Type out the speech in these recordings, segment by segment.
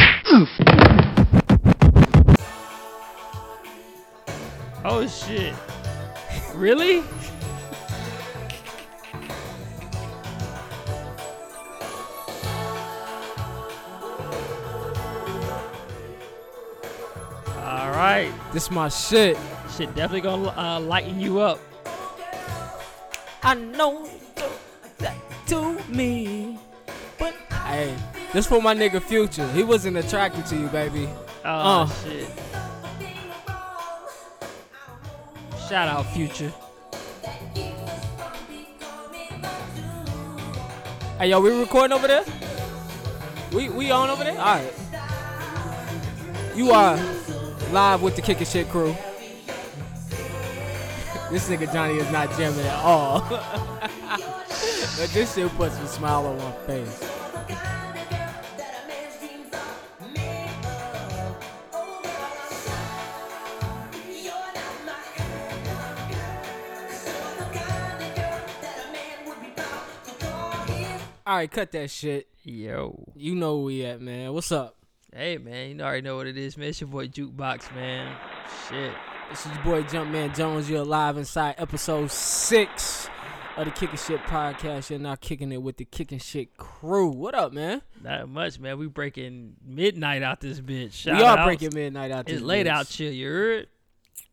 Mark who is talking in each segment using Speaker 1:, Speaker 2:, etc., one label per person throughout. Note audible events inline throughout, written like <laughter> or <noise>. Speaker 1: move.
Speaker 2: Oh shit. Really? All right.
Speaker 1: This my shit.
Speaker 2: Shit definitely gonna uh, lighten you up.
Speaker 1: I know that to me, but hey, this for my nigga Future. He wasn't attracted to you, baby.
Speaker 2: Oh
Speaker 1: Oh.
Speaker 2: shit. Shout out Future.
Speaker 1: Hey, yo, we recording over there? We we on over there? All right. You are live with the Kickin' Shit crew. <laughs> this nigga Johnny is not jamming at all. <laughs> but this shit puts a smile on my face. All right, cut that shit.
Speaker 2: Yo.
Speaker 1: You know where we at, man. What's up?
Speaker 2: Hey man, you already know what it is, man. It's your boy Jukebox, man. Shit.
Speaker 1: This is your boy Jumpman Jones. You're live inside episode six of the Kicking Shit podcast. You're now kicking it with the Kicking Shit crew. What up, man?
Speaker 2: Not much, man. We breaking midnight out this bitch. Shout
Speaker 1: we are
Speaker 2: outs.
Speaker 1: breaking midnight out.
Speaker 2: It's
Speaker 1: this
Speaker 2: late
Speaker 1: bitch.
Speaker 2: out, chill. You heard?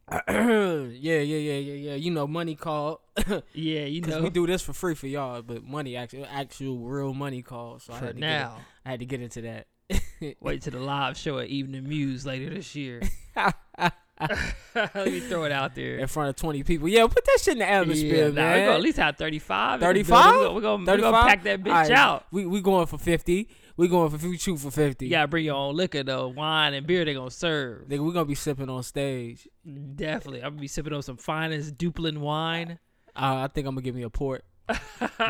Speaker 1: <clears throat> yeah, yeah, yeah, yeah, yeah. You know, money call. <laughs> Cause
Speaker 2: Yeah, you know.
Speaker 1: we do this for free for y'all, but money actual, actual real money call. So I
Speaker 2: for
Speaker 1: had to
Speaker 2: now.
Speaker 1: Get, I had to get into that. <laughs>
Speaker 2: Wait to the live show at Evening Muse later this
Speaker 1: <laughs>
Speaker 2: year. <laughs> Let me throw it out there.
Speaker 1: in front of twenty people. Yeah, put that shit in the atmosphere,
Speaker 2: nah,
Speaker 1: man.
Speaker 2: We're gonna at least have 35. in the
Speaker 1: 35?
Speaker 2: building. We're gonna, we're gonna,
Speaker 1: 35?
Speaker 2: pack that bitch
Speaker 1: All right,
Speaker 2: out.
Speaker 1: We we going for fifty. We going for we shoot for fifty.
Speaker 2: You gotta bring your own liquor though, wine and beer. They're gonna serve.
Speaker 1: Nigga, we gonna be sipping on stage.
Speaker 2: Definitely, I'm gonna be sipping on some finest Duplin
Speaker 1: <laughs>
Speaker 2: wine.
Speaker 1: Uh, I think I'm gonna give me a port.
Speaker 2: <laughs>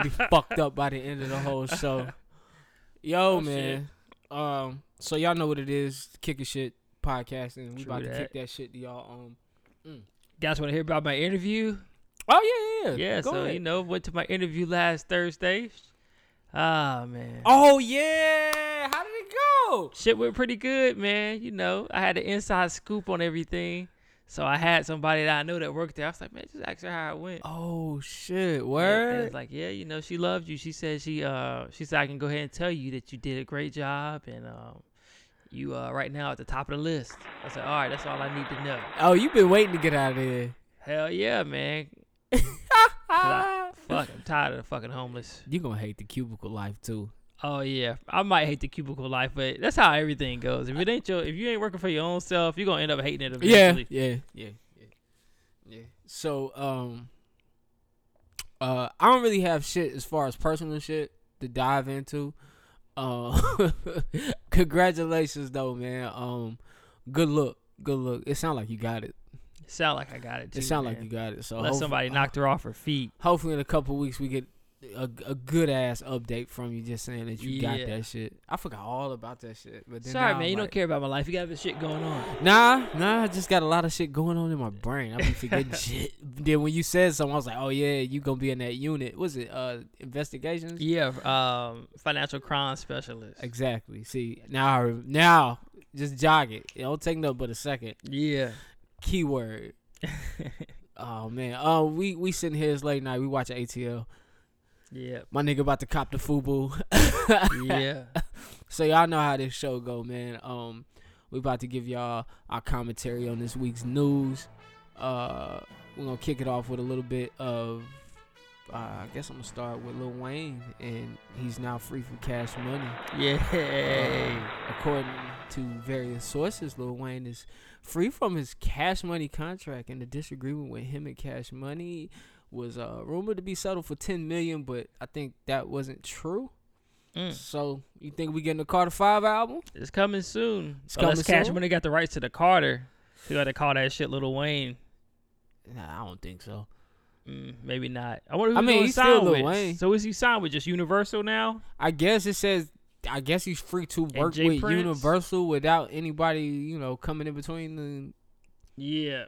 Speaker 1: be fucked up by the end of the whole show. Yo,
Speaker 2: Oh,
Speaker 1: man. Um, so y'all know what it is, kicking shit podcast, and we
Speaker 2: True
Speaker 1: about to
Speaker 2: that.
Speaker 1: kick that shit to y'all. Um,
Speaker 2: Guys, want to hear about my interview?
Speaker 1: oh yeah, yeah,
Speaker 2: Yeah,
Speaker 1: Go
Speaker 2: so
Speaker 1: ahead.
Speaker 2: you know, went to my interview last Thursday. Ah man,
Speaker 1: Oh yeah, how did it go?
Speaker 2: shit went pretty good, man. You know, I had an inside scoop on everything. So I had somebody that I know that worked there. I was like, man, just ask her how it went.
Speaker 1: Oh shit,
Speaker 2: Yeah, they
Speaker 1: word.
Speaker 2: was like, yeah, you know, she loved you. She said she uh she said I can go ahead and tell you that you did a great job and um you uh right now at the top of the list. I said, all right, that's all I need to know.
Speaker 1: oh, you've been waiting to get out of <laughs> there.
Speaker 2: Hell yeah, man. 'Cause I, fuck, I'm tired of the fucking homeless.
Speaker 1: You gonna hate the cubicle life too.
Speaker 2: Oh yeah, I might hate the cubicle life, but that's how everything goes. If it ain't your, if you ain't working for your own self, you're gonna end up hating it eventually.
Speaker 1: Yeah, yeah, yeah, yeah, yeah. So, um, uh, I don't really have shit as far as personal shit to dive into. Uh, <laughs> congratulations though, man. Um, good look, good look. It sound like you got it.
Speaker 2: Sound like I got it. Too,
Speaker 1: It sound like
Speaker 2: man.
Speaker 1: you got it. So
Speaker 2: Unless
Speaker 1: hopef-
Speaker 2: somebody knocked her off her feet.
Speaker 1: Hopefully, in a couple weeks, we get a, a good ass update from you, just saying that you got
Speaker 2: Yeah.
Speaker 1: that shit. I forgot all about that shit. But then
Speaker 2: Sorry,
Speaker 1: now
Speaker 2: man,
Speaker 1: I'm
Speaker 2: you
Speaker 1: like-
Speaker 2: don't care about my life. You got other shit going on.
Speaker 1: Nah, nah, I just got a lot of shit going on in my brain. I be <laughs> forgetting shit. Then when you said something, I was like, oh yeah, you gonna be in that unit. Was it uh
Speaker 2: <laughs>
Speaker 1: investigations?
Speaker 2: Yeah, um, financial crime specialist.
Speaker 1: Exactly. See, now I rem- now just jog it. It don't take no but a second.
Speaker 2: <laughs> Yeah.
Speaker 1: Keyword. Oh man. Uh we we sitting here it's late night, we watching ATL.
Speaker 2: yeah.
Speaker 1: My nigga about to cop the <laughs> FUBU.
Speaker 2: Yeah.
Speaker 1: So y'all know how this show go, man. Um, we about to give y'all our commentary on this week's news. Uh, we're gonna kick it off with a little bit of. Uh, I guess I'm gonna start with Lil Wayne, and he's now free from cash money. Uh,
Speaker 2: Yay.
Speaker 1: According to various sources, Lil Wayne is free from his Cash Money contract, and the disagreement with him and Cash Money was uh, rumored to be settled for 10 million, but I think that wasn't true.
Speaker 2: <laughs> Mm.
Speaker 1: So you think we getting a Carter Five album?
Speaker 2: It's coming soon.
Speaker 1: It's
Speaker 2: Unless
Speaker 1: coming
Speaker 2: Cash
Speaker 1: soon?
Speaker 2: Money got the rights to the Carter. You got to call that shit Little Wayne.
Speaker 1: Nah, I don't think so.
Speaker 2: Mm, maybe not. I wonder who
Speaker 1: I
Speaker 2: he's
Speaker 1: mean,
Speaker 2: gonna
Speaker 1: he's
Speaker 2: sign
Speaker 1: still Lil
Speaker 2: with.
Speaker 1: Wayne.
Speaker 2: So is he signed with just Universal now?
Speaker 1: I guess it says. I guess he's free to work
Speaker 2: Jay
Speaker 1: with
Speaker 2: Prince?
Speaker 1: Universal without anybody, you know, coming in between.
Speaker 2: Yeah.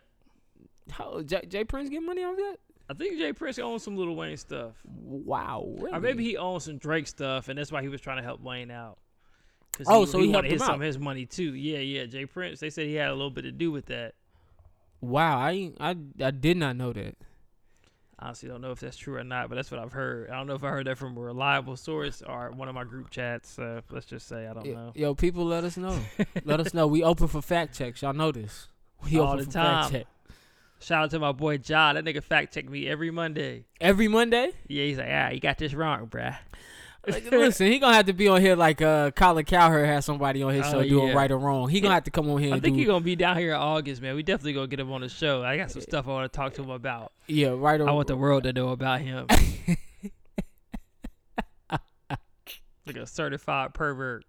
Speaker 1: The how J, Jay Prince get money off that?
Speaker 2: I think Jay Prince owns some Little Wayne stuff.
Speaker 1: Wow, really?
Speaker 2: Or maybe he owns some Drake stuff, and that's why he was trying to help Wayne out. 'Cause
Speaker 1: Oh, so he
Speaker 2: wanted
Speaker 1: helped
Speaker 2: his,
Speaker 1: him
Speaker 2: some
Speaker 1: out.
Speaker 2: of his money too. Yeah, yeah. Jay Prince. They said he had a little bit to do with that.
Speaker 1: Wow, I ain't- I I did not know that.
Speaker 2: I honestly don't know if that's true or not, but that's what I've heard. I don't know if I heard that from a reliable source or one of my group chats. So let's just say I don't
Speaker 1: Y-
Speaker 2: know.
Speaker 1: Yo, people, let
Speaker 2: <laughs>
Speaker 1: us know. let us know. We open for fact checks. Y'all know this. We
Speaker 2: All
Speaker 1: open
Speaker 2: the
Speaker 1: for
Speaker 2: time.
Speaker 1: fact check
Speaker 2: Shout out to my boy Ja. That nigga fact check me every Monday.
Speaker 1: every Monday.
Speaker 2: Yeah, he's like, ah, you got this wrong, bruh.
Speaker 1: <laughs>
Speaker 2: <laughs>
Speaker 1: Like, listen, he gonna have to be on here like uh, Colin Cowherd had somebody on his
Speaker 2: Oh,
Speaker 1: show doing
Speaker 2: yeah.
Speaker 1: right or wrong. He gonna
Speaker 2: Yeah.
Speaker 1: have to come on here.
Speaker 2: I
Speaker 1: and
Speaker 2: think
Speaker 1: do,
Speaker 2: he's gonna be down here in August, man. We definitely gonna get him on the show. I got some stuff I want to talk to him about.
Speaker 1: yeah, right or
Speaker 2: I want the world to know about
Speaker 1: <laughs>
Speaker 2: him. like a certified pervert.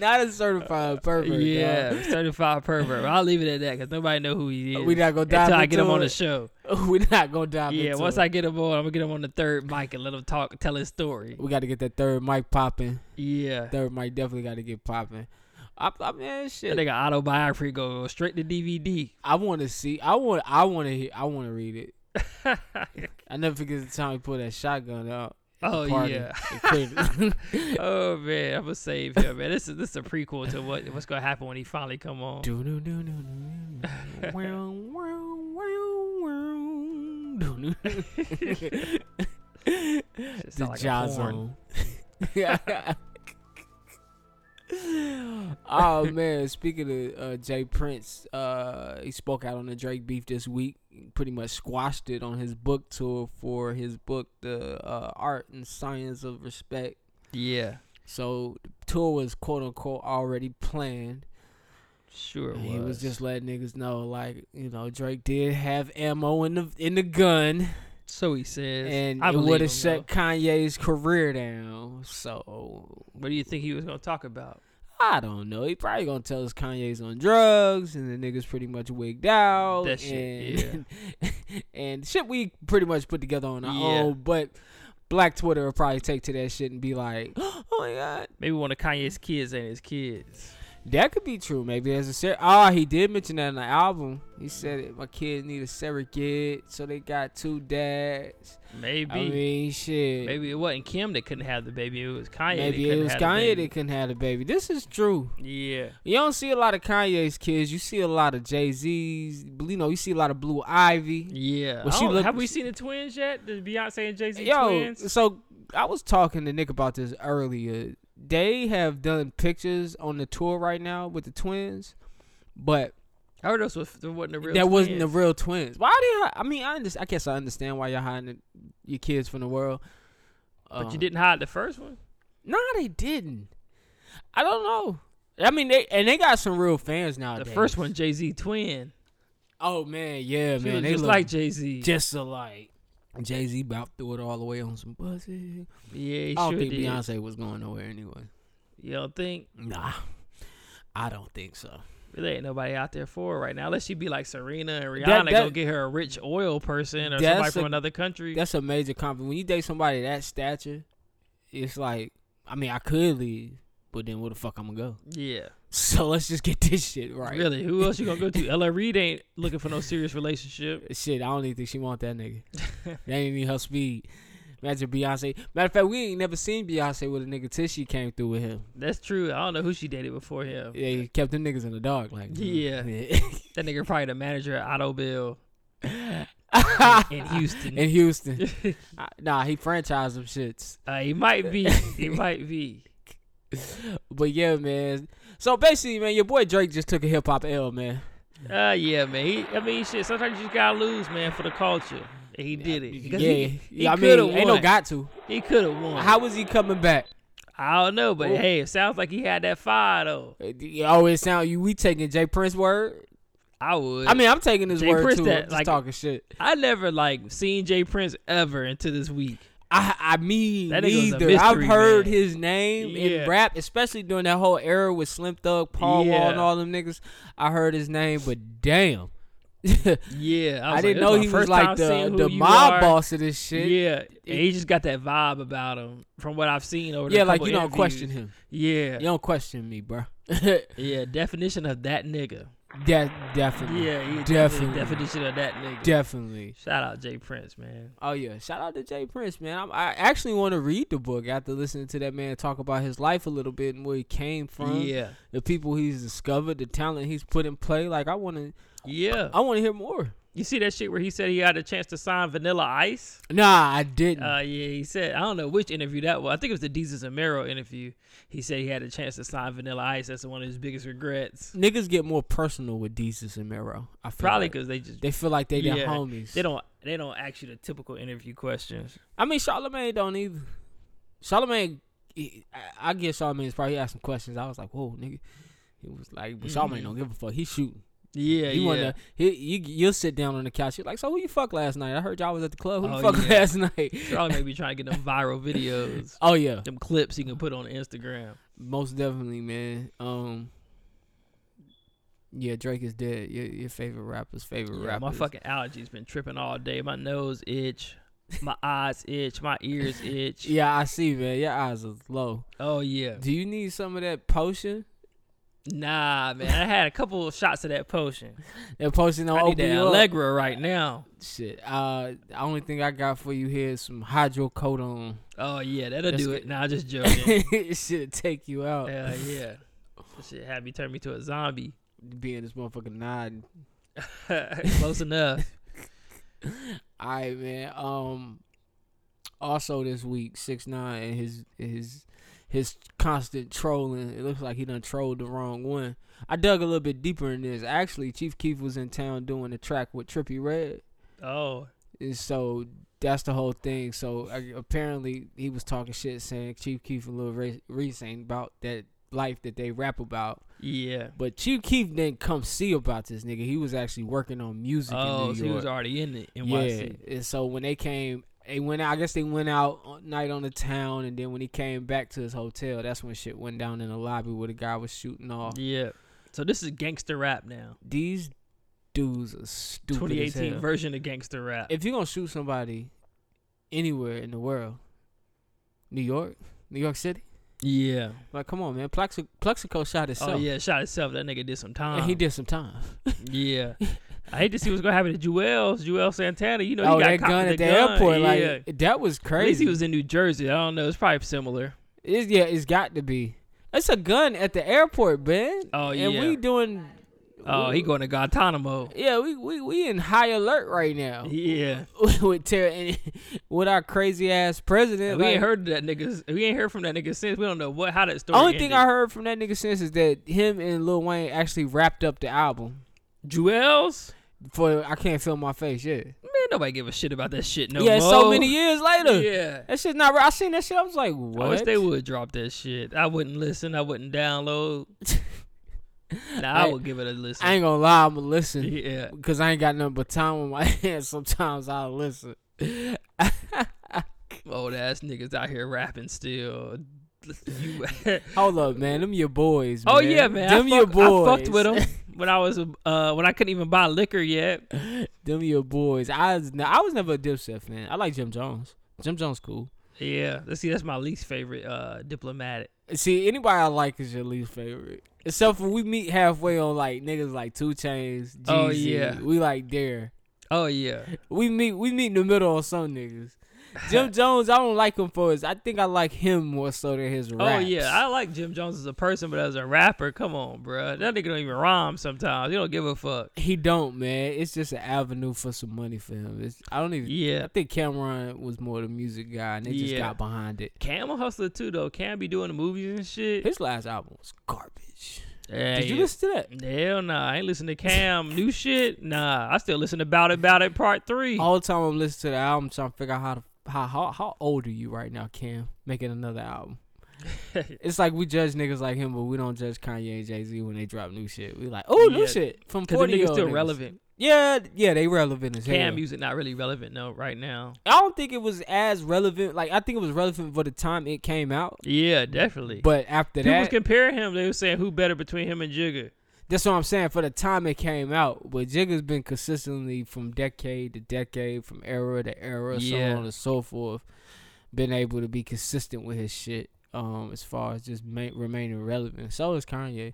Speaker 1: not a certified pervert.
Speaker 2: yeah,
Speaker 1: dog.
Speaker 2: certified pervert. But I'll leave it at that because nobody know who he is.
Speaker 1: we not gonna dive
Speaker 2: until I
Speaker 1: into
Speaker 2: get him on
Speaker 1: it.
Speaker 2: the show.
Speaker 1: <laughs> we not gonna dive.
Speaker 2: yeah,
Speaker 1: into
Speaker 2: once
Speaker 1: it.
Speaker 2: I get him on, I'm gonna get him on the third mic and let him talk, tell his story.
Speaker 1: we got to get that third mic popping.
Speaker 2: Yeah,
Speaker 1: Third mic definitely got to get popping. I, I man,
Speaker 2: that
Speaker 1: shit.
Speaker 2: nigga autobiography go straight to DVD.
Speaker 1: I want to see. I want. I want to. hear I want to read it. I never forget the time he pulled that shotgun out. at the
Speaker 2: <laughs> Oh,
Speaker 1: party
Speaker 2: yeah. <laughs>
Speaker 1: in Cleveland.
Speaker 2: oh man, I'm gonna save him, man. This is this is a prequel to what what's gonna happen when he finally come on.
Speaker 1: Do do do do do
Speaker 2: <laughs>
Speaker 1: do. Wow, wow, wow, wow. Do,
Speaker 2: <laughs>
Speaker 1: do.
Speaker 2: Shit
Speaker 1: The
Speaker 2: sound like a
Speaker 1: jaw
Speaker 2: porn.
Speaker 1: zone. <laughs> oh man, speaking of uh, Jay Prince, uh, he spoke out on the Drake beef this week. Pretty much squashed it on his book tour for his book, The uh, Art and Science of Respect.
Speaker 2: Yeah,
Speaker 1: So the tour was quote unquote already planned.
Speaker 2: sure. It
Speaker 1: He was just letting niggas know, like you know, Drake did have ammo in the in the gun,
Speaker 2: so he says,
Speaker 1: and
Speaker 2: I
Speaker 1: it would
Speaker 2: believe him,
Speaker 1: have shut Kanye's career down. So
Speaker 2: though. What do you think he was gonna talk about?
Speaker 1: I don't know. He probably gonna tell us Kanye's on drugs and the niggas pretty much wigged out.
Speaker 2: That shit,
Speaker 1: and, <laughs> and shit we pretty much put together on our
Speaker 2: Yeah.
Speaker 1: own, but Black Twitter will probably take to that shit and be like, <gasps> "Oh my god,
Speaker 2: Maybe one of Kanye's kids ain't his kids.
Speaker 1: that could be true." Maybe there's a ser- ah. He did mention that in the album. He said it, my kid need a surrogate, so they got two dads.
Speaker 2: Maybe.
Speaker 1: I mean, shit.
Speaker 2: Maybe it wasn't Kim that couldn't have the baby. It was Kanye. that
Speaker 1: Maybe it
Speaker 2: couldn't
Speaker 1: was
Speaker 2: have the
Speaker 1: Kanye
Speaker 2: baby.
Speaker 1: that couldn't have a baby. This is true.
Speaker 2: Yeah.
Speaker 1: You don't see a lot of Kanye's kids. You see a lot of Jay Z's. You know, you see a lot of Blue Ivy.
Speaker 2: Yeah.
Speaker 1: Well,
Speaker 2: I
Speaker 1: she
Speaker 2: don't-
Speaker 1: looked-
Speaker 2: have we seen the twins yet? The Beyonce and Jay Z
Speaker 1: Yo,
Speaker 2: twins?
Speaker 1: so I was talking to Nick about this earlier. They have done pictures on the tour right now with the twins, but
Speaker 2: I heard those was, wasn't the real
Speaker 1: that wasn't the
Speaker 2: twins.
Speaker 1: real twins. Why do you? I mean, I understand. I guess I understand why you're hiding your kids from the world.
Speaker 2: But you
Speaker 1: Um,
Speaker 2: didn't hide the first one?
Speaker 1: No, they didn't. I don't know. I mean, they and they got some real fans
Speaker 2: The
Speaker 1: nowadays.
Speaker 2: first one, Jay Z twin.
Speaker 1: Oh man, yeah,
Speaker 2: She
Speaker 1: man.
Speaker 2: was
Speaker 1: they
Speaker 2: just
Speaker 1: look
Speaker 2: like Jay Z.
Speaker 1: just alike. Jay Z about threw it all the way on some buses.
Speaker 2: Yeah, he
Speaker 1: I don't
Speaker 2: sure
Speaker 1: think
Speaker 2: did.
Speaker 1: Beyonce was going nowhere anyway.
Speaker 2: You don't think?
Speaker 1: Nah, I don't think so.
Speaker 2: There ain't nobody out there for her right now. Unless she be like Serena and Rihanna,
Speaker 1: That-
Speaker 2: go
Speaker 1: that-
Speaker 2: get her a rich oil person or
Speaker 1: That's
Speaker 2: somebody from
Speaker 1: a-
Speaker 2: another country.
Speaker 1: That's a major compliment. When you date somebody that stature, it's like, I mean, I could leave, but then where the fuck I'm gonna go? <laughs>
Speaker 2: Yeah.
Speaker 1: So let's just get this shit right.
Speaker 2: Really? Who else you gonna go
Speaker 1: <laughs>
Speaker 2: to? Ella Reed ain't looking for no serious relationship.
Speaker 1: Shit, I don't even think she want that
Speaker 2: <laughs>
Speaker 1: nigga. that ain't even her speed. Imagine Beyonce. Matter of fact, we ain't never seen Beyonce with a nigga till she came through with him.
Speaker 2: That's true. I don't know who she dated before him.
Speaker 1: Yeah, he kept them niggas in the dark. Like, <laughs>
Speaker 2: Yeah. That nigga probably the manager at Auto Bill <laughs>
Speaker 1: <laughs>
Speaker 2: in Houston.
Speaker 1: in Houston. I- nah, he franchised them shits.
Speaker 2: uh, he might be. He might be.
Speaker 1: But yeah, man. So basically, man, your boy Drake just took a hip hop L, man.
Speaker 2: Uh, yeah, man. He, I mean, shit. Sometimes you just gotta lose, man, for the culture. And he did it. 'Cause
Speaker 1: Yeah,
Speaker 2: He, he
Speaker 1: yeah. I mean,
Speaker 2: coulda
Speaker 1: ain't no
Speaker 2: won.
Speaker 1: got to.
Speaker 2: he could have won.
Speaker 1: How Oh. is he coming back?
Speaker 2: I don't know, but
Speaker 1: Well-
Speaker 2: hey, it sounds like he had that fire though.
Speaker 1: Uh, Oh, it sound you. We taking Jay Prince word.
Speaker 2: I would.
Speaker 1: I mean, I'm taking his
Speaker 2: Jay
Speaker 1: word
Speaker 2: Prince
Speaker 1: too.
Speaker 2: that,
Speaker 1: I'm just
Speaker 2: like-
Speaker 1: talking shit.
Speaker 2: I never like seen Jay Prince ever until this week.
Speaker 1: I, I mean,
Speaker 2: That nigga was a
Speaker 1: neither. I've
Speaker 2: mystery
Speaker 1: heard
Speaker 2: man.
Speaker 1: his name
Speaker 2: Yeah.
Speaker 1: in rap, especially during that whole era with Slim Thug, Paul Wall, and
Speaker 2: Yeah.
Speaker 1: all them niggas. I heard his name, but damn, <laughs>
Speaker 2: Yeah, I,
Speaker 1: I,
Speaker 2: was like,
Speaker 1: didn't
Speaker 2: it
Speaker 1: know
Speaker 2: my
Speaker 1: he was
Speaker 2: first
Speaker 1: like
Speaker 2: time
Speaker 1: the
Speaker 2: seeing who
Speaker 1: the
Speaker 2: you
Speaker 1: mob
Speaker 2: are.
Speaker 1: boss of this shit. Yeah,
Speaker 2: Yeah, and he just got that vibe about him from what I've seen over. the
Speaker 1: like
Speaker 2: couple
Speaker 1: you don't
Speaker 2: interviews.
Speaker 1: question him.
Speaker 2: Yeah, <laughs>
Speaker 1: You don't question me, bro.
Speaker 2: yeah. Definition of that nigga.
Speaker 1: <laughs> De- definitely.
Speaker 2: Yeah, he
Speaker 1: Definitely.
Speaker 2: definitely definition of that nigga.
Speaker 1: Definitely.
Speaker 2: Shout out Jay Prince, man.
Speaker 1: Oh yeah! Shout out to Jay Prince, man. I'm, I actually want to read the book after listening to that man talk about his life a little bit and where he came from,
Speaker 2: Yeah,
Speaker 1: the people he's discovered, the talent he's put in play. Like I want to,
Speaker 2: yeah.
Speaker 1: I want to hear more.
Speaker 2: You see that shit where he said he had a chance to sign Vanilla Ice?
Speaker 1: Nah, I didn't.
Speaker 2: Uh, yeah, he said I don't know which interview that was. I think it was the Jesus and Mero interview. He said he had a chance to sign Vanilla Ice. That's one of his biggest regrets.
Speaker 1: Niggas get more personal with Desus and Mero. I feel
Speaker 2: Probably
Speaker 1: like.
Speaker 2: because they just
Speaker 1: they feel like they their
Speaker 2: Yeah,
Speaker 1: homies.
Speaker 2: they don't they don't ask you the typical interview questions.
Speaker 1: I mean, Charlemagne don't either. Charlemagne, I, I guess Charlemagne's probably asked some questions. I was like, whoa, nigga. He was like, but Charlemagne
Speaker 2: Mhm.
Speaker 1: don't give a fuck. He's shooting.
Speaker 2: Yeah,
Speaker 1: He
Speaker 2: yeah.
Speaker 1: wanna, he, you, you'll sit down on the couch. You're like, so who you fuck last night? I heard y'all was at the club. Who you
Speaker 2: Oh,
Speaker 1: fuck
Speaker 2: yeah.
Speaker 1: last <laughs> night?
Speaker 2: Charlie may be trying to get them
Speaker 1: <laughs>
Speaker 2: viral videos,
Speaker 1: Oh yeah,
Speaker 2: them clips you can put on Instagram.
Speaker 1: most definitely, man. Um, yeah, Drake is dead. Your, your favorite rapper's favorite
Speaker 2: Yeah,
Speaker 1: rapper.
Speaker 2: my fucking allergies been tripping all day. My nose itch, my eyes itch, my ears itch.
Speaker 1: <laughs> Yeah, I see, man. Your eyes are low.
Speaker 2: Oh yeah.
Speaker 1: Do you need some of that potion?
Speaker 2: Nah, man. I had a couple of shots of that potion.
Speaker 1: That potion don't
Speaker 2: I need
Speaker 1: open
Speaker 2: that
Speaker 1: you up.
Speaker 2: Allegra right now.
Speaker 1: Shit. Uh, the only thing I got for you here is some hydrocodone.
Speaker 2: Oh yeah, that'll
Speaker 1: That's
Speaker 2: do
Speaker 1: good.
Speaker 2: it. Nah,
Speaker 1: <laughs>
Speaker 2: just joking.
Speaker 1: it should take you out.
Speaker 2: Hell
Speaker 1: <laughs>
Speaker 2: yeah. That shit had me turn me to a zombie. <laughs>
Speaker 1: Being this motherfucking nod.
Speaker 2: Close enough.
Speaker 1: All right, man. Um. Also, this week, six nine and his his his constant trolling. It looks like he done trolled the wrong one. I dug a little bit deeper in this. Actually, Chief Keef was in town doing a track with Trippy Red.
Speaker 2: Oh.
Speaker 1: And so that's the whole thing. So I, apparently he was talking shit, saying Chief Keef and Lil Ray, Reese saying about that life that they rap about.
Speaker 2: Yeah.
Speaker 1: But Chief Keef didn't come see about this nigga. He was actually working on music
Speaker 2: Oh,
Speaker 1: in New
Speaker 2: so
Speaker 1: York.
Speaker 2: he was already in it.
Speaker 1: yeah.
Speaker 2: NYC.
Speaker 1: And so when they came, they went. out I guess they went out on- night on the town, and then when he came back to his hotel, that's when shit went down in the lobby where the guy was shooting off.
Speaker 2: Yeah. So this is gangster rap now.
Speaker 1: These dudes are stupid. as
Speaker 2: 2018
Speaker 1: hell.
Speaker 2: version of gangster rap.
Speaker 1: if you're gonna shoot somebody anywhere in the world, New York, New York City,
Speaker 2: yeah.
Speaker 1: like come on, man, Plexi- Plexico shot
Speaker 2: Oh
Speaker 1: himself,
Speaker 2: yeah, shot himself. That nigga did some time.
Speaker 1: and he did some time.
Speaker 2: <laughs>
Speaker 1: <laughs>
Speaker 2: Yeah. I hate to see what's gonna happen to Juelz, Juelz Santana. You know,
Speaker 1: oh,
Speaker 2: he got
Speaker 1: that
Speaker 2: caught
Speaker 1: gun
Speaker 2: with
Speaker 1: at the
Speaker 2: the gun.
Speaker 1: airport,
Speaker 2: Yeah.
Speaker 1: like that was crazy.
Speaker 2: At least he was in New Jersey. I don't know. It's probably similar.
Speaker 1: It's- yeah, it's got to be. It's a gun at the airport, man.
Speaker 2: Oh,
Speaker 1: and
Speaker 2: yeah.
Speaker 1: we doing.
Speaker 2: Oh, he going to Guantanamo.
Speaker 1: Yeah, we, we we in high alert right now
Speaker 2: Yeah.
Speaker 1: <laughs> with terror and <laughs> with our crazy ass president.
Speaker 2: we
Speaker 1: like-
Speaker 2: ain't heard of that nigga. We ain't heard from that nigga since. We don't know what how that story.
Speaker 1: Only thing I
Speaker 2: ended.
Speaker 1: heard from that nigga since is that him and Lil Wayne actually wrapped up the album.
Speaker 2: Juelz.
Speaker 1: for I can't feel my face. Yeah,
Speaker 2: Man, nobody give a shit about that shit no
Speaker 1: yeah. it's
Speaker 2: more.
Speaker 1: So many years later,
Speaker 2: Yeah.
Speaker 1: that shit's not. Right. I seen that shit. I was like,
Speaker 2: I wish
Speaker 1: what?
Speaker 2: they would drop that shit. I wouldn't listen. I wouldn't
Speaker 1: <laughs>
Speaker 2: download. nah, I,
Speaker 1: I-
Speaker 2: would give it a listen.
Speaker 1: I ain't gonna lie. I'ma
Speaker 2: <laughs>
Speaker 1: listen
Speaker 2: yeah.
Speaker 1: because I ain't got nothing but time on my <laughs> hands. Sometimes I'll listen. <laughs>
Speaker 2: Old ass niggas out here rapping still. <laughs> You- <laughs>
Speaker 1: Hold up, man. Them your boys.
Speaker 2: oh yeah, man.
Speaker 1: Them
Speaker 2: I,
Speaker 1: your
Speaker 2: fuck- I
Speaker 1: boys.
Speaker 2: fucked with them when I was uh when I couldn't even buy liquor yet.
Speaker 1: <laughs> them your boys. I was, I was never a Dipset fan. I like Jim Jones. Jim Jones cool.
Speaker 2: Yeah. Let's see. That's my least favorite uh diplomatic.
Speaker 1: See, anybody I like is your least favorite. Except for we meet halfway on like niggas like Two Chains, Jeezy.
Speaker 2: Oh, yeah.
Speaker 1: We like there.
Speaker 2: Oh yeah.
Speaker 1: We meet we meet in the middle on some niggas.
Speaker 2: <laughs>
Speaker 1: Jim Jones, I don't like him for his. I think I like him more so than his raps.
Speaker 2: Oh yeah, I like Jim Jones as a person, but as a rapper, come on, bruh. That nigga don't even rhyme sometimes. He don't give a fuck.
Speaker 1: he don't man. It's just an avenue for some money for him. It's, I don't even. I
Speaker 2: Yeah.
Speaker 1: think Cameron was more the music guy, and they just
Speaker 2: Yeah.
Speaker 1: got behind it.
Speaker 2: Cam a hustler too though. Cam be doing the movies and shit.
Speaker 1: His last album was garbage.
Speaker 2: Yeah,
Speaker 1: Did you
Speaker 2: yeah.
Speaker 1: listen to that?
Speaker 2: Hell nah, I ain't listen to Cam new shit. Nah, I still listen to About It About It Part Three.
Speaker 1: All the time I'm listening to the album, trying to figure out how to. How, how how old are you right now, Cam? Making
Speaker 2: <laughs>
Speaker 1: another album. It's like we judge niggas like him, but we don't judge Kanye and Jay Z when they drop new shit. We like, oh,
Speaker 2: Yeah.
Speaker 1: new shit from
Speaker 2: Cause the
Speaker 1: forty year
Speaker 2: nigga's
Speaker 1: old
Speaker 2: still relevant.
Speaker 1: Yeah, yeah, they relevant as hell.
Speaker 2: Cam music not really relevant though right now.
Speaker 1: I don't think it was as relevant. Like I think it was relevant for the time it came out.
Speaker 2: Yeah, definitely.
Speaker 1: But after
Speaker 2: People
Speaker 1: that,
Speaker 2: was comparing him. They were saying who better between him and Jigga.
Speaker 1: that's what I'm saying. For the time it came out, but Jigga's been consistently from decade to decade, from era to era,
Speaker 2: Yeah.
Speaker 1: so on and so forth, been able to be consistent with his shit. Um, as far as just ma- remaining relevant, so is Kanye.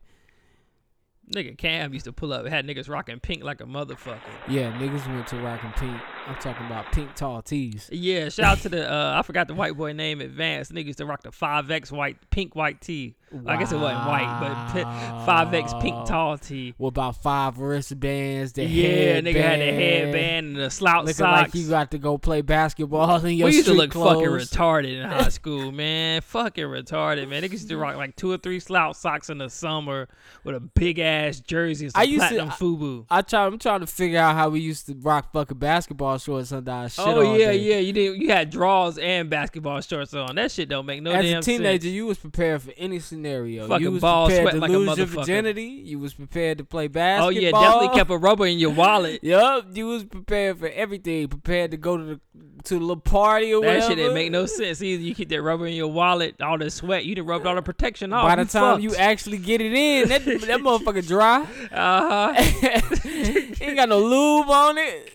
Speaker 2: Nigga Cam used to pull up, had niggas rocking pink like a motherfucker.
Speaker 1: Yeah, niggas went to rocking pink. I'm talking about pink tall tees.
Speaker 2: Yeah, shout out to the uh, I forgot the white boy name advanced niggas to rock the five X white pink white tee. I guess it wasn't white, but five X
Speaker 1: Wow.
Speaker 2: pink tall tee.
Speaker 1: With about five wristbands, the
Speaker 2: yeah,
Speaker 1: headband,
Speaker 2: nigga had the headband and the slouch
Speaker 1: looking
Speaker 2: socks.
Speaker 1: like you got to go play basketball in your
Speaker 2: we used to
Speaker 1: street
Speaker 2: look
Speaker 1: clothes.
Speaker 2: fucking retarded in <laughs> high school, man. Fucking retarded, man. Niggas used to rock like two or three slouch socks in the summer with a big ass jersey and some
Speaker 1: I used to-
Speaker 2: platinum FUBU.
Speaker 1: I try. I'm trying to figure out how we used to rock fucking basketball shorts under our shit.
Speaker 2: oh
Speaker 1: all
Speaker 2: yeah,
Speaker 1: day.
Speaker 2: yeah. You did. You had draws and basketball shorts on. That shit don't make no
Speaker 1: As
Speaker 2: damn
Speaker 1: a teenager,
Speaker 2: sense.
Speaker 1: you was prepared for any scenario. you
Speaker 2: Fucking
Speaker 1: was
Speaker 2: ball
Speaker 1: prepared
Speaker 2: sweat
Speaker 1: to
Speaker 2: like a
Speaker 1: lose your
Speaker 2: motherfucker.
Speaker 1: virginity. You was prepared to play
Speaker 2: Oh
Speaker 1: basketball.
Speaker 2: yeah, definitely kept a rubber in your <laughs> wallet.
Speaker 1: Yup, you was prepared for everything. Prepared to go to the to the little party or
Speaker 2: That
Speaker 1: whatever.
Speaker 2: shit didn't make no sense either. You keep that rubber in your wallet, all the sweat. You done rubbed all the protection off.
Speaker 1: By the time you
Speaker 2: Oh, fucked.
Speaker 1: actually get it in, that that motherfucker dry. <laughs>
Speaker 2: uh-huh.
Speaker 1: ain't got no lube on it.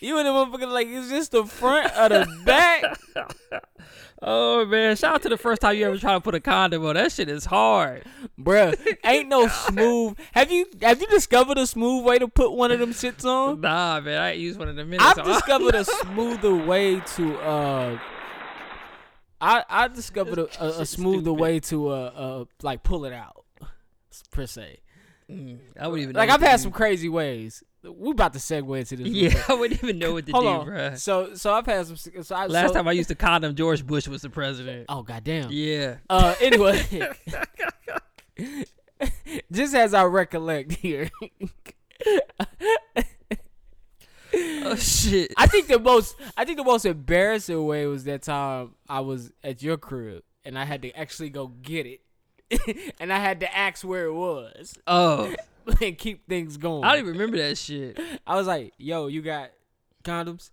Speaker 1: You and the motherfucker like it's just the front or the back.
Speaker 2: oh man, shout out to the first time you ever try to put a condom on. That shit is hard.
Speaker 1: Bruh, ain't no smooth. Have you have you discovered a smooth way to put one of them shits on?
Speaker 2: Nah, man, I ain't used one in a <laughs> minute.
Speaker 1: I've
Speaker 2: so I-
Speaker 1: discovered a smoother way to uh. I I discovered a, a, a smoother
Speaker 2: Stupid.
Speaker 1: way to uh, uh like pull it out, per se.
Speaker 2: Mm, I wouldn't even know
Speaker 1: Like
Speaker 2: what
Speaker 1: I've
Speaker 2: to
Speaker 1: had
Speaker 2: do.
Speaker 1: some crazy ways. We about to segue into this. real
Speaker 2: <laughs> Yeah,
Speaker 1: <laughs> quick.
Speaker 2: I wouldn't even know what to
Speaker 1: Hold
Speaker 2: do,
Speaker 1: on.
Speaker 2: bruh.
Speaker 1: So so I've had some. So I,
Speaker 2: Last
Speaker 1: so-
Speaker 2: time I used a condom, George Bush was the
Speaker 1: <laughs>
Speaker 2: president.
Speaker 1: Oh goddamn. <laughs>
Speaker 2: Yeah.
Speaker 1: Uh,
Speaker 2: <laughs>
Speaker 1: anyway, just as I recollect here,
Speaker 2: Oh shit.
Speaker 1: I think the most I think the most embarrassing way was that time I was at your crib and I had to actually go get it, <laughs> and I had to ask where it was <laughs>
Speaker 2: Oh,
Speaker 1: and keep things going.
Speaker 2: I don't even remember that shit.
Speaker 1: I was like, "Yo, you got condoms?"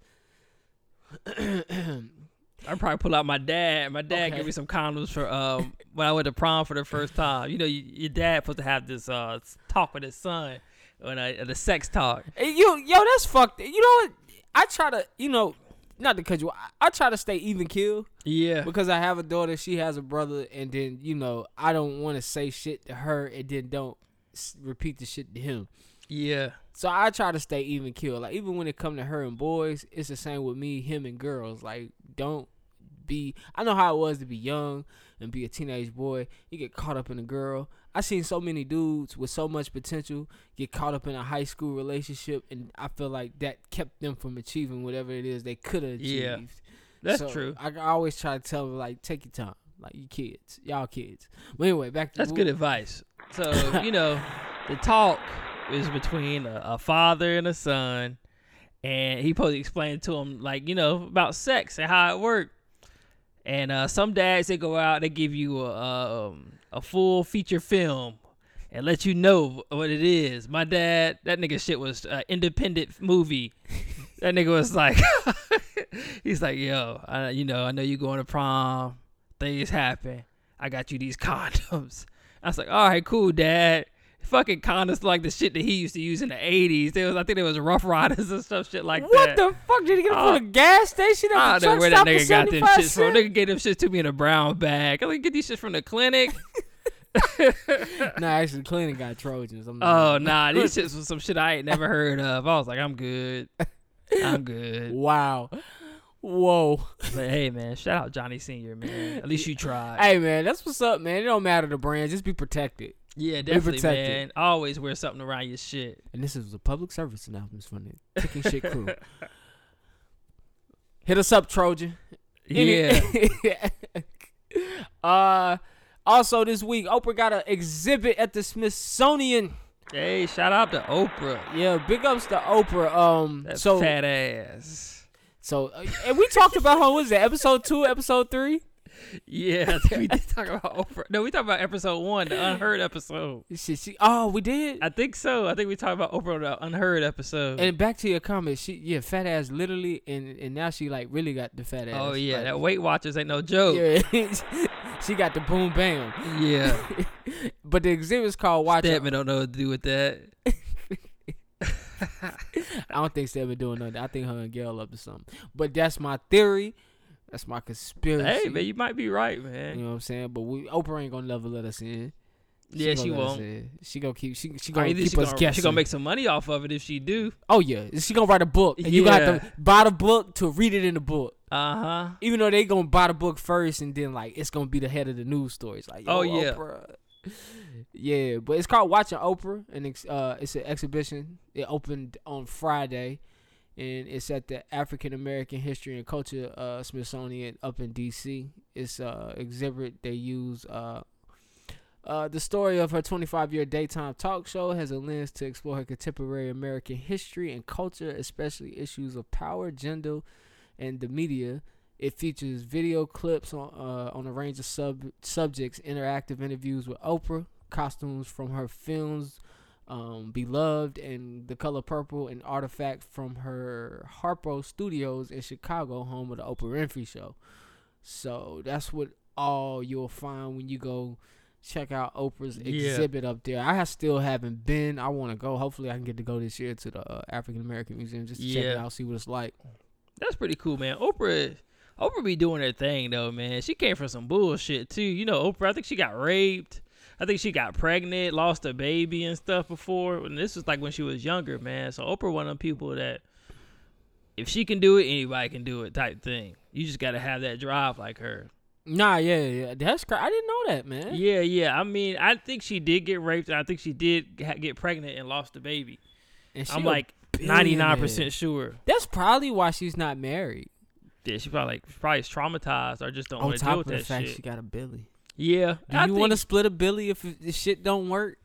Speaker 2: I probably pull out my dad. My dad
Speaker 1: Okay.
Speaker 2: gave me some condoms for um when I went to prom for the first time. You know, you, your dad supposed to have this uh s- talk with his son when I the sex talk.
Speaker 1: Hey, you yo, that's fucked. You know what? I try to you know. Not to cut you, I, I try to stay even kill.
Speaker 2: Yeah.
Speaker 1: because I have a daughter, she has a brother, and then you know I don't want to say shit to her, and then don't s- repeat the shit to him.
Speaker 2: Yeah.
Speaker 1: So I try to stay even kill. Like even when it come to her and boys, it's the same with me, him and girls. Like don't be. I know how it was to be young and be a teenage boy. You get caught up in a girl. I seen so many dudes with so much potential get caught up in a high school relationship, and I feel like that kept them from achieving whatever it is they could have achieved.
Speaker 2: Yeah. That's
Speaker 1: So,
Speaker 2: true.
Speaker 1: I, I always try to tell them like, take your time, like you kids, y'all kids. But anyway, back to
Speaker 2: That's
Speaker 1: wh-
Speaker 2: good advice. So, you know, the talk is between a, a father and a son, and he probably explained to him, like, you know, about sex and how it worked. And uh, some dads, they go out, they give you a, um, a full feature film and let you know what it is. My dad, that nigga shit was an independent movie. That nigga was like, <laughs> he's like, yo, I, you know, I know you going to prom. Things happen. I got you these <laughs> condoms. I was like, all right, cool, dad. Fucking condoms like the shit that he used to use in the 80s. There was, I think there was Rough Riders and stuff, shit like
Speaker 1: What
Speaker 2: that.
Speaker 1: the fuck did he get it
Speaker 2: Uh,
Speaker 1: from a gas station? At
Speaker 2: I
Speaker 1: the
Speaker 2: don't know
Speaker 1: truck
Speaker 2: where that
Speaker 1: stop for
Speaker 2: nigga got them shits
Speaker 1: 75
Speaker 2: from.
Speaker 1: cents?
Speaker 2: Nigga gave them shits to me in a brown bag. I'm like, get these shits from the clinic.
Speaker 1: Nah, actually, Clinton got Trojans. I'm not-
Speaker 2: Oh nah, these shits was some shit I ain't
Speaker 1: <laughs>
Speaker 2: never heard of. I was like, I'm good. I'm good.
Speaker 1: wow, whoa.
Speaker 2: But hey man, shout out Johnny Senior, man. At least you tried.
Speaker 1: Hey man, that's what's up, man. It don't matter the brand, just be protected.
Speaker 2: yeah, definitely,
Speaker 1: protected.
Speaker 2: man. Always wear something around your shit.
Speaker 1: And this is a public service announcement from the Kicking Shit
Speaker 2: <laughs>
Speaker 1: Crew. Hit us up, Trojan.
Speaker 2: Yeah.
Speaker 1: <laughs> uh, also this week, Oprah got an exhibit at the Smithsonian.
Speaker 2: <laughs> hey, shout out to Oprah.
Speaker 1: Yeah, big ups to Oprah. Um,
Speaker 2: That
Speaker 1: so
Speaker 2: fat ass.
Speaker 1: so, uh, and we talked about her. What was that episode two, episode three?
Speaker 2: Yeah, <laughs> I think we did talk about Oprah. No, we talked about episode one, the unheard episode.
Speaker 1: She, she, oh, we did.
Speaker 2: I think so. I think we talked about Oprah on the unheard episode.
Speaker 1: and back to your comment, she yeah, fat ass literally, and and now she like really got the fat ass.
Speaker 2: oh yeah, that
Speaker 1: like,
Speaker 2: Weight Watchers ain't no joke.
Speaker 1: yeah. <laughs> she got the boom bam.
Speaker 2: Yeah.
Speaker 1: <laughs> But the exhibit's called Watch. Out.
Speaker 2: Stedman don't know what to do with that.
Speaker 1: I don't think Stedman doing nothing. I think her and Gail up to something. But that's my theory. That's my conspiracy.
Speaker 2: Hey, man, you might be right, man.
Speaker 1: You know what I'm saying? But we Oprah ain't gonna never let us in.
Speaker 2: Yeah, she
Speaker 1: gonna let us
Speaker 2: won't.
Speaker 1: in. She gonna keep. She she
Speaker 2: Or
Speaker 1: gonna
Speaker 2: either
Speaker 1: keep
Speaker 2: she
Speaker 1: us
Speaker 2: gonna,
Speaker 1: guessing.
Speaker 2: she gonna make some money off of it if she do.
Speaker 1: oh yeah, she gonna write a book, and you gonna have
Speaker 2: Yeah.
Speaker 1: to buy the book to read it in the book.
Speaker 2: Uh huh.
Speaker 1: Even though they gonna buy the book first, and then like it's gonna be the head of the news stories. Like,
Speaker 2: Oh,
Speaker 1: oh
Speaker 2: yeah.
Speaker 1: yeah, Oprah. yeah. But it's called Watching Oprah, and it's, uh, it's an exhibition. It opened on Friday, and it's at the African American History and Culture uh, Smithsonian up in D.C. It's uh, exhibit they use. Uh, uh, the story of her 25 year daytime talk show has a lens to explore her contemporary American history and culture, especially issues of power, gender, and the media. It features video clips on uh, on a range of sub subjects, interactive interviews with Oprah, costumes from her films, um, Beloved and The Color Purple, and artifacts from her Harpo Studios in Chicago, home of the Oprah Winfrey Show. So that's what all you'll find when you go check out Oprah's
Speaker 2: Yeah.
Speaker 1: exhibit up there. I ha- still haven't been. I want to go. Hopefully, I can get to go this year to the uh, African American Museum just to check it
Speaker 2: Yeah.
Speaker 1: out, see what it's like.
Speaker 2: That's pretty cool, man. Oprah, Oprah be doing her thing though, man. She came from some bullshit too. You know, Oprah. I think she got raped. I think she got pregnant, lost a baby and stuff before. And this was like when she was younger, man. So Oprah, one of them people that if she can do it, anybody can do it type thing. You just gotta have that drive like her.
Speaker 1: Nah, yeah, yeah, that's cra- I didn't know that, man.
Speaker 2: Yeah, yeah. I mean, I think she did get raped, and I think she did ha- get pregnant and lost the baby.
Speaker 1: And she
Speaker 2: I'm
Speaker 1: a
Speaker 2: like 99%
Speaker 1: billionaire.
Speaker 2: sure.
Speaker 1: That's probably why she's not married.
Speaker 2: Yeah, she probably like, probably is traumatized or just don't
Speaker 1: on
Speaker 2: want to deal
Speaker 1: top of
Speaker 2: with
Speaker 1: the
Speaker 2: that
Speaker 1: fact
Speaker 2: shit.
Speaker 1: she got a Billy.
Speaker 2: yeah,
Speaker 1: Do
Speaker 2: I
Speaker 1: you
Speaker 2: think,
Speaker 1: want to split a Billy if if shit don't work?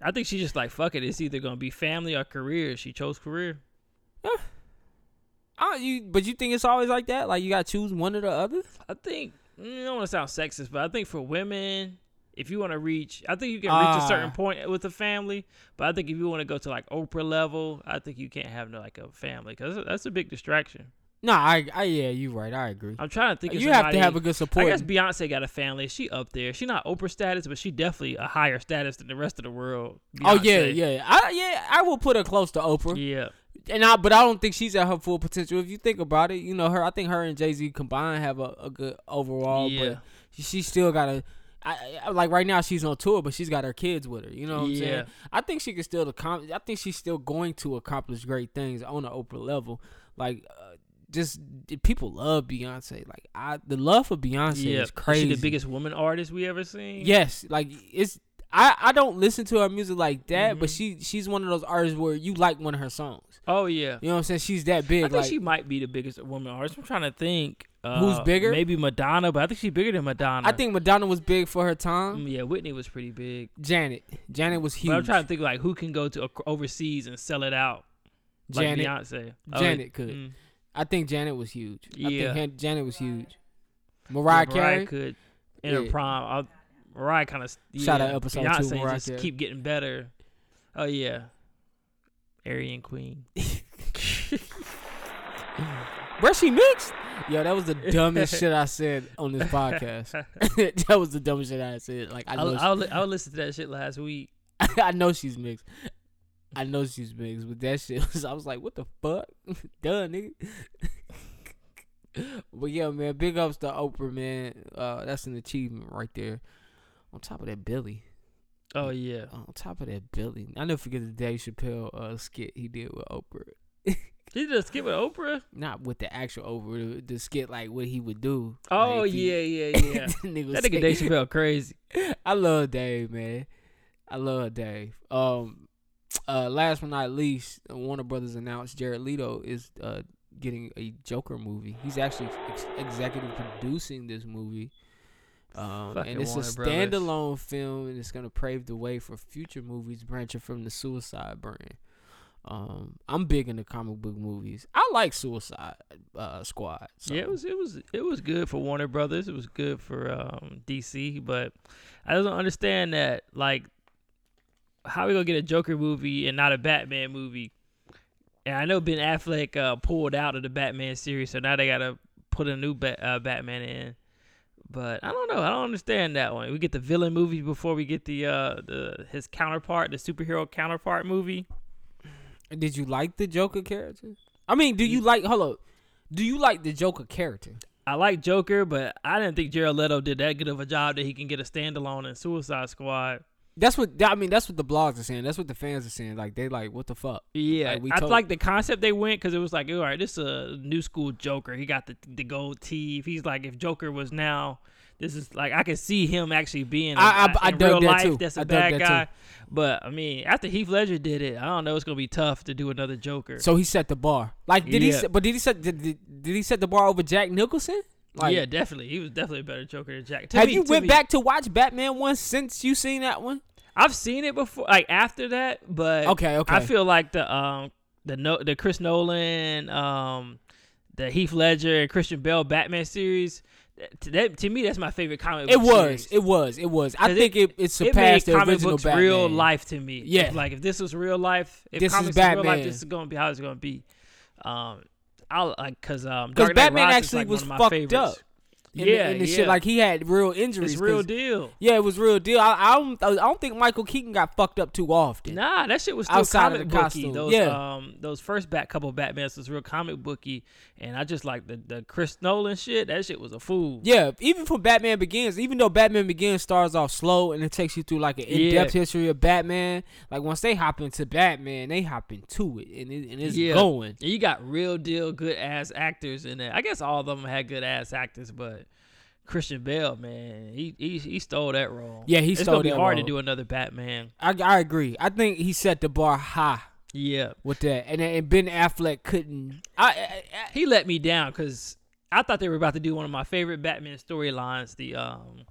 Speaker 2: I think she's just like fuck it. It's either gonna be family or career. She chose career.
Speaker 1: Oh, you but you think it's always like that? Like you got to choose one or the other?
Speaker 2: I think mm, I don't want to sound sexist, but I think for women, if you want to reach, I think you can reach a certain
Speaker 1: Ah.
Speaker 2: point with a family. But I think if you want to go to like Oprah level, I think you can't have no like a family because that's a big distraction.
Speaker 1: No, I, I yeah, you right. I agree.
Speaker 2: I'm trying to think. of
Speaker 1: you have to
Speaker 2: somebody-
Speaker 1: have a good
Speaker 2: I
Speaker 1: support.
Speaker 2: guess Beyonce got a family. She up there. She not Oprah status, but she definitely a higher status than the rest of the world.
Speaker 1: oh yeah,
Speaker 2: Beyonce.
Speaker 1: yeah. I yeah, I will put her close to Oprah.
Speaker 2: yeah.
Speaker 1: And I but I don't think she's at her full potential. If you think about it, you know her. I think her and Jay Z combined have a, a good overall.
Speaker 2: Yeah.
Speaker 1: But she still got to I, I- like right now she's on tour, but she's got her kids with her. You know what I'm
Speaker 2: Yeah.
Speaker 1: saying? I think she can still accomplish. I think she's still going to accomplish great things on an Oprah level. Like, uh, just d- people love Beyonce. Like, I the love for Beyonce
Speaker 2: yeah.
Speaker 1: is crazy.
Speaker 2: She the biggest woman artist we ever seen.
Speaker 1: Yes, like it's. I, I don't listen to her music like that, but
Speaker 2: Mhm.
Speaker 1: she she's one of those artists where you like one of her songs.
Speaker 2: Oh yeah.
Speaker 1: You know what I'm saying? She's that
Speaker 2: I
Speaker 1: big.
Speaker 2: think
Speaker 1: like,
Speaker 2: she might be the biggest woman artist. I'm trying to think. Uh,
Speaker 1: Who's bigger?
Speaker 2: Maybe Madonna, but I think she's bigger than Madonna.
Speaker 1: I think Madonna was big for her time.
Speaker 2: Mm, yeah, Whitney was pretty big.
Speaker 1: Janet, Janet was huge.
Speaker 2: But I'm trying to think like who can go to ac- overseas and sell it out like
Speaker 1: Janet,
Speaker 2: Beyonce. Oh,
Speaker 1: Janet could.
Speaker 2: mm.
Speaker 1: I think Janet was huge.
Speaker 2: Yeah.
Speaker 1: I think Han- Janet was huge.
Speaker 2: Yeah,
Speaker 1: Mariah Carey.
Speaker 2: could enter
Speaker 1: Yeah.
Speaker 2: prom. I, Mariah kind of yeah,
Speaker 1: Shout out episode two,
Speaker 2: Beyonce
Speaker 1: Mariah
Speaker 2: just
Speaker 1: Carey.
Speaker 2: keep getting better. Oh yeah, Aryan
Speaker 1: <laughs>
Speaker 2: Queen.
Speaker 1: Where she mixed? Yo, that was the
Speaker 2: <laughs>
Speaker 1: dumbest shit I said on this podcast. <laughs> that was the dumbest shit I said. Like I
Speaker 2: I,
Speaker 1: know,
Speaker 2: will
Speaker 1: she-
Speaker 2: I, will I listened to that shit last week.
Speaker 1: <laughs> I know she's mixed. I know she's mixed, but that shit was. I was like, what the fuck? <laughs> Done, nigga. <laughs> but yeah, man, big ups to Oprah, man. Uh, that's an achievement right there. On top of that, Billy.
Speaker 2: Oh yeah,
Speaker 1: On top of that, Billy. I never forget the Dave Chappelle uh, skit he did with Oprah.
Speaker 2: did you just skip with Oprah?
Speaker 1: Not with the actual Oprah, the, the skit like what he would do.
Speaker 2: Oh
Speaker 1: like, if he- <laughs>
Speaker 2: yeah, yeah, yeah.
Speaker 1: nigga
Speaker 2: that
Speaker 1: was
Speaker 2: nigga Dave Chappelle crazy.
Speaker 1: <laughs> I love Dave, man. I love Dave. Um, uh, last but not least, Warner Brothers announced Jared Leto is uh getting a Joker movie. He's actually ex- executive producing this movie. Um,
Speaker 2: Fucking
Speaker 1: and it's
Speaker 2: Warner
Speaker 1: a
Speaker 2: Brothers.
Speaker 1: standalone film, and it's gonna pave the way for future movies branching from the Suicide brand. Um, I'm big into comic book movies. I like Suicide uh, Squad. So.
Speaker 2: Yeah, it was it was it was good for Warner Brothers. It was good for um, DC, but I don't understand that like how we gonna get a Joker movie and not a Batman movie. And I know Ben Affleck uh, pulled out of the Batman series, so now they gotta put a new ba- uh, Batman in. But I don't know. I don't understand that one. We get the villain movie before we get the uh, the his counterpart, the superhero counterpart movie.
Speaker 1: Did you like the Joker character? I mean, do you like? Hold up. Do you like the Joker character?
Speaker 2: I like Joker, but I didn't think Jared Leto did that good of a job that he can get a standalone in Suicide Squad.
Speaker 1: That's what I mean. That's what the blogs are saying. That's what the fans are saying. Like they like, what the fuck?
Speaker 2: Yeah,
Speaker 1: Like, we
Speaker 2: I
Speaker 1: told-
Speaker 2: like the concept they went because it was like, all right, this is a new school Joker. He got the the gold teeth. He's like, if Joker was now, this is like I could see him actually being. a-
Speaker 1: I- I- I
Speaker 2: in
Speaker 1: dug
Speaker 2: real
Speaker 1: that
Speaker 2: life,
Speaker 1: too.
Speaker 2: That's a
Speaker 1: I dug
Speaker 2: bad
Speaker 1: that too.
Speaker 2: guy. But I mean, after Heath Ledger did it, I don't know. It's gonna be tough to do another Joker.
Speaker 1: So he set the bar. Like did he?
Speaker 2: Yeah.
Speaker 1: Set, but did he set? Did, did, did he set the bar over Jack Nicholson? Like,
Speaker 2: yeah, definitely, he was definitely a better Joker than Jack. To
Speaker 1: have
Speaker 2: me-
Speaker 1: you
Speaker 2: to
Speaker 1: went
Speaker 2: me.
Speaker 1: back to watch Batman one since you seen that one?
Speaker 2: I've seen it before, like after that, but
Speaker 1: Okay, okay.
Speaker 2: I feel like the um the no the Chris Nolan um the Heath Ledger and Christian Bale Batman series. that- To, that, to me, that's my favorite comic.
Speaker 1: it
Speaker 2: book
Speaker 1: was.
Speaker 2: series.
Speaker 1: It was. It was. I
Speaker 2: 'Cause
Speaker 1: think it,
Speaker 2: It
Speaker 1: it
Speaker 2: made
Speaker 1: surpassed the
Speaker 2: comic
Speaker 1: original
Speaker 2: books
Speaker 1: Batman.
Speaker 2: real life to me.
Speaker 1: Yeah.
Speaker 2: like if this was real life, if
Speaker 1: This is
Speaker 2: comics is real life,
Speaker 1: Batman.
Speaker 2: this is gonna be how it's gonna be. Um, I like because um Dark
Speaker 1: Because
Speaker 2: Knight
Speaker 1: Batman
Speaker 2: Rises is,
Speaker 1: actually
Speaker 2: like,
Speaker 1: was
Speaker 2: one of my
Speaker 1: fucked
Speaker 2: favorites.
Speaker 1: up. And
Speaker 2: yeah,
Speaker 1: the, and the
Speaker 2: yeah.
Speaker 1: shit like he had real injuries.
Speaker 2: it's real
Speaker 1: 'cause-
Speaker 2: deal.
Speaker 1: yeah, it was real deal. I, I don't. I don't think Michael Keaton got fucked up too often.
Speaker 2: Nah, that shit was still
Speaker 1: Outside of
Speaker 2: comic
Speaker 1: the
Speaker 2: booky.
Speaker 1: costume,
Speaker 2: Those
Speaker 1: yeah.
Speaker 2: um those first back couple Batmans was real comic booky, and I just like the the Chris Nolan shit. That shit was a fool.
Speaker 1: Yeah, even from Batman Begins, even though Batman Begins starts off slow and it takes you through like an
Speaker 2: Yeah.
Speaker 1: in-depth history of Batman, like once they hop into Batman, they hop into it and, it, and it's
Speaker 2: Yeah.
Speaker 1: going.
Speaker 2: And you got real deal good ass actors in there. I guess all of them had good ass actors, but Christian Bale, man, he he, he stole that role.
Speaker 1: Yeah, he
Speaker 2: it's
Speaker 1: stole
Speaker 2: gonna be
Speaker 1: that
Speaker 2: hard to
Speaker 1: role.
Speaker 2: do another Batman.
Speaker 1: I, I agree. I think he set the bar high
Speaker 2: Yeah,
Speaker 1: with that, and and Ben Affleck couldn't. I, I, I
Speaker 2: he let me down because I thought they were about to do one of my favorite Batman storylines, the um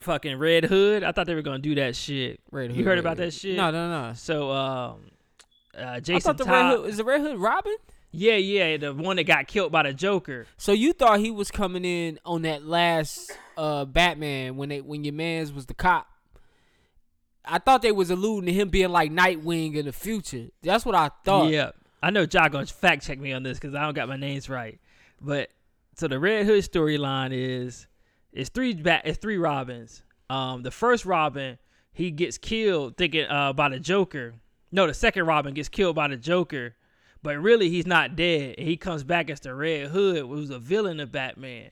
Speaker 2: fucking Red Hood. I thought they were gonna do that shit.
Speaker 1: Red
Speaker 2: You
Speaker 1: Hood,
Speaker 2: heard
Speaker 1: Red
Speaker 2: about
Speaker 1: Hood.
Speaker 2: that shit?
Speaker 1: No, no, no.
Speaker 2: So um uh
Speaker 1: I
Speaker 2: Jason
Speaker 1: thought the
Speaker 2: Todd-
Speaker 1: Red Hood is the Red Hood Robin.
Speaker 2: Yeah, yeah, the one that got killed by the Joker.
Speaker 1: So you thought he was coming in on that last uh, Batman when they when your man's was the cop. I thought they was alluding to him being like Nightwing in the future. That's what I thought.
Speaker 2: Yeah. I know Ja gonna fact check me on this because I don't got my names right. But so the Red Hood storyline is it's three bat it's three Robins. Um the first Robin, he gets killed thinking uh by the Joker. No, the second Robin gets killed by the Joker, but really he's not dead. He comes back as the Red Hood, who's a villain of Batman.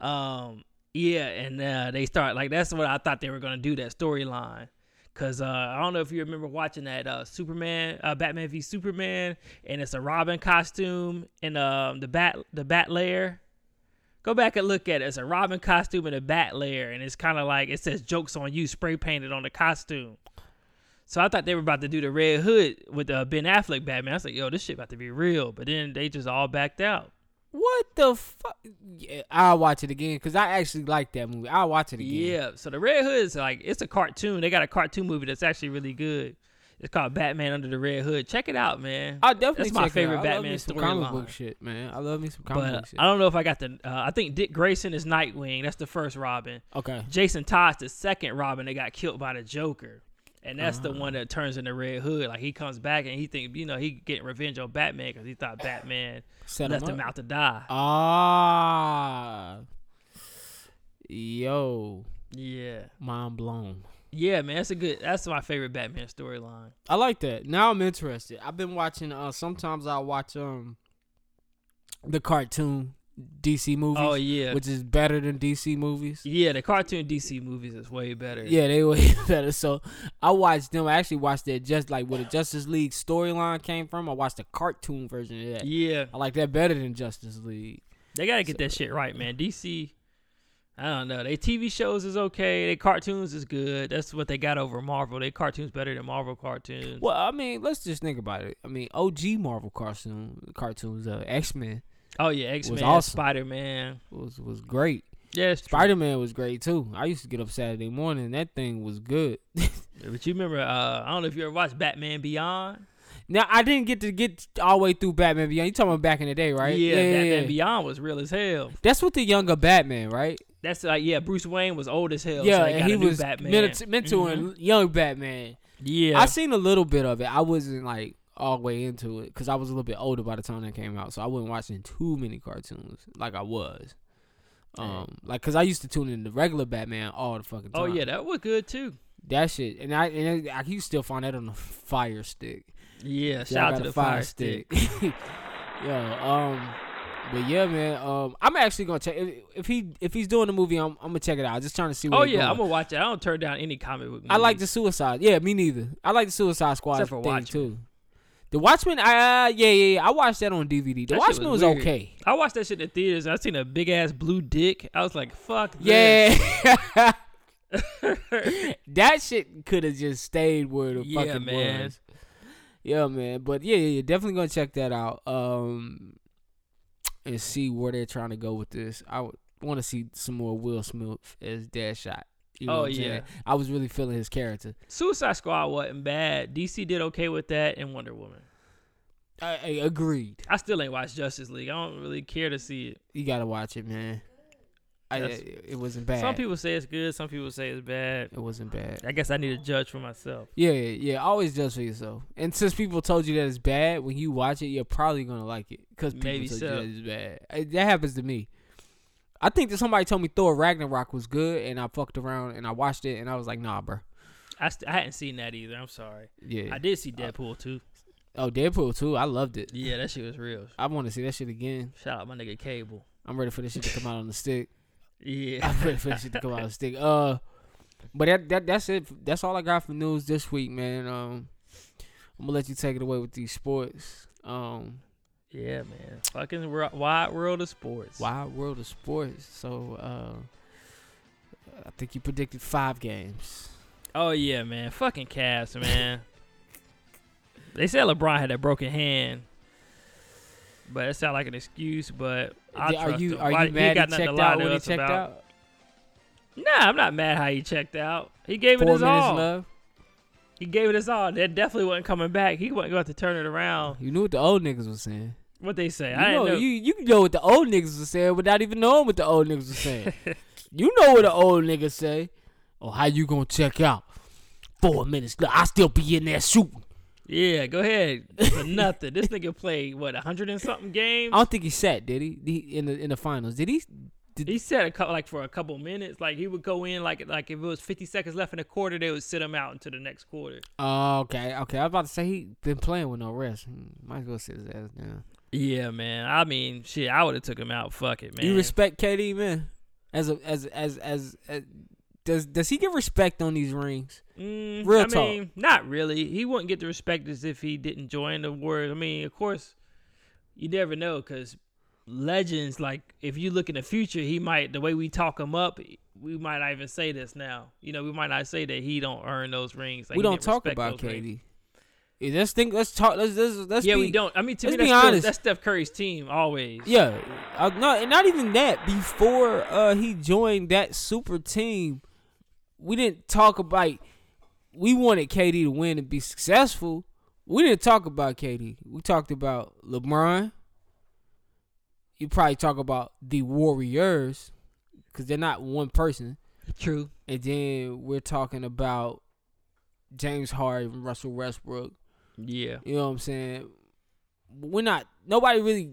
Speaker 2: Um, yeah, and uh, they start like that's what I thought they were gonna do that storyline. Cause uh, I don't know if you remember watching that uh, Superman, uh, Batman v Superman, and it's a Robin costume and um, the bat, the bat layer. Go back and look at it. It's a Robin costume and a bat layer, and it's kind of like it says "Jokes on You" spray painted on the costume. So I thought they were about to do the Red Hood with uh, Ben Affleck Batman. I was like, "Yo, this shit about to be real," but then they just all backed out.
Speaker 1: What the fuck? Yeah, I'll watch it again because I actually like that movie. I'll watch it again.
Speaker 2: Yeah. So the Red Hood is like it's a cartoon. They got a cartoon movie that's actually really good. It's called Batman Under the Red Hood. Check it out, man.
Speaker 1: I'll definitely
Speaker 2: That's my
Speaker 1: check it
Speaker 2: favorite
Speaker 1: out. I love
Speaker 2: Batman
Speaker 1: me some comic
Speaker 2: storyline.
Speaker 1: book shit, man. I love me some comic book
Speaker 2: But
Speaker 1: shit.
Speaker 2: I don't know if I got the. Uh, I think Dick Grayson is Nightwing. That's the first Robin.
Speaker 1: Okay.
Speaker 2: Jason Todd's the second Robin that got killed by the Joker, and that's the
Speaker 1: Ah.
Speaker 2: one that turns into Red Hood. Like he comes back and he think you know he getting revenge on Batman because he thought Batman
Speaker 1: <laughs> Set
Speaker 2: left
Speaker 1: him
Speaker 2: him
Speaker 1: up.
Speaker 2: out to die.
Speaker 1: Ah. Yo,
Speaker 2: Yeah,
Speaker 1: mind blown.
Speaker 2: yeah, man. That's a good. That's my favorite Batman storyline.
Speaker 1: I like that. Now I'm interested. I've been watching. Uh, sometimes I watch um the cartoon DC movies,
Speaker 2: Oh yeah,
Speaker 1: which is better than DC movies.
Speaker 2: yeah. The cartoon DC movies is way better.
Speaker 1: Yeah, they were <laughs> better. So I watched them. I actually watched that just like where the Justice League storyline came from. I watched the cartoon version of that.
Speaker 2: yeah.
Speaker 1: I like that better than Justice League.
Speaker 2: They gotta get
Speaker 1: So-
Speaker 2: that shit right, man. DC, I don't know. They TV shows is okay. They cartoons is good. That's what they got over Marvel. They cartoons better than Marvel cartoons.
Speaker 1: Well, I mean, let's just think about it. I mean, OG Marvel cartoon cartoons, uh, X Men
Speaker 2: Oh yeah, X Men,
Speaker 1: awesome.
Speaker 2: Spider Man.
Speaker 1: was was great.
Speaker 2: Yeah, it's true.
Speaker 1: Spider Man was great too. I used to get up Saturday morning. That thing was good.
Speaker 2: But you remember? Uh, I don't know if you ever watched Batman Beyond.
Speaker 1: Now I didn't get to get all the way through Batman Beyond. You talking about back in the day, right?
Speaker 2: Yeah, Batman
Speaker 1: yeah.
Speaker 2: Beyond was real as hell.
Speaker 1: That's with the younger Batman, right?
Speaker 2: That's like yeah, Bruce Wayne was old as hell.
Speaker 1: yeah,
Speaker 2: so they got
Speaker 1: and he
Speaker 2: a new
Speaker 1: was
Speaker 2: Batman.
Speaker 1: men- mentoring
Speaker 2: Mhm.
Speaker 1: young Batman.
Speaker 2: Yeah,
Speaker 1: I seen a little bit of it. I wasn't like all the way into it because I was a little bit older by the time that came out, so I wasn't watching too many cartoons like I was. Um, like, cause I used to tune in the regular Batman all the fucking time.
Speaker 2: oh yeah, that was good too.
Speaker 1: that shit, and I and I, you still find that on the Fire Stick.
Speaker 2: Yeah,
Speaker 1: Y'all
Speaker 2: shout out
Speaker 1: got
Speaker 2: to <laughs>
Speaker 1: a
Speaker 2: the Fire Stick.
Speaker 1: Yo, um, But yeah, man. Um, I'm actually gonna check if, if he if he's doing the movie. I'm, I'm gonna check it out. Just trying to see. Where
Speaker 2: Oh
Speaker 1: he
Speaker 2: yeah,
Speaker 1: going.
Speaker 2: I'm gonna watch it. I don't turn down any comic book. Movies.
Speaker 1: I like the Suicide. Yeah, me neither. I like the Suicide Squad
Speaker 2: Except for
Speaker 1: thing
Speaker 2: Watchmen.
Speaker 1: too. The Watchmen, I uh, yeah, yeah yeah, I watched that on DVD. The
Speaker 2: That shit
Speaker 1: Watchmen was,
Speaker 2: was weird.
Speaker 1: okay.
Speaker 2: I watched that shit in the theaters. and I seen a big ass blue dick. I was like, fuck. This.
Speaker 1: Yeah, <laughs> that shit could have just stayed where the
Speaker 2: Yeah,
Speaker 1: fucking
Speaker 2: man.
Speaker 1: was. Yeah, man. But yeah, yeah, yeah, definitely gonna check that out. Um, and see where they're trying to go with this. I would want to see some more Will Smith as Deadshot. You know
Speaker 2: Oh,
Speaker 1: what I'm saying?
Speaker 2: yeah.
Speaker 1: I was really feeling his character.
Speaker 2: <laughs> Suicide Squad wasn't bad. DC did okay with that and Wonder Woman.
Speaker 1: I, I agreed.
Speaker 2: I still ain't watched Justice League. I don't really care to see it.
Speaker 1: You gotta watch it, man. I,
Speaker 2: That's-
Speaker 1: it it wasn't bad.
Speaker 2: Some people say it's good. Some people say it's bad.
Speaker 1: it wasn't bad.
Speaker 2: I guess I need to judge for myself.
Speaker 1: Yeah, yeah, yeah. Always judge for yourself. And since people told you that it's bad, when you watch it, you're probably gonna like it because people
Speaker 2: Maybe
Speaker 1: told
Speaker 2: so.
Speaker 1: you that it's bad. Uh, That happens to me. I think that somebody told me Thor Ragnarok was good, and I fucked around and I watched it, and I was like, nah, bro.
Speaker 2: I, st- I hadn't seen that either. I'm sorry.
Speaker 1: Yeah.
Speaker 2: I did see Deadpool too.
Speaker 1: oh, Deadpool too. I loved it.
Speaker 2: Uh, Yeah, that shit was real.
Speaker 1: I want to see that shit again.
Speaker 2: Shout out my nigga Cable.
Speaker 1: I'm ready for this shit to come out on
Speaker 2: <laughs>
Speaker 1: the stick.
Speaker 2: Yeah.
Speaker 1: I'm ready for this shit to come out on the stick. Uh, but that, that that's it. That's all I got for news this week, man. Um, I'm gonna let you take it away with these sports. Um.
Speaker 2: Yeah, man. Fucking wor- wide world of sports.
Speaker 1: Wide world of sports. So uh, I think you predicted five games.
Speaker 2: Oh yeah, man. Fucking Cavs, man. they said LeBron had a broken hand, but it sounded like an excuse. But I
Speaker 1: Th- are
Speaker 2: trust
Speaker 1: you
Speaker 2: him.
Speaker 1: are
Speaker 2: Why-
Speaker 1: you mad
Speaker 2: he got
Speaker 1: he
Speaker 2: nothing to
Speaker 1: checked
Speaker 2: lie
Speaker 1: out
Speaker 2: to
Speaker 1: when he
Speaker 2: us
Speaker 1: checked
Speaker 2: about.
Speaker 1: out?
Speaker 2: Nah, I'm not mad how he checked out. He gave
Speaker 1: Four
Speaker 2: it his
Speaker 1: minutes
Speaker 2: all.
Speaker 1: left.
Speaker 2: He gave it his all. That definitely wasn't coming back. He wasn't going to turn it around.
Speaker 1: You knew what the old niggas was saying.
Speaker 2: What they say?
Speaker 1: You
Speaker 2: I didn't
Speaker 1: know,
Speaker 2: know.
Speaker 1: you you know what the old niggas was saying without even knowing what the old niggas was saying.
Speaker 2: <laughs>
Speaker 1: you know what the old niggas say. Or how you gonna check out? Four minutes left. I still be in there shooting.
Speaker 2: yeah, go
Speaker 1: <laughs>
Speaker 2: ahead. For nothing. This nigga played what hundred and something games.
Speaker 1: I don't think he sat, did he? he in the in the finals, did he?
Speaker 2: He said a couple, like for a couple minutes, like he would go in, like like if it was fifty seconds left in a quarter, they would sit him out into the next quarter.
Speaker 1: Oh, okay, okay. I was about to say he been playing with no rest. Hmm, Might as well sit his ass down.
Speaker 2: Yeah, man. I mean, shit, I would have took him out. Fuck it, man.
Speaker 1: You respect KD, man. As a as as as, as does does he get respect on these rings?
Speaker 2: Mm,
Speaker 1: Real
Speaker 2: I
Speaker 1: talk.
Speaker 2: mean, not really. He wouldn't get the respect as if he didn't join the Warriors. I mean, of course, you never know because legends, like, if you look in the future, he might, the way we talk him up, we might not even say this now. You know, we might not say that he don't earn those rings. Like,
Speaker 1: we
Speaker 2: he
Speaker 1: don't
Speaker 2: didn't
Speaker 1: talk
Speaker 2: respect
Speaker 1: about
Speaker 2: those rings.
Speaker 1: KD. Yeah, Let's think. Let's talk. Let's let's, let's
Speaker 2: Yeah,
Speaker 1: be,
Speaker 2: we don't. I mean, to me,
Speaker 1: let's be
Speaker 2: that's, still-
Speaker 1: honest.
Speaker 2: that's Steph Curry's team always.
Speaker 1: Yeah, uh, no, and not even that. Before uh, he joined that super team, we didn't talk about. We wanted KD to win and be successful. We didn't talk about KD. We talked about LeBron. You probably talk about the Warriors because they're not one person.
Speaker 2: True.
Speaker 1: And then we're talking about James Harden, Russell Westbrook.
Speaker 2: Yeah.
Speaker 1: You know what I'm saying? We're not nobody really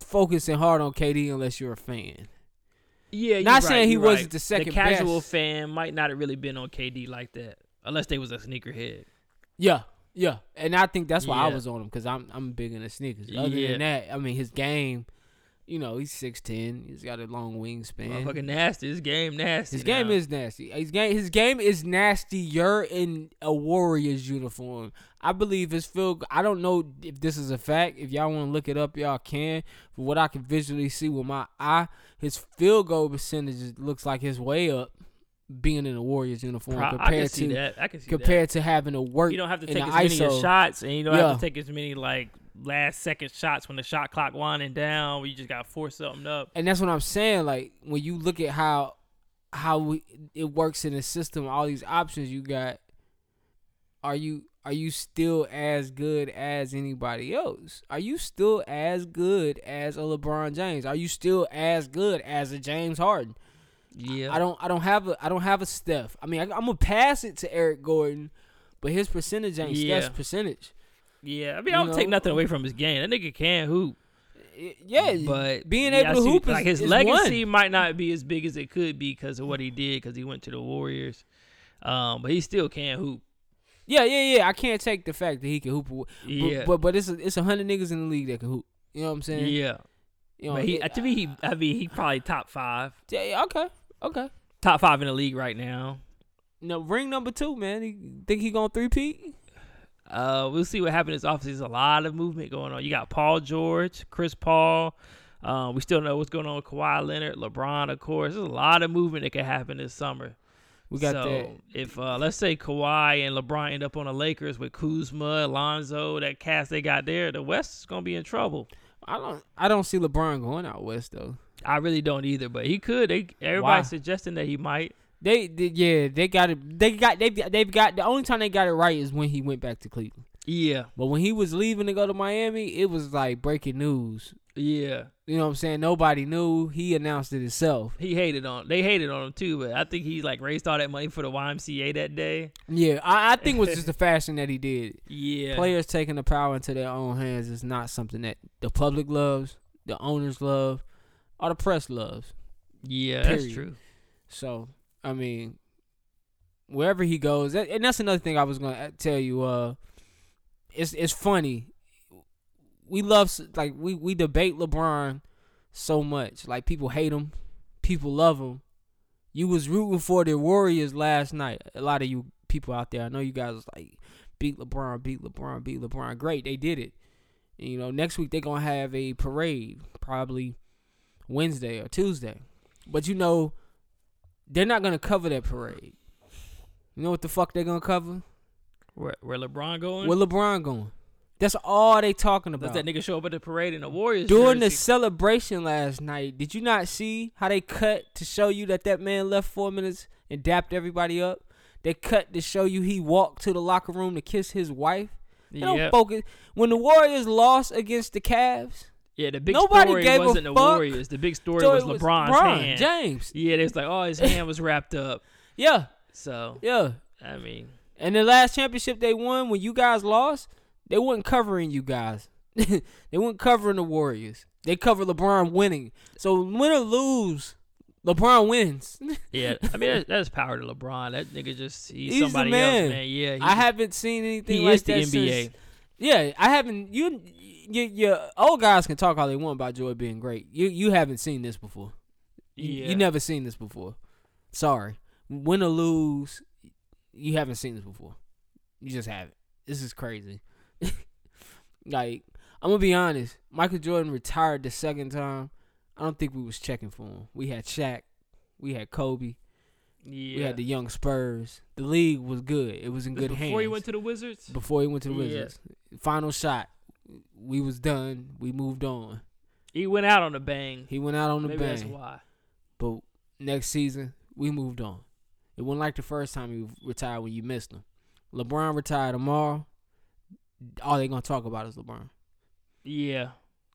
Speaker 1: focusing hard on KD unless you're a fan.
Speaker 2: Yeah, you're right,
Speaker 1: Not saying he
Speaker 2: you're
Speaker 1: wasn't
Speaker 2: right.
Speaker 1: the second
Speaker 2: casual
Speaker 1: best.
Speaker 2: fan might not have really been on KD like that, unless they was a sneakerhead.
Speaker 1: Yeah, yeah. And I think that's why I
Speaker 2: Yeah.
Speaker 1: was on him because I'm I'm big into sneakers. Other
Speaker 2: Yeah.
Speaker 1: than that, I mean his game. You know he's six ten. He's got a long wingspan.
Speaker 2: Motherfucking nasty. This game nasty.
Speaker 1: His game
Speaker 2: now.
Speaker 1: is nasty. His game, his game is nasty. You're in a Warriors uniform. I believe his field. I don't know if this is a fact. If y'all want to look it up, y'all can. But what I can visually see with my eye, his field goal percentage is- looks like his way up being in a Warriors uniform
Speaker 2: Pro- I can
Speaker 1: compared
Speaker 2: see
Speaker 1: to
Speaker 2: that. I can see
Speaker 1: compared to having to
Speaker 2: that.
Speaker 1: work.
Speaker 2: You don't have to
Speaker 1: in
Speaker 2: take as
Speaker 1: the
Speaker 2: many
Speaker 1: ISO.
Speaker 2: shots, and you don't
Speaker 1: Yeah.
Speaker 2: have to take as many like last second shots when the shot clock winding down. Where you just gotta force something up.
Speaker 1: and that's what I'm saying. Like when you look at how how we, it works in the system, all these options you got. Are you are you still as good as anybody else? Are you still as good as a LeBron James? Are you still as good as a James Harden?
Speaker 2: Yeah,
Speaker 1: I don't I don't have a I don't have a Steph. I mean I, I'm gonna pass it to Eric Gordon, but his percentage ain't
Speaker 2: Yeah.
Speaker 1: Steph's percentage.
Speaker 2: yeah. I mean,
Speaker 1: you
Speaker 2: I don't take
Speaker 1: know.
Speaker 2: nothing away from his game. That nigga can hoop,
Speaker 1: I- Yeah,
Speaker 2: but
Speaker 1: being
Speaker 2: yeah,
Speaker 1: able
Speaker 2: I
Speaker 1: to
Speaker 2: see-
Speaker 1: hoop is
Speaker 2: like his
Speaker 1: is
Speaker 2: legacy
Speaker 1: one.
Speaker 2: might not be as big as it could be because of what he did because he went to the Warriors. Um, but he still can hoop.
Speaker 1: Yeah, yeah, yeah. I can't take the fact that he can hoop. a-
Speaker 2: Yeah,
Speaker 1: But but, but it's a, it's a hundred niggas in the league that can hoop. You know what I'm saying?
Speaker 2: yeah.
Speaker 1: You know,
Speaker 2: But he, uh,
Speaker 1: it-
Speaker 2: to me, he, I mean, he probably top five,
Speaker 1: yeah, yeah, okay, okay.
Speaker 2: top five in the league right now.
Speaker 1: No ring number two, man. He, think he gonna three peat?
Speaker 2: Uh, we'll see what happens this offseason. There's a lot of movement going on. You got Paul George, Chris Paul. Uh, we still know what's going on with Kawhi Leonard, LeBron, of course. There's a lot of movement that could happen this summer.
Speaker 1: We got
Speaker 2: so
Speaker 1: that.
Speaker 2: if uh, let's say Kawhi and LeBron end up on the Lakers with Kuzma, Alonzo, that cast they got there, the West is gonna be in trouble.
Speaker 1: I don't. I don't see LeBron going out west though.
Speaker 2: I really don't either, but he could. They everybody's
Speaker 1: Why?
Speaker 2: suggesting that he might.
Speaker 1: They, they yeah, they got it. They got they they've got the only time they got it right is when he went back to Cleveland.
Speaker 2: Yeah,
Speaker 1: But when he was leaving to go to Miami, it was like breaking news.
Speaker 2: yeah.
Speaker 1: You know what I'm saying? Nobody knew. He announced it himself.
Speaker 2: He hated on. They hated on him too, but I think he like raised all that money for the YMCA that day.
Speaker 1: Yeah, I, I think it was just the fashion that he did.
Speaker 2: Yeah,
Speaker 1: Players taking the power into their own hands is not something that the public loves, the owners love, or the press loves.
Speaker 2: yeah,
Speaker 1: period.
Speaker 2: that's true.
Speaker 1: So, I mean, wherever he goes, that, and that's another thing I was gonna tell you. Uh, it's it's funny. We love s- like we we debate LeBron so much. Like people hate him, people love him. You was rooting for the Warriors last night. A lot of you people out there, I know you guys was like beat LeBron, beat LeBron, beat LeBron. Great, they did it. And, you know, next week they're gonna have a parade, probably Wednesday or Tuesday. But you know, they're not gonna cover that parade. You know what the fuck they're gonna cover?
Speaker 2: Where, where LeBron going?
Speaker 1: Where LeBron going? That's all they talking
Speaker 2: Does
Speaker 1: about.
Speaker 2: that nigga show up at the parade in the Warriors
Speaker 1: During the
Speaker 2: jersey?
Speaker 1: celebration last night, did you not see how they cut to show you that that man left four minutes and dapped everybody up? They cut to show you he walked to the locker room to kiss his wife. They
Speaker 2: yeah,
Speaker 1: don't focus. When the Warriors lost against the Cavs,
Speaker 2: yeah. The big
Speaker 1: Nobody
Speaker 2: story
Speaker 1: gave a
Speaker 2: wasn't the
Speaker 1: fuck.
Speaker 2: Warriors. The big story
Speaker 1: so
Speaker 2: was
Speaker 1: it
Speaker 2: LeBron's
Speaker 1: LeBron
Speaker 2: hand.
Speaker 1: James.
Speaker 2: Yeah, they was like,
Speaker 1: <laughs>
Speaker 2: oh, his hand was wrapped up.
Speaker 1: Yeah,
Speaker 2: So
Speaker 1: yeah.
Speaker 2: I mean,
Speaker 1: And the last championship they won, when you guys lost, they weren't covering you guys. <laughs> they weren't covering the Warriors. They covered LeBron winning. So win or lose,
Speaker 2: <laughs>
Speaker 1: LeBron wins.
Speaker 2: yeah. I mean, that's, that's power to LeBron. That nigga just he's,
Speaker 1: He's the
Speaker 2: somebody
Speaker 1: man.
Speaker 2: else, man. Yeah,
Speaker 1: I haven't seen anything
Speaker 2: he
Speaker 1: like
Speaker 2: is the
Speaker 1: that
Speaker 2: NBA.
Speaker 1: since- yeah, I haven't. You, you, you, old guys can talk all they want about Joy being great. You, you haven't seen this before. You,
Speaker 2: yeah,
Speaker 1: you never seen this before. Sorry. Win or lose, you haven't seen this before. You just haven't. This is crazy. <laughs> like, I'm gonna be honest. Michael Jordan retired the second time. I don't think we was checking for him. We had Shaq, we had Kobe,
Speaker 2: yeah.
Speaker 1: we had the young Spurs. The league was good. It was in
Speaker 2: This
Speaker 1: good hands.
Speaker 2: before he went to the Wizards.
Speaker 1: before he went to the
Speaker 2: Yeah.
Speaker 1: Wizards. Final shot. We was done. We moved on.
Speaker 2: He went out on a bang.
Speaker 1: He went out on the
Speaker 2: Maybe
Speaker 1: bang.
Speaker 2: that's why.
Speaker 1: But next season, we moved on. It wasn't like the first time you retired when you missed him. LeBron retired tomorrow. All they gonna talk about is LeBron
Speaker 2: Yeah,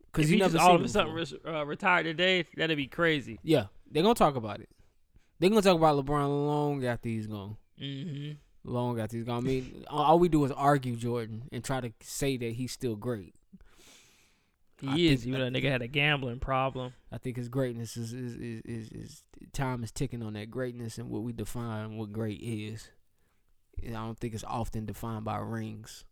Speaker 1: because
Speaker 2: If
Speaker 1: you
Speaker 2: he
Speaker 1: never
Speaker 2: just
Speaker 1: seen
Speaker 2: all of
Speaker 1: him
Speaker 2: a sudden
Speaker 1: before.
Speaker 2: res- uh, retired today. That'd be crazy.
Speaker 1: Yeah, they gonna talk about it. they gonna talk about LeBron long after he's gone.
Speaker 2: Mm-hmm.
Speaker 1: Long after he's gone. I mean, <laughs> all all we do is argue Jordan and try to say that he's still great.
Speaker 2: He
Speaker 1: I
Speaker 2: is.
Speaker 1: think-
Speaker 2: even though that nigga had a gambling problem.
Speaker 1: I think his greatness is is, is, is, is time is ticking on that greatness and what we define what great is. And I don't think it's often defined by rings.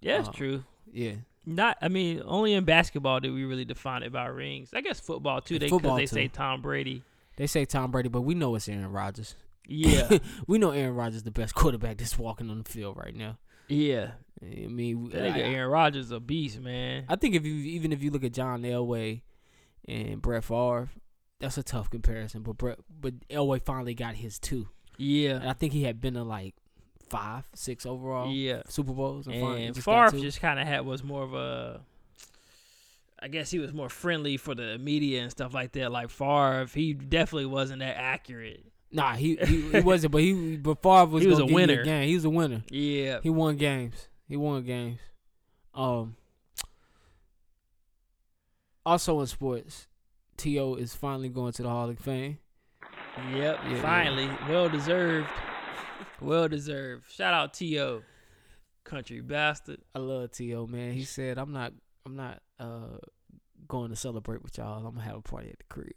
Speaker 2: Yeah, it's
Speaker 1: Uh,
Speaker 2: true.
Speaker 1: Yeah.
Speaker 2: Um, Not. I mean, only in basketball do we really define it by rings. I guess football too.
Speaker 1: In
Speaker 2: They
Speaker 1: football,
Speaker 2: because they
Speaker 1: too.
Speaker 2: say Tom Brady.
Speaker 1: They say Tom Brady, but we know it's Aaron Rodgers. <laughs>
Speaker 2: Yeah,
Speaker 1: we know Aaron Rodgers the best <laughs> quarterback that's walking on the field right now.
Speaker 2: yeah.
Speaker 1: I mean,
Speaker 2: That nigga
Speaker 1: I,
Speaker 2: Aaron Rodgers a beast, man.
Speaker 1: I think if you even if you look at John Elway and Brett Favre, that's a tough comparison. But Brett, but Elway finally got his two, and
Speaker 2: yeah,
Speaker 1: I think he had been to like five, six overall
Speaker 2: yeah.
Speaker 1: Super Bowls. finally
Speaker 2: And
Speaker 1: just got
Speaker 2: Favre
Speaker 1: two.
Speaker 2: just kind of had was more of a. I guess he was more friendly for the media and stuff like that. Like Favre, he definitely wasn't that accurate.
Speaker 1: nah, he, he he wasn't, but he but Favre was
Speaker 2: He was
Speaker 1: gonna
Speaker 2: a
Speaker 1: give you
Speaker 2: winner.
Speaker 1: game. He was a winner.
Speaker 2: Yeah,
Speaker 1: He won games. He won games. Um. Also in sports, To is finally going to the Hall of Fame.
Speaker 2: Yep,
Speaker 1: Yeah.
Speaker 2: finally. Well deserved. Well deserved. Shout out T.O. Country bastard.
Speaker 1: I love To man. He said, "I'm not. I'm not uh going to celebrate with y'all. I'm gonna have a party at the crib."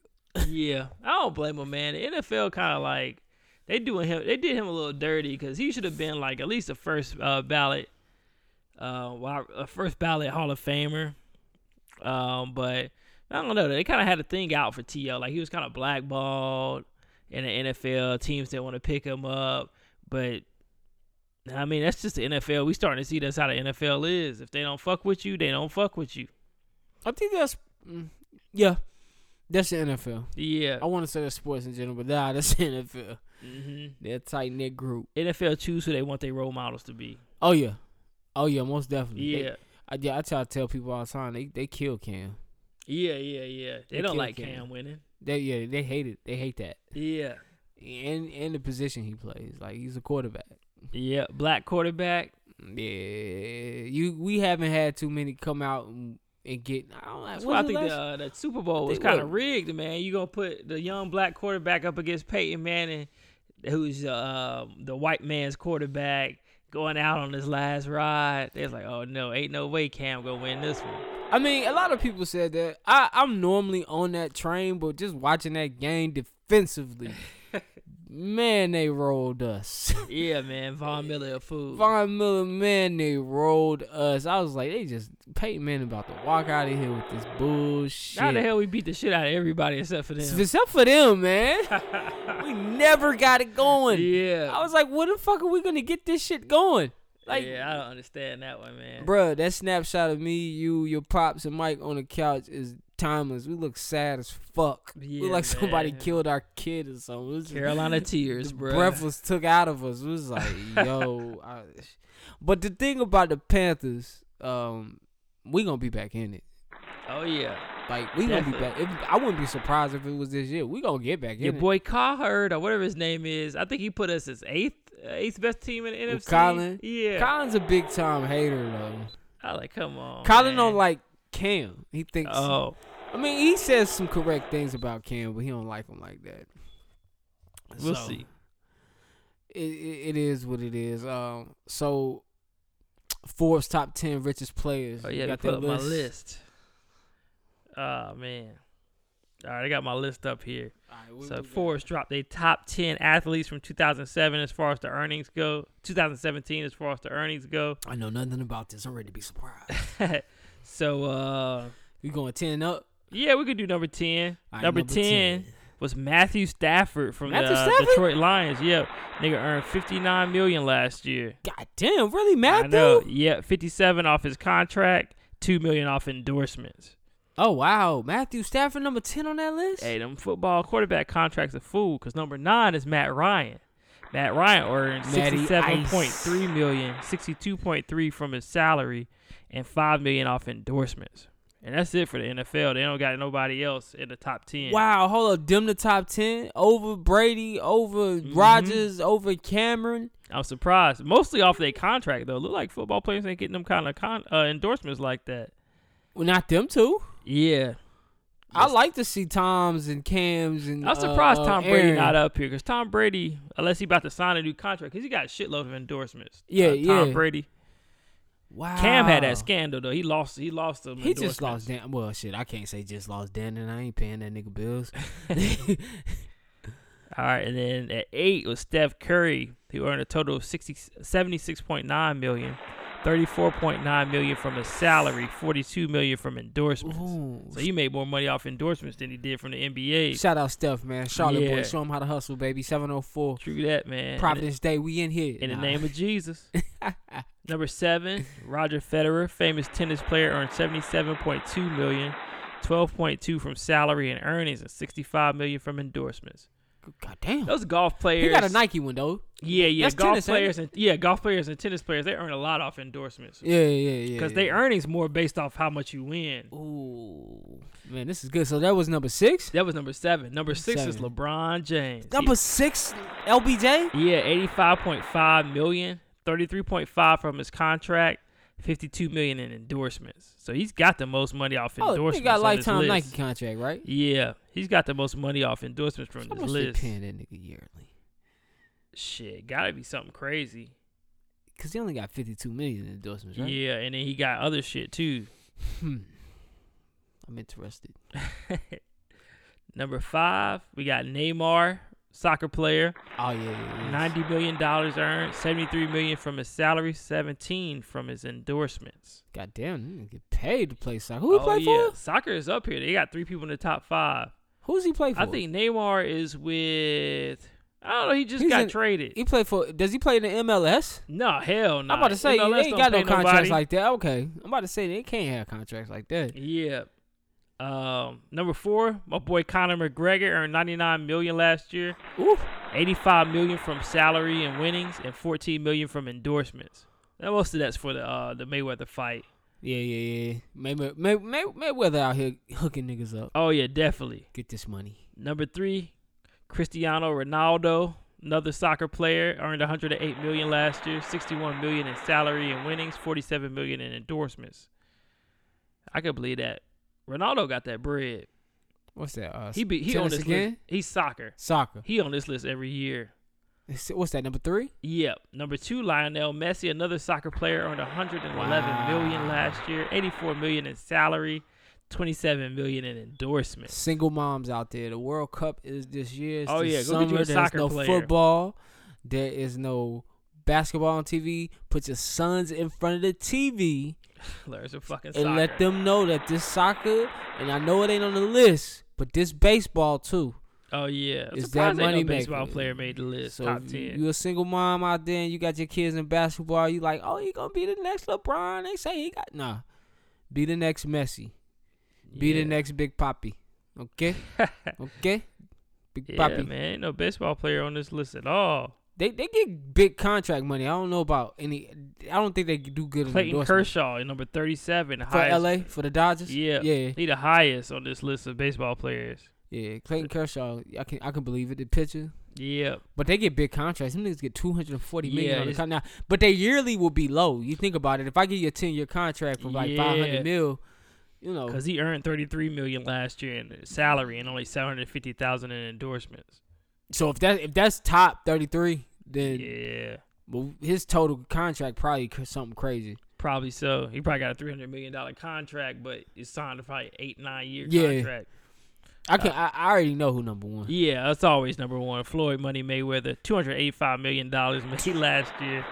Speaker 2: Yeah. I don't blame him, man. The NFL kind of like they doing him they did him a little dirty because he should have been like at least a first uh, ballot uh wi- a first ballot Hall of Famer. Um, but I don't know. They kind of had a thing out for TL. Like he was kind of blackballed in the NFL. Teams didn't want to pick him up, but I mean that's just the NFL. We starting to see that's how the NFL is. If they don't fuck with you, they don't fuck with you.
Speaker 1: I think that's mm, yeah, that's the NFL.
Speaker 2: Yeah.
Speaker 1: I want to say that's sports in general, but nah, <laughs> that's the NFL.
Speaker 2: hmm
Speaker 1: They're a tight knit group.
Speaker 2: NFL choose who they want their role models to be.
Speaker 1: Oh yeah, oh yeah, most definitely. They-
Speaker 2: Yeah.
Speaker 1: I, yeah, I try to tell people all the time they they kill Cam.
Speaker 2: Yeah, yeah, yeah. They
Speaker 1: They
Speaker 2: don't
Speaker 1: kill
Speaker 2: like
Speaker 1: Cam.
Speaker 2: Cam winning.
Speaker 1: They yeah they hate it. They hate that.
Speaker 2: Yeah.
Speaker 1: And and the position he plays, like he's a quarterback.
Speaker 2: Yeah. Black quarterback.
Speaker 1: Yeah, you we haven't had too many come out and, and get. I don't
Speaker 2: That's
Speaker 1: know.
Speaker 2: why I
Speaker 1: when's the
Speaker 2: think the,
Speaker 1: last-
Speaker 2: uh, that Super Bowl was
Speaker 1: They
Speaker 2: kind of
Speaker 1: were.
Speaker 2: rigged, man. You gonna put the young black quarterback up against Peyton Manning, who's uh, the white man's quarterback, going out on his last ride. It's like, oh no, ain't no way Cam gonna win this one.
Speaker 1: I mean, a lot of people said that. I I'm normally on that train, but just watching that
Speaker 2: <laughs>
Speaker 1: game defensively, man, they rolled us.
Speaker 2: Yeah, man, Von Miller a fool.
Speaker 1: Von Miller, man, they rolled us. I was like, they just Peyton Manning about to walk out of here with this bullshit.
Speaker 2: How the hell we beat the shit out of everybody except for <laughs> them?
Speaker 1: Except for
Speaker 2: <laughs>
Speaker 1: them, man. we never got it going.
Speaker 2: yeah,
Speaker 1: I was like, where the fuck are we gonna get this shit going? Like,
Speaker 2: yeah, I don't understand that one, man.
Speaker 1: bruh, that snapshot of me, you, your pops, and Mike on the couch is timeless. We look sad as fuck.
Speaker 2: Yeah,
Speaker 1: we look like somebody
Speaker 2: man.
Speaker 1: killed our kid or something. It was just- <laughs>
Speaker 2: Carolina tears,
Speaker 1: the
Speaker 2: bro.
Speaker 1: breath was took out of us. It was like, <laughs> yo. I, but the thing about the Panthers, um, we gonna be back in it.
Speaker 2: Oh yeah,
Speaker 1: Like we gonna be back.
Speaker 2: Definitely.
Speaker 1: If, I wouldn't be surprised if it was this year. We gonna get back
Speaker 2: your
Speaker 1: in
Speaker 2: boy Cahard or whatever his name is. I think he put us as eighth, uh, eighth best team in the
Speaker 1: With
Speaker 2: NFC.
Speaker 1: Colin?
Speaker 2: yeah.
Speaker 1: it. Colin's a big time hater though.
Speaker 2: I like, come on.
Speaker 1: Colin
Speaker 2: man.
Speaker 1: don't like Cam. He thinks.
Speaker 2: Oh,
Speaker 1: I mean, he says some correct things about Cam, but he don't like him like that.
Speaker 2: we'll
Speaker 1: So,
Speaker 2: see.
Speaker 1: It, it, it is what it is. Um, so Forbes top ten richest players.
Speaker 2: Oh
Speaker 1: You
Speaker 2: yeah, they
Speaker 1: got
Speaker 2: put
Speaker 1: that
Speaker 2: up my list. Oh man. All right, I got my list up here.
Speaker 1: All right, what
Speaker 2: So
Speaker 1: we got?
Speaker 2: Forbes dropped their top ten athletes from 2007 as far as the earnings go. 2017 as far as the earnings go.
Speaker 1: I know nothing about this. I'm ready to be surprised.
Speaker 2: <laughs> so uh,
Speaker 1: you going ten up?
Speaker 2: yeah, we could do number ten.
Speaker 1: All right,
Speaker 2: Number 10. was Matthew Stafford from
Speaker 1: Matthew
Speaker 2: the uh,
Speaker 1: Stafford?
Speaker 2: Detroit Lions. Yep, nigga earned 59 million last year.
Speaker 1: God damn, really,
Speaker 2: I know.
Speaker 1: Matthew?
Speaker 2: Yep, 57 off his contract, two million off endorsements.
Speaker 1: Oh wow, Matthew Stafford number ten on that list.
Speaker 2: Hey, them football quarterback contracts are fool because number nine is Matt Ryan. Matt Ryan earned
Speaker 1: Matty
Speaker 2: sixty-seven point three million, sixty-two point three from his salary, and five million off endorsements. And that's it for the NFL. They don't got nobody else in the top ten.
Speaker 1: Wow, hold up, them the top ten over Brady, over
Speaker 2: Mhm.
Speaker 1: Rogers, over Cameron.
Speaker 2: I'm surprised. Mostly off their contract though. Look like football players ain't getting them kind of con- uh, endorsements like that.
Speaker 1: Well, not them two.
Speaker 2: Yeah,
Speaker 1: I
Speaker 2: Yes.
Speaker 1: like to see Toms and Cams and.
Speaker 2: I'm surprised
Speaker 1: uh,
Speaker 2: Tom Brady
Speaker 1: Aaron.
Speaker 2: not up here because Tom Brady, unless he about to sign a new contract, because he got a shitload of endorsements.
Speaker 1: Yeah,
Speaker 2: Uh, Tom
Speaker 1: yeah.
Speaker 2: Brady.
Speaker 1: Wow.
Speaker 2: Cam had that scandal though. He lost. He lost them.
Speaker 1: He just lost
Speaker 2: endorsements.
Speaker 1: Dan. Well, shit, I can't say just lost Dan, and I ain't paying that
Speaker 2: <laughs>
Speaker 1: nigga bills. <laughs>
Speaker 2: All right, and then at eight was Steph Curry, who earned a total of 60, 76.9 million, 34.9 million from his salary, 42 million from endorsements.
Speaker 1: Ooh.
Speaker 2: So he made more money off endorsements than he did from the NBA.
Speaker 1: Shout out Steph, man. Charlotte
Speaker 2: Yeah.
Speaker 1: boy, show him how to hustle, baby. Seven oh four.
Speaker 2: True that, man.
Speaker 1: Providence Day, we in here.
Speaker 2: In the
Speaker 1: Nah.
Speaker 2: name of
Speaker 1: <laughs>
Speaker 2: Jesus. Number seven, Roger Federer, famous tennis player, earned seventy-seven point two million, twelve point two from salary and earnings, and sixty-five million from endorsements.
Speaker 1: God damn.
Speaker 2: Those golf players,
Speaker 1: He got a Nike one though.
Speaker 2: yeah, yeah,
Speaker 1: That's
Speaker 2: golf
Speaker 1: tennis, ain't it?
Speaker 2: players, and yeah, golf players and tennis players, they earn a lot off endorsements
Speaker 1: Yeah, yeah, yeah.
Speaker 2: because
Speaker 1: yeah.
Speaker 2: they earnings more based off how much you win.
Speaker 1: Ooh, man, this is good. So that was number six.
Speaker 2: That was number seven. Number six is
Speaker 1: Seven.
Speaker 2: LeBron James.
Speaker 1: Number six, LBJ.
Speaker 2: Yeah, eighty-five point five million, thirty-three point five from his contract, fifty-two million in endorsements. So he's got the most money off
Speaker 1: Oh,
Speaker 2: endorsements.
Speaker 1: he got a
Speaker 2: on this
Speaker 1: lifetime
Speaker 2: list.
Speaker 1: Nike contract, right?
Speaker 2: Yeah, he's got the most money off endorsements from
Speaker 1: How
Speaker 2: this
Speaker 1: much they
Speaker 2: list.
Speaker 1: paying that nigga yearly?
Speaker 2: Shit, gotta be something crazy.
Speaker 1: Cause he only got fifty-two million in endorsements, right?
Speaker 2: Yeah, and then he got other shit too. <laughs>
Speaker 1: Hmm. I'm interested.
Speaker 2: Number five, we got Neymar, soccer player.
Speaker 1: Oh yeah, yeah, yeah.
Speaker 2: Ninety million dollars earned, seventy-three million from his salary, seventeen from his endorsements.
Speaker 1: God damn, you get paid to play soccer. Who he play for?
Speaker 2: Oh, soccer is up here. They got three people in the top five.
Speaker 1: Who's he play for?
Speaker 2: I think Neymar is with. I don't know. He just
Speaker 1: He's
Speaker 2: got
Speaker 1: in-
Speaker 2: traded.
Speaker 1: he play for. Does he play in the MLS?
Speaker 2: no, hell no.
Speaker 1: I'm about to say
Speaker 2: MLS
Speaker 1: they ain't
Speaker 2: don't
Speaker 1: got no
Speaker 2: pay
Speaker 1: contracts
Speaker 2: nobody.
Speaker 1: like that. Okay, I'm about to say they can't have contracts like that.
Speaker 2: Yeah. Um, number four, my boy Conor McGregor earned 99 million last year,
Speaker 1: Ooh,
Speaker 2: 85 million from salary and winnings, and 14 million from endorsements. Now most of that's for the uh, the Mayweather fight.
Speaker 1: yeah, yeah, yeah. Mayweather, May, May, Mayweather out here hooking niggas up.
Speaker 2: Oh yeah, definitely.
Speaker 1: Get this money.
Speaker 2: Number three, Cristiano Ronaldo, another soccer player, earned 108 million last year, 61 million in salary and winnings, 47 million in endorsements. I could believe that. Ronaldo got that bread.
Speaker 1: What's that? Uh,
Speaker 2: He be he on
Speaker 1: tennis
Speaker 2: this
Speaker 1: again.
Speaker 2: list. He's soccer.
Speaker 1: Soccer.
Speaker 2: He on this list every year.
Speaker 1: It's- What's that? Number three.
Speaker 2: Yep. Number two, Lionel Messi, another soccer player, earned 111 million
Speaker 1: Wow.
Speaker 2: last year, 84 million in salary, 27 million in endorsements. <laughs>
Speaker 1: Single moms out there. The World Cup is this year. It's
Speaker 2: Oh,
Speaker 1: the
Speaker 2: yeah, go get
Speaker 1: summer.
Speaker 2: you a
Speaker 1: There's
Speaker 2: soccer
Speaker 1: no
Speaker 2: player.
Speaker 1: football. There is no basketball on TV. Put your sons in front of the TV.
Speaker 2: Players are fucking
Speaker 1: and
Speaker 2: soccer.
Speaker 1: let them know that this soccer, and I know it ain't on the list, but this baseball too.
Speaker 2: oh yeah. I'm
Speaker 1: is that
Speaker 2: surprised ain't
Speaker 1: money
Speaker 2: no baseball
Speaker 1: maker.
Speaker 2: player made the list.
Speaker 1: So
Speaker 2: top
Speaker 1: if you-
Speaker 2: ten.
Speaker 1: you a single mom out there and you got your kids in basketball, you like, oh, he gonna be the next LeBron. They say he got nah, be the next Messi, be
Speaker 2: Yeah.
Speaker 1: the next Big Poppy.
Speaker 2: <laughs>
Speaker 1: Okay, okay, Big
Speaker 2: yeah,
Speaker 1: Poppy.
Speaker 2: man. Ain't no baseball player on this list at all.
Speaker 1: They they get big contract money. I don't know about any. I don't think they do good. in
Speaker 2: Clayton
Speaker 1: endorsements.
Speaker 2: Kershaw, number 37, the
Speaker 1: for
Speaker 2: highest.
Speaker 1: L.A. for the Dodgers.
Speaker 2: Yeah.
Speaker 1: yeah,
Speaker 2: He the highest on this list of baseball players.
Speaker 1: yeah. Clayton Kershaw. I can I can believe it. The pitcher.
Speaker 2: Yep.
Speaker 1: But they get big contracts. Them niggas get two hundred and forty million
Speaker 2: Yeah,
Speaker 1: on the
Speaker 2: it's-
Speaker 1: con- now. But their yearly will be low. You think about it. If I give you a ten year contract for like
Speaker 2: Yeah.
Speaker 1: five hundred mil, you know,
Speaker 2: Because he earned 33 million last year in salary and only 750,000 in endorsements.
Speaker 1: so if that if that's top thirty three, then
Speaker 2: Yeah,
Speaker 1: well, his total contract probably c- something crazy.
Speaker 2: probably so. He probably got a 300 million dollar contract, but it's signed a probably eight nine year
Speaker 1: Yeah.
Speaker 2: contract.
Speaker 1: I can I, I already know who number one.
Speaker 2: Uh, Yeah, that's always number one. Floyd Money Mayweather, 285 million dollars made <laughs> last year,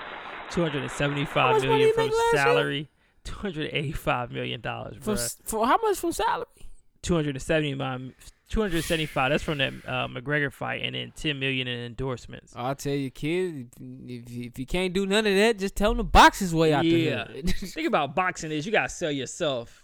Speaker 2: 275
Speaker 1: much money
Speaker 2: million
Speaker 1: he
Speaker 2: from
Speaker 1: make last year?
Speaker 2: salary. 285 million dollars, bro.
Speaker 1: From s for how much from salary?
Speaker 2: 275 275 that's from that uh, McGregor fight and then 10 million in endorsements.
Speaker 1: I'll tell you, kid. If, if, if you can't do none of that, just tell him to box his way out
Speaker 2: Yeah.
Speaker 1: the hood. <laughs>
Speaker 2: Think about boxing is you got to sell yourself.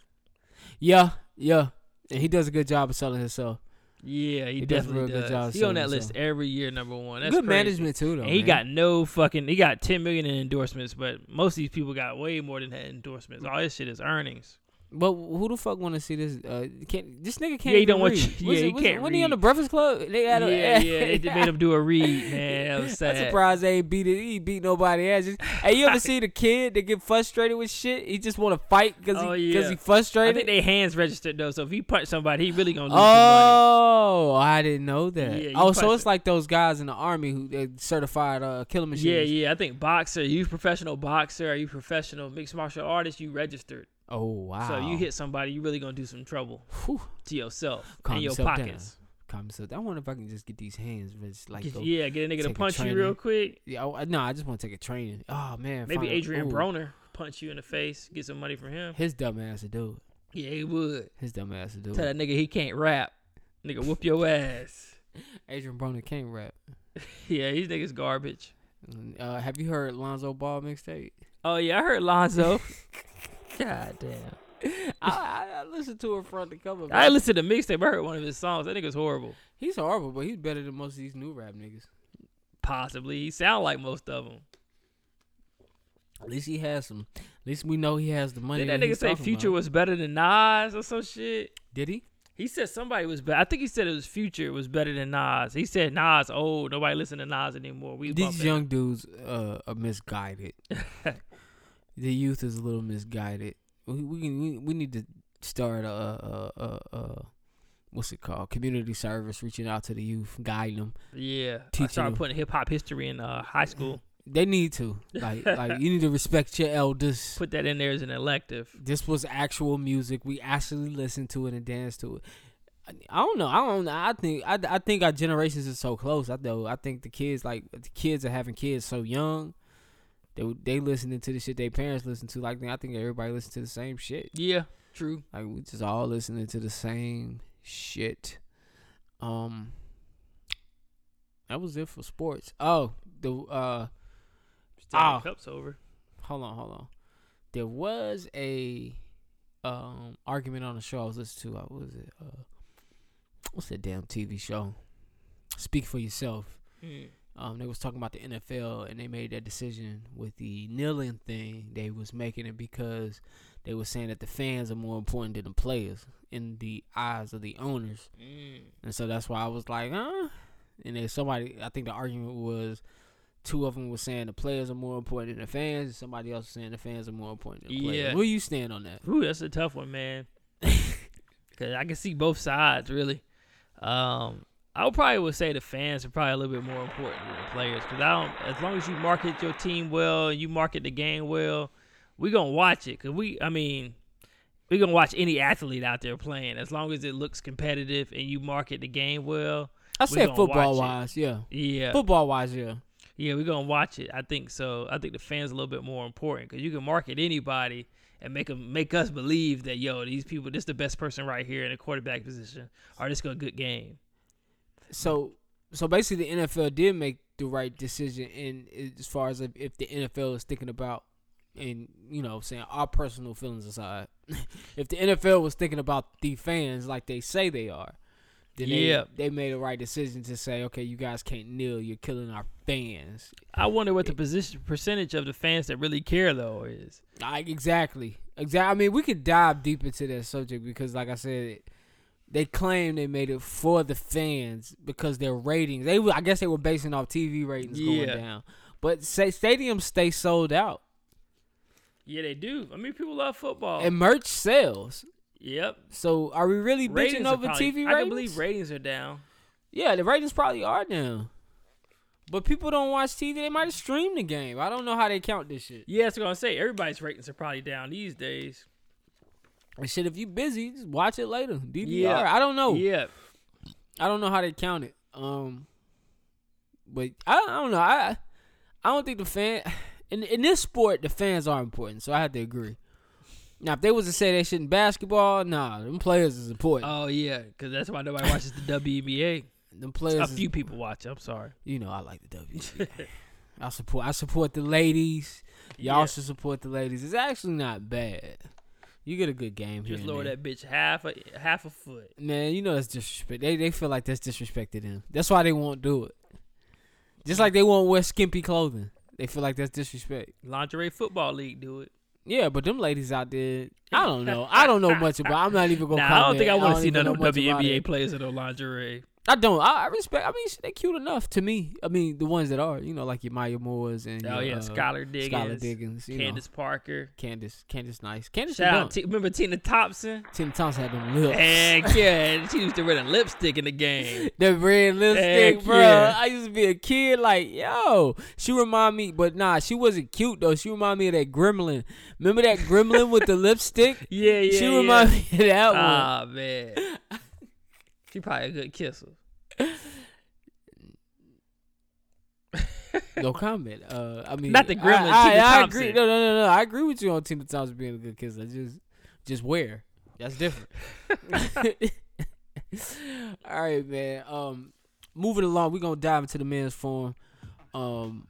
Speaker 1: yeah, yeah. And he does a good job of selling himself.
Speaker 2: Yeah, he,
Speaker 1: He does a real
Speaker 2: definitely
Speaker 1: good
Speaker 2: does.
Speaker 1: job
Speaker 2: He on
Speaker 1: selling
Speaker 2: that
Speaker 1: himself.
Speaker 2: list every year, number one. That's
Speaker 1: good
Speaker 2: crazy.
Speaker 1: management too, though.
Speaker 2: And he
Speaker 1: man.
Speaker 2: got no fucking. He got ten million in endorsements, but most of these people got way more than that endorsements. All this shit is earnings.
Speaker 1: But who the fuck want to see this? Uh, can't this nigga can't?
Speaker 2: Yeah, he
Speaker 1: even
Speaker 2: don't want
Speaker 1: read.
Speaker 2: you-
Speaker 1: What's
Speaker 2: yeah,
Speaker 1: it-
Speaker 2: he
Speaker 1: what's it-
Speaker 2: can't
Speaker 1: When he on
Speaker 2: read.
Speaker 1: the Breakfast Club, they had a, <laughs>
Speaker 2: yeah, yeah. They just made him do a read, man. That was sad.
Speaker 1: I'm surprised they ain't beat it. He beat nobody ass. Just- hey,
Speaker 2: <laughs>
Speaker 1: you ever see the kid that get frustrated with shit? He just want to fight because
Speaker 2: Oh,
Speaker 1: he
Speaker 2: yeah.
Speaker 1: because he
Speaker 2: I
Speaker 1: frustrated.
Speaker 2: think they hands registered though, so if he punch somebody, he really gonna lose
Speaker 1: oh, I didn't know that.
Speaker 2: Yeah, you
Speaker 1: oh, so
Speaker 2: punched
Speaker 1: it's
Speaker 2: it.
Speaker 1: like those guys in the army who they certified uh, killing
Speaker 2: some
Speaker 1: machines.
Speaker 2: money. Yeah, yeah. I think boxer. You professional boxer? Are you professional mixed martial artist? You registered,
Speaker 1: Oh wow.
Speaker 2: so you hit somebody, you really gonna do some trouble
Speaker 1: Whew,
Speaker 2: to yourself
Speaker 1: Calm
Speaker 2: and your
Speaker 1: yourself down.
Speaker 2: pockets.
Speaker 1: calm yourself. I wonder if I can just get these hands just like
Speaker 2: Get-
Speaker 1: go-
Speaker 2: yeah, get a nigga
Speaker 1: take
Speaker 2: to
Speaker 1: a
Speaker 2: punch you
Speaker 1: training.
Speaker 2: real quick.
Speaker 1: Yeah, oh, I, no, I just want to take a training. Oh man,
Speaker 2: Maybe
Speaker 1: finally-
Speaker 2: Adrian
Speaker 1: ooh,
Speaker 2: Broner punch you in the face, get some money from him.
Speaker 1: His dumb ass to do it.
Speaker 2: Yeah, he would.
Speaker 1: His dumb ass to do
Speaker 2: Tell that
Speaker 1: it.
Speaker 2: nigga he can't rap. Nigga, whoop your ass. <laughs>
Speaker 1: Adrian Broner can't rap.
Speaker 2: Yeah, these niggas garbage.
Speaker 1: Uh, have you heard Lonzo Ball mixtape?
Speaker 2: Oh yeah, I heard Lonzo. God damn.
Speaker 1: <laughs> I, I, I listened to it front to cover. Man.
Speaker 2: I listened to mixtape. I heard one of his songs. That nigga's horrible.
Speaker 1: he's horrible, but he's better than most of these new rap niggas.
Speaker 2: Possibly, he sound like most of them.
Speaker 1: At least he has some. At least we know he has the money.
Speaker 2: Did that
Speaker 1: he's
Speaker 2: nigga say
Speaker 1: talking
Speaker 2: Future
Speaker 1: about.
Speaker 2: was better than Nas or some shit?
Speaker 1: Did he?
Speaker 2: He said somebody was better. I think he said it was Future was better than Nas. He said Nas old. Nobody listen to Nas anymore. We
Speaker 1: These
Speaker 2: bumping.
Speaker 1: young dudes uh,
Speaker 2: <laughs>
Speaker 1: are misguided. the youth is a little misguided. We we can, we, we need to start a, a, a, a, a what's it called? Community service, reaching out to the youth, guiding them.
Speaker 2: Yeah, I
Speaker 1: teaching
Speaker 2: started
Speaker 1: them.
Speaker 2: putting hip hop history in uh, high
Speaker 1: <laughs>
Speaker 2: school.
Speaker 1: They need to like like you
Speaker 2: <laughs>
Speaker 1: need to respect your elders.
Speaker 2: Put that in there as an elective.
Speaker 1: This was actual music. We actually listened to it and danced to it. I don't know. I don't. I think. I, I think our generations is so close. I know. I think the kids like the kids are having kids so young. They they listening to the shit their parents listen to. Like I think everybody listen to the same shit.
Speaker 2: Yeah, true.
Speaker 1: Like we just all listening to the same shit. Um, that was it for sports. Oh, the uh, Ah.
Speaker 2: Stanley Cup's over.
Speaker 1: hold on, hold on. There was a um argument on the show I was listening to. I was it? Uh, what's that damn TV show? Speak for yourself.
Speaker 2: Mm,
Speaker 1: Um, they was talking about the NFL and they made that decision with the kneeling thing. They was making it because they was saying that the fans are more important than the players in the eyes of the owners.
Speaker 2: mm.
Speaker 1: And so that's why I was like, huh? And then somebody, I think the argument was two of them were saying the players are more important than the fans, and somebody else was saying the fans are more important than the
Speaker 2: Yeah.
Speaker 1: players. Where you stand on that?
Speaker 2: Ooh, that's a tough one, man. Cause I can see both sides really. Um, I would probably would say the fans are probably a little bit more important than the players. Cause I don't, as long as you market your team well, you market the game well, we gonna watch it. Cause we, I mean, we gonna watch any athlete out there playing as long as it looks competitive and you market the game well.
Speaker 1: I
Speaker 2: We
Speaker 1: said
Speaker 2: gonna watch
Speaker 1: football
Speaker 2: it.
Speaker 1: wise, yeah.
Speaker 2: Yeah,
Speaker 1: Football wise, yeah.
Speaker 2: yeah, we're gonna watch it. I think so. I think the fans a little bit more important because you can market anybody and make 'em- make us believe that yo, these people, this the best person right here in the quarterback position, or this gonna good game.
Speaker 1: So, so basically, the NFL did make the right decision, in as far as if, if the NFL is thinking about, and you know, saying our personal feelings aside, <laughs> if the NFL was thinking about the fans like they say they are, then
Speaker 2: Yeah.
Speaker 1: they, they made the right decision to say, okay, you guys can't kneel, you're killing our fans.
Speaker 2: I wonder what the position percentage of the fans that really care though is.
Speaker 1: Like exactly, exactly. I mean, we could dive deep into that subject because, like I said, they claim they made it for the fans because their ratings. They, were- I guess, they were basing off TV ratings
Speaker 2: Yeah.
Speaker 1: going down. But say, stadiums stay sold out,
Speaker 2: Yeah, they do. I mean, people love football.
Speaker 1: and merch sells.
Speaker 2: yep,
Speaker 1: So, are we really bitching
Speaker 2: are
Speaker 1: over
Speaker 2: probably-
Speaker 1: TV ratings?
Speaker 2: I can believe ratings are down.
Speaker 1: yeah, the ratings probably are down. But people don't watch TV. They might have streamed the game. I don't know how they count this shit.
Speaker 2: Yeah, that's what I'm gonna say. Everybody's ratings are probably down these days.
Speaker 1: And shit, if you busy, just watch it later. DVR.
Speaker 2: Yeah.
Speaker 1: I don't know.
Speaker 2: Yeah,
Speaker 1: I don't know how they count it. Um, but I, I don't know. I I don't think the fan in in this sport the fans are important, so I have to agree. Now, if they was to say they shouldn't basketball, nah, them players is important.
Speaker 2: Oh yeah, because that's why <laughs> nobody watches the WNBA.
Speaker 1: them players,
Speaker 2: A
Speaker 1: is-
Speaker 2: few people watch. it, I'm sorry.
Speaker 1: you know, I like the WNBA.
Speaker 2: <laughs>
Speaker 1: I support. I support the ladies. Y'all
Speaker 2: Yeah.
Speaker 1: should support the ladies. It's actually not bad. You get a good game here.
Speaker 2: Just
Speaker 1: and
Speaker 2: lower
Speaker 1: there.
Speaker 2: that bitch half a half a foot.
Speaker 1: Man, you know that's disrespect. They they feel like that's disrespected them. That's why they won't do it. Just like they won't wear skimpy clothing. They feel like that's disrespect.
Speaker 2: Lingerie football league do it.
Speaker 1: Yeah, but them ladies out there, I don't know. I don't know much about. I'm not even gonna.
Speaker 2: Nah, I
Speaker 1: comment.
Speaker 2: don't think I want to see
Speaker 1: even
Speaker 2: none of
Speaker 1: know much about
Speaker 2: WNBA
Speaker 1: it.
Speaker 2: players in no lingerie.
Speaker 1: I don't. I, I respect. I mean, shit, they cute enough to me. I mean, the ones that are, you know, like your Maya Moores and
Speaker 2: oh
Speaker 1: your,
Speaker 2: yeah,
Speaker 1: uh,
Speaker 2: Skylar Diggins,
Speaker 1: Skylar Diggins, you
Speaker 2: Candace Parker.
Speaker 1: know, Candace, Candace Nice, Candace.
Speaker 2: Shout out,
Speaker 1: Shout
Speaker 2: T- remember Tina
Speaker 1: <laughs>
Speaker 2: Thompson?
Speaker 1: Tim Thompson had them lips.
Speaker 2: Heck yeah, she used to wear the lipstick in the
Speaker 1: <laughs>
Speaker 2: game.
Speaker 1: The red lipstick,
Speaker 2: Heck
Speaker 1: bro.
Speaker 2: yeah.
Speaker 1: I used to be a kid, like, yo. She remind me, but nah, she wasn't cute though. She remind me of that gremlin. Remember that gremlin with the lipstick?
Speaker 2: <laughs> Yeah, yeah,
Speaker 1: she
Speaker 2: yeah.
Speaker 1: remind me of that one.
Speaker 2: Ah man, <laughs> she probably a good
Speaker 1: <laughs>
Speaker 2: kisser.
Speaker 1: No comment. Uh, I mean,
Speaker 2: Not the gremlin,
Speaker 1: I, I,
Speaker 2: Tina
Speaker 1: I
Speaker 2: Thompson.
Speaker 1: agree. No, no, no, no. I agree with you on Tina Thompson being a good kisser. Just, just where? That's
Speaker 2: <laughs>
Speaker 1: different. <laughs> All right, man. Um, moving along, we're gonna dive into the men's forum. Um,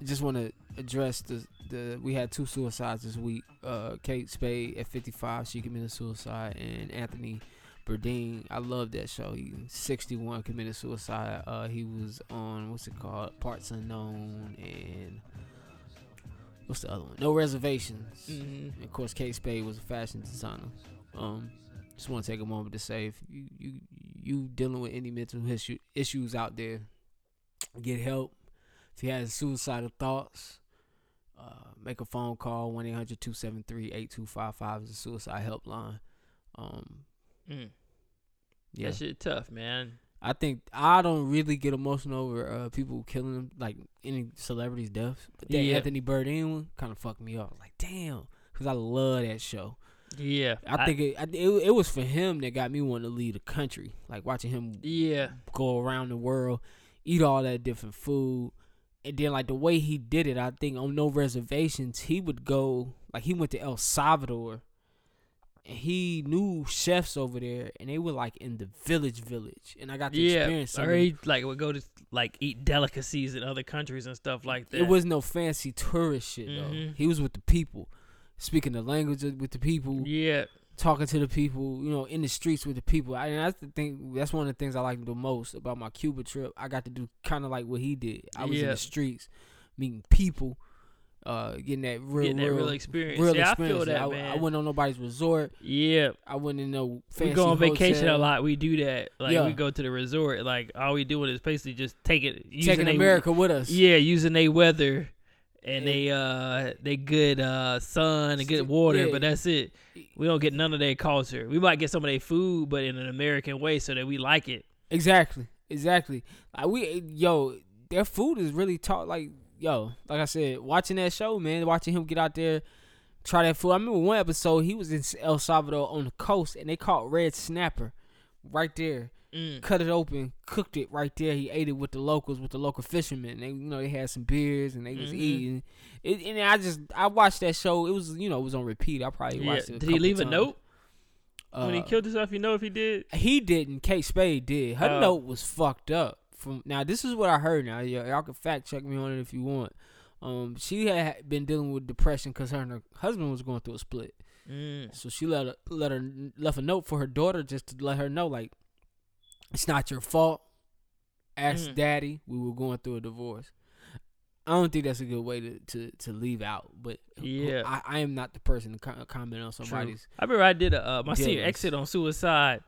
Speaker 1: I just want to address the the we had two suicides this week. Uh, Kate Spade at 55, she committed suicide, and Anthony Bourdain. I love that show. He 61 committed suicide. Uh, he was on what's it called? Parts Unknown and what's the other one? No Reservations.
Speaker 2: hmm
Speaker 1: And Of course, Kate Spade was a fashion designer. Um, just want to take a moment to say if you you you dealing with any mental issue, issues out there, get help. If you had suicidal thoughts, uh, make a phone call 1-800-273-8255 is the suicide helpline. Um,
Speaker 2: Mm.
Speaker 1: yeah,
Speaker 2: That shit tough, man.
Speaker 1: I think I don't really get emotional over uh, people killing them, like any celebrities' deaths. But that
Speaker 2: Yeah.
Speaker 1: Anthony Bourdain one kind of fucked me up. I was like, damn, because I love that show.
Speaker 2: Yeah.
Speaker 1: I think it, I, it it was for him that got me wanting to leave the country. Like watching him
Speaker 2: Yeah.
Speaker 1: go around the world, eat all that different food. And then like the way he did it, I think on no reservations, he would go like he went to El Salvador and he knew chefs over there and they were like in the village village. And I got to
Speaker 2: Yeah.
Speaker 1: experience some of
Speaker 2: Or he like would go to like eat delicacies in other countries and stuff like that.
Speaker 1: It was no fancy tourist shit though.
Speaker 2: Mhm.
Speaker 1: He was with the people, speaking the language of- with the people,
Speaker 2: Yeah.
Speaker 1: talking to the people. You know, in the streets with the people. I, and that's the thing. That's one of the things I like the most about my Cuba trip. I got to do kind of like what he did. I was in
Speaker 2: Yeah.
Speaker 1: the streets, meeting people, uh, getting that real,
Speaker 2: Getting that
Speaker 1: real,
Speaker 2: real
Speaker 1: real
Speaker 2: experience.
Speaker 1: experience.
Speaker 2: yeah, I feel that,
Speaker 1: I,
Speaker 2: man.
Speaker 1: I wasn't on nobody's resort.
Speaker 2: yeah.
Speaker 1: I wasn't in no fancy.
Speaker 2: We go on vacation
Speaker 1: hotel.
Speaker 2: a lot. We do that. Like
Speaker 1: Yeah.
Speaker 2: we go to the resort. Like all we doing is basically just taking using
Speaker 1: Taking
Speaker 2: they-
Speaker 1: America with us.
Speaker 2: Yeah, using they weather and
Speaker 1: Yeah.
Speaker 2: they uh they good uh sun and
Speaker 1: Sti-
Speaker 2: good water,
Speaker 1: yeah.
Speaker 2: but that's it. We don't get none of their culture. We might get some of their food, but in an American way, so that we like it.
Speaker 1: Exactly, exactly. Like we, yo, their food is really taught. Like yo, like I said, watching that show, man, watching him get out there, try that food. I remember one episode he was in El Salvador on the coast, and they caught red snapper right there.
Speaker 2: Mm.
Speaker 1: Cut it open, cooked it right there. He ate it with the locals, with the local fishermen. They, you know, they had some beers and they was
Speaker 2: Mhm.
Speaker 1: eating. It, and I just, I watched that show. It was, you know, it was on repeat. I probably
Speaker 2: Yeah.
Speaker 1: watched it.
Speaker 2: Did he leave a note
Speaker 1: Uh,
Speaker 2: when he killed himself? You know if he did.
Speaker 1: he didn't. Kate Spade did. Her
Speaker 2: Oh.
Speaker 1: note was fucked up. From now, this is what I heard. Now, y'all, y'all can fact check me on it if you want. Um, she had been dealing with depression because her and her husband was going through a split.
Speaker 2: Mm.
Speaker 1: So she let her, let her left a note for her daughter just to let her know like, it's not your fault. Ask
Speaker 2: Mhm.
Speaker 1: daddy. We were going through a divorce. I don't think that's a good way to, to, to leave out, but
Speaker 2: Yeah.
Speaker 1: I, I am not the person to co- comment on
Speaker 2: True.
Speaker 1: somebody's.
Speaker 2: I remember I did a uh, my senior
Speaker 1: Dealings.
Speaker 2: exit on suicide,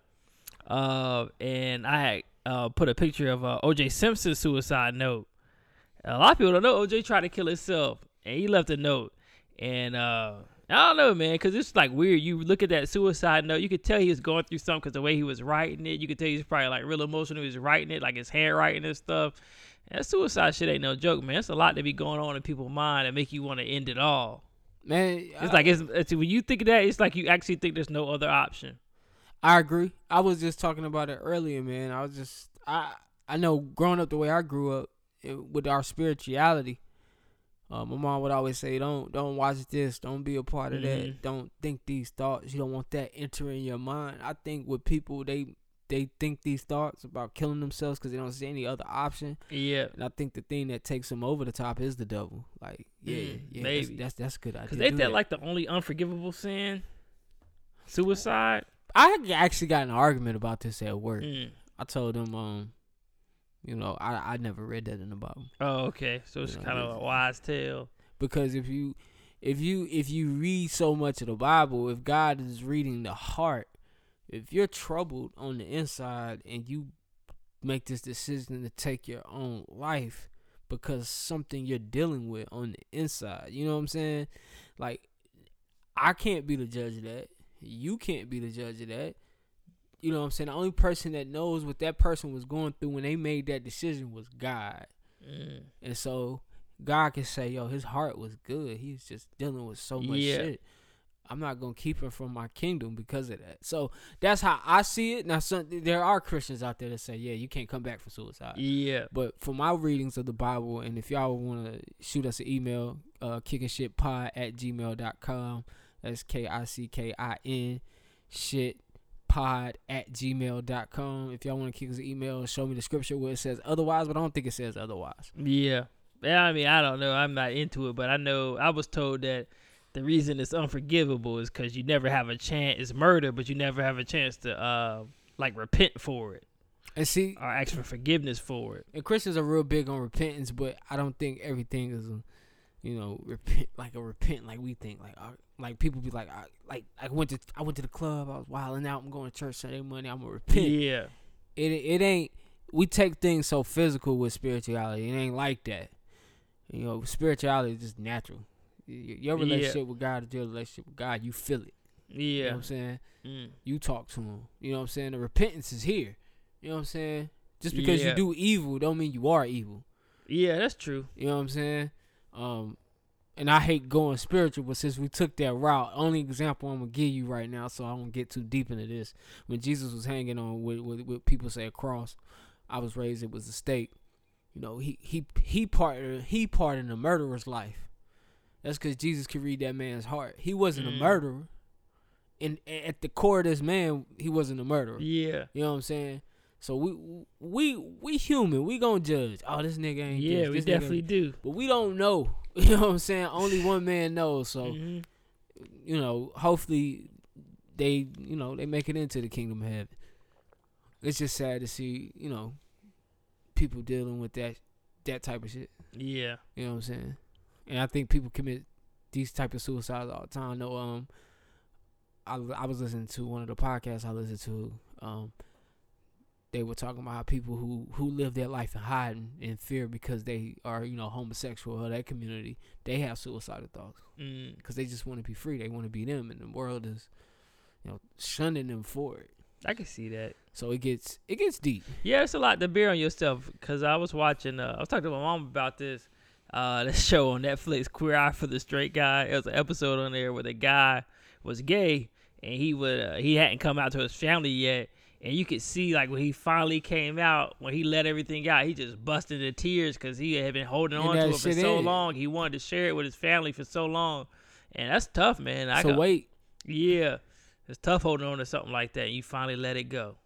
Speaker 2: uh, and I had uh, put a picture of uh, O.J. Simpson's suicide note. A lot of people don't know O.J. tried to kill himself, and he left a note. And uh, I don't know, man, because it's like weird. You look at that suicide note, you could tell he was going through something because the way he was writing it, you could tell he's probably like real emotional. He was writing it, like his handwriting and stuff. And that suicide shit ain't no joke, man. It's a lot to be going on in people's mind and make you want to end it all.
Speaker 1: Man, I-
Speaker 2: It's like it's, it's when you think of that, it's like you actually think there's no other option.
Speaker 1: I agree. I was just talking about it earlier, man. I was just I I know growing up the way I grew up it, with our spirituality. Uh, my mom would always say, "Don't don't watch this. Don't be a part of
Speaker 2: Mhm.
Speaker 1: that. Don't think these thoughts. You don't want that entering your mind." I think with people they they think these thoughts about killing themselves because they don't see any other option.
Speaker 2: Yeah,
Speaker 1: And I think the thing that takes them over the top is the devil. Like, yeah,
Speaker 2: Mm,
Speaker 1: yeah, that's,
Speaker 2: maybe.
Speaker 1: that's that's a good idea.
Speaker 2: because ain't
Speaker 1: Do
Speaker 2: that like the only unforgivable sin? Suicide.
Speaker 1: I actually got in an argument about this at work.
Speaker 2: Mm.
Speaker 1: I told him, um, you know, I, I never read that in the Bible
Speaker 2: Oh, okay. So it's
Speaker 1: Yeah,
Speaker 2: kind
Speaker 1: it
Speaker 2: of
Speaker 1: is.
Speaker 2: a wise tale.
Speaker 1: because if you if you if you read so much of the Bible, if God is reading the heart, if you're troubled on the inside and you make this decision to take your own life because something you're dealing with on the inside, you know what I'm saying? Like I can't be the judge of that. You can't be the judge of that. You know what I'm saying? The only person that knows what that person was going through when they made that decision was God.
Speaker 2: Mm.
Speaker 1: And so God can say, yo, his heart was good. He was just dealing with so much
Speaker 2: Yeah.
Speaker 1: shit. I'm not gonna keep him from my kingdom because of that. So that's how I see it. Now, some, there are Christians out there that say, "Yeah, you can't come back from suicide."
Speaker 2: Yeah.
Speaker 1: But for my readings of the Bible, and if y'all want to shoot us an email, uh, kickingshitpod at gmail.com. That's K I C K I N shit pod at gmail.com. If y'all want to kick us an email, show me the scripture where it says otherwise, but I don't think it says otherwise.
Speaker 2: Yeah. Yeah. I mean, I don't know. I'm not into it, but I know I was told that the reason it's unforgivable is because you never have a chance. It's murder, but you never have a chance to uh like repent for it
Speaker 1: And see,
Speaker 2: or ask for forgiveness for <laughs> it.
Speaker 1: and Christians are real big on repentance, but I don't think everything is, a, you know, repent <laughs> like a repent like we think. Like, uh, like people be like, I, like I went to I went to the club, I was wilding out, I'm going to church Sunday Monday, I'm gonna repent.
Speaker 2: Yeah.
Speaker 1: It it ain't. We take things so physical with spirituality. It ain't like that. You know, spirituality is just natural. Y- y- Your
Speaker 2: Yeah.
Speaker 1: relationship with God is your relationship with God. You feel it. You know what
Speaker 2: Yeah.
Speaker 1: I'm saying?
Speaker 2: Mm.
Speaker 1: you talk to him. You know what I'm saying? The repentance is here. You know what I'm saying? Just because you
Speaker 2: Yeah.
Speaker 1: do evil don't mean you are evil.
Speaker 2: Yeah. That's true.
Speaker 1: You know what I'm saying? Um and I hate going spiritual, but since we took that route, only example I'm gonna give you right now, so I don't get too deep into this. When Jesus was hanging on with with, with people say a cross, I was raised it was a stake. You know, he he he pardoned he pardoned a murderer's life. That's because Jesus could read that man's heart. He wasn't
Speaker 2: Mm.
Speaker 1: a murderer. And a- at the core of this man, he wasn't a murderer.
Speaker 2: Yeah.
Speaker 1: You know what I'm saying? So we we we human. We gonna judge. Oh, this nigga ain't.
Speaker 2: Yeah,
Speaker 1: this,
Speaker 2: we
Speaker 1: this nigga
Speaker 2: definitely
Speaker 1: ain't-
Speaker 2: do.
Speaker 1: But we don't know. <laughs> You know what I'm saying? Only one man knows. So
Speaker 2: Mhm.
Speaker 1: you know, hopefully they you know they make it into the kingdom of heaven. It's just sad to see you know people dealing with that that type of shit.
Speaker 2: Yeah.
Speaker 1: You know what I'm saying? And I think people commit these type of suicides all the time. No, um, I I was listening to one of the podcasts I listened to. Um, they were talking about how people who who live their life in hiding in fear because they are you know homosexual or that community they have suicidal thoughts
Speaker 2: Mm.
Speaker 1: because they just want to be free. They want to be them, and the world is you know shunning them for it.
Speaker 2: I can see that.
Speaker 1: So it gets it gets deep.
Speaker 2: Yeah, it's a lot to bear on yourself. Cause I was watching. Uh, I was talking to my mom about this. Uh, <laughs> that show on Netflix, Queer Eye for the Straight Guy. It was an episode on there where the guy was gay and he would uh, he hadn't come out to his family yet. And you could see like when he finally came out, when he let everything out, he just busted into tears because he had been holding
Speaker 1: And
Speaker 2: on to
Speaker 1: that
Speaker 2: it for
Speaker 1: shit
Speaker 2: so
Speaker 1: is.
Speaker 2: long. He wanted to share it with his family for so long, and that's tough, man. I
Speaker 1: so
Speaker 2: got-
Speaker 1: wait,
Speaker 2: yeah, it's tough holding on to something like that. And you finally let it go.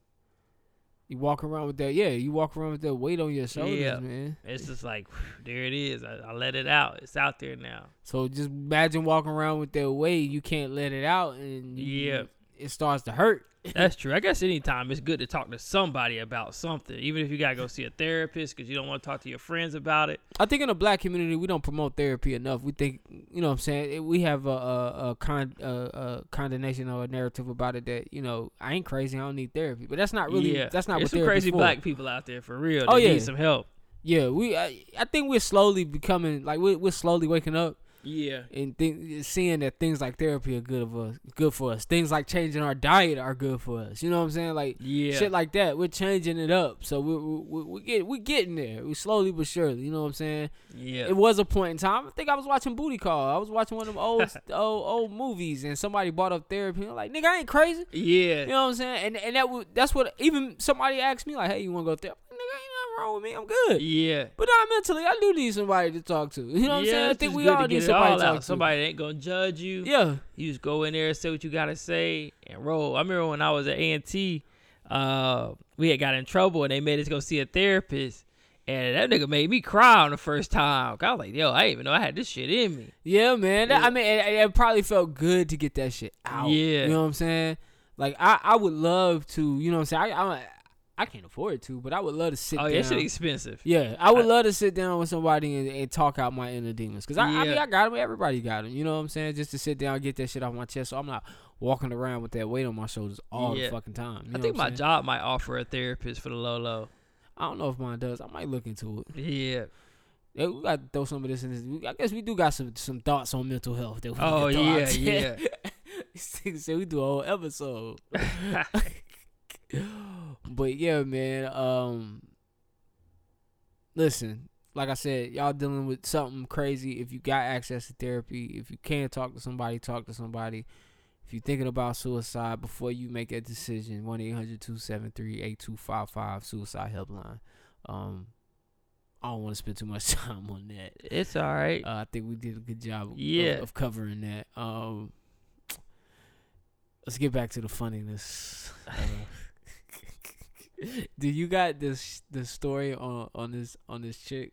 Speaker 1: you walk around with that. Yeah, you walk around with that weight on your shoulders,
Speaker 2: Yeah.
Speaker 1: man.
Speaker 2: It's just like whew, there it is. I, I let it out. It's out there now.
Speaker 1: So just imagine walking around with that weight. You can't let it out, and you-
Speaker 2: Yeah.
Speaker 1: it starts to hurt.
Speaker 2: That's true. I guess anytime it's good to talk to somebody about something, even if you gotta go see a therapist because you don't want to talk to your friends about it.
Speaker 1: I think in the black community we don't promote therapy enough. We think you know what I'm saying it- we have a a, a, con, a, a condemnation or a narrative about it that you know I ain't crazy. I don't need therapy, but that's not really
Speaker 2: yeah,
Speaker 1: that's not
Speaker 2: There's
Speaker 1: what
Speaker 2: some
Speaker 1: therapy's
Speaker 2: crazy
Speaker 1: for.
Speaker 2: black people out there for real.
Speaker 1: Oh,
Speaker 2: They
Speaker 1: yeah.
Speaker 2: need some help.
Speaker 1: Yeah, we I, I think we're slowly becoming like we're, we're slowly waking up
Speaker 2: Yeah,
Speaker 1: and think, seeing that things like therapy are good of us, good for us. Things like changing our diet are good for us. You know what I'm saying? Like
Speaker 2: yeah.
Speaker 1: shit like that. We're changing it up, so we we, we, we get we getting there. We slowly but surely. You know what I'm saying?
Speaker 2: yeah.
Speaker 1: It was a point in time. I think I was watching Booty Call. I was watching one of them old
Speaker 2: <laughs>
Speaker 1: old old movies, and somebody brought up therapy. I'm like nigga, I ain't crazy.
Speaker 2: yeah,
Speaker 1: You know what I'm saying? And and that was, that's what even somebody asked me like, hey, you want to go therapy? Nigga, ain't nothing wrong with me. I'm good.
Speaker 2: yeah.
Speaker 1: But not mentally, I do need somebody to talk to. You know what I'm
Speaker 2: yeah,
Speaker 1: saying? I
Speaker 2: it's
Speaker 1: think
Speaker 2: just
Speaker 1: we
Speaker 2: good to
Speaker 1: all need
Speaker 2: get it
Speaker 1: somebody
Speaker 2: all
Speaker 1: to
Speaker 2: out.
Speaker 1: talk to.
Speaker 2: Somebody that ain't gonna judge you.
Speaker 1: Yeah.
Speaker 2: You just go in there and say what you gotta say and roll. I remember when I was at A&T, uh, we had got in trouble and they made us go see a therapist. And that nigga made me cry on the first time. 'Cause I was like, yo, I didn't even know I had this shit in me.
Speaker 1: Yeah, man. That-
Speaker 2: Yeah.
Speaker 1: I mean, it, it probably felt good to get that shit out.
Speaker 2: Yeah.
Speaker 1: You know what I'm saying? Like, I, I would love to, you know what I'm saying? I, I, I can't afford to, but I would love to sit
Speaker 2: oh,
Speaker 1: down.
Speaker 2: yeah, that shit expensive.
Speaker 1: yeah, I would
Speaker 2: I-
Speaker 1: love to sit down with somebody and, and talk out my inner demons. Because, I, I
Speaker 2: Yeah.
Speaker 1: mean, I got them. Everybody got them. You know what I'm saying? Just to sit down and get that shit off my chest. So I'm not walking around with that weight on my shoulders all
Speaker 2: Yeah.
Speaker 1: the fucking time. You
Speaker 2: I
Speaker 1: know
Speaker 2: think
Speaker 1: what
Speaker 2: my
Speaker 1: I'm saying?
Speaker 2: job might offer a therapist for the low low.
Speaker 1: I don't know if mine does. I might look into it.
Speaker 2: Yeah. <laughs>
Speaker 1: Yeah, we got to throw some of this in. This. we- I guess we do got some some thoughts on mental health. That we
Speaker 2: Oh,
Speaker 1: can throw out
Speaker 2: yeah,
Speaker 1: there. <laughs> so we do a whole episode. <laughs> but yeah, man. Um, listen, like I said, y'all dealing with something crazy. If you got access to therapy, if you can talk to somebody, talk to somebody. If you're thinking about suicide, before you make that decision, 1 800 273 8255 Suicide Helpline. Um, I don't want to spend too much <laughs> time on that.
Speaker 2: It's all right.
Speaker 1: Uh, I think we did a good job of,
Speaker 2: Yeah.
Speaker 1: of, of covering that. Um, let's get back to the funniness. Uh, <laughs> Do you got this this story on on this on this chick?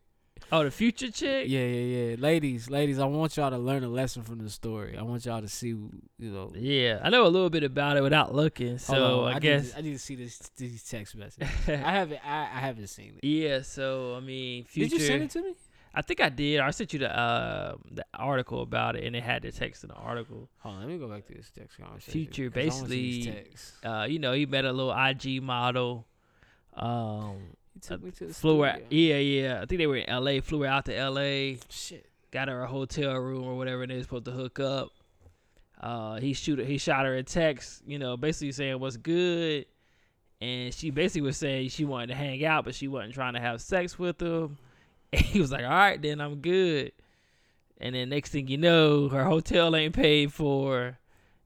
Speaker 2: oh, the future chick?
Speaker 1: Yeah, yeah, yeah. Ladies, ladies, I want y'all to learn a lesson from the story. I want y'all to see, you know.
Speaker 2: Yeah, I know a little bit about it without looking, so
Speaker 1: Hold on,
Speaker 2: I,
Speaker 1: need
Speaker 2: guess.
Speaker 1: to- I need to see this these text messages. I haven't I, I haven't seen
Speaker 2: <laughs>
Speaker 1: it.
Speaker 2: yeah, so I mean, future.
Speaker 1: Did you send it to me?
Speaker 2: I think I did. I sent you the uh, the article about it, and it had the text in the article.
Speaker 1: Hold on, let me go back to this text conversation.
Speaker 2: Future
Speaker 1: 'cause I wanna see these
Speaker 2: basically-
Speaker 1: texts.
Speaker 2: Uh, you know, he met a little IG model. Um,
Speaker 1: He took me to the
Speaker 2: flew e her,
Speaker 1: studio.
Speaker 2: yeah, yeah. I think they were in LA. Flew her out to LA.
Speaker 1: Shit.
Speaker 2: Got her a hotel room or whatever, and they were supposed to hook up. Uh, he shoot. He shot her a text. You know, basically saying what's good, and she basically was saying she wanted to hang <laughs> out, but she wasn't trying to have sex with him. And he was like, "All right, then I'm good." And then next thing you know, her hotel ain't paid for,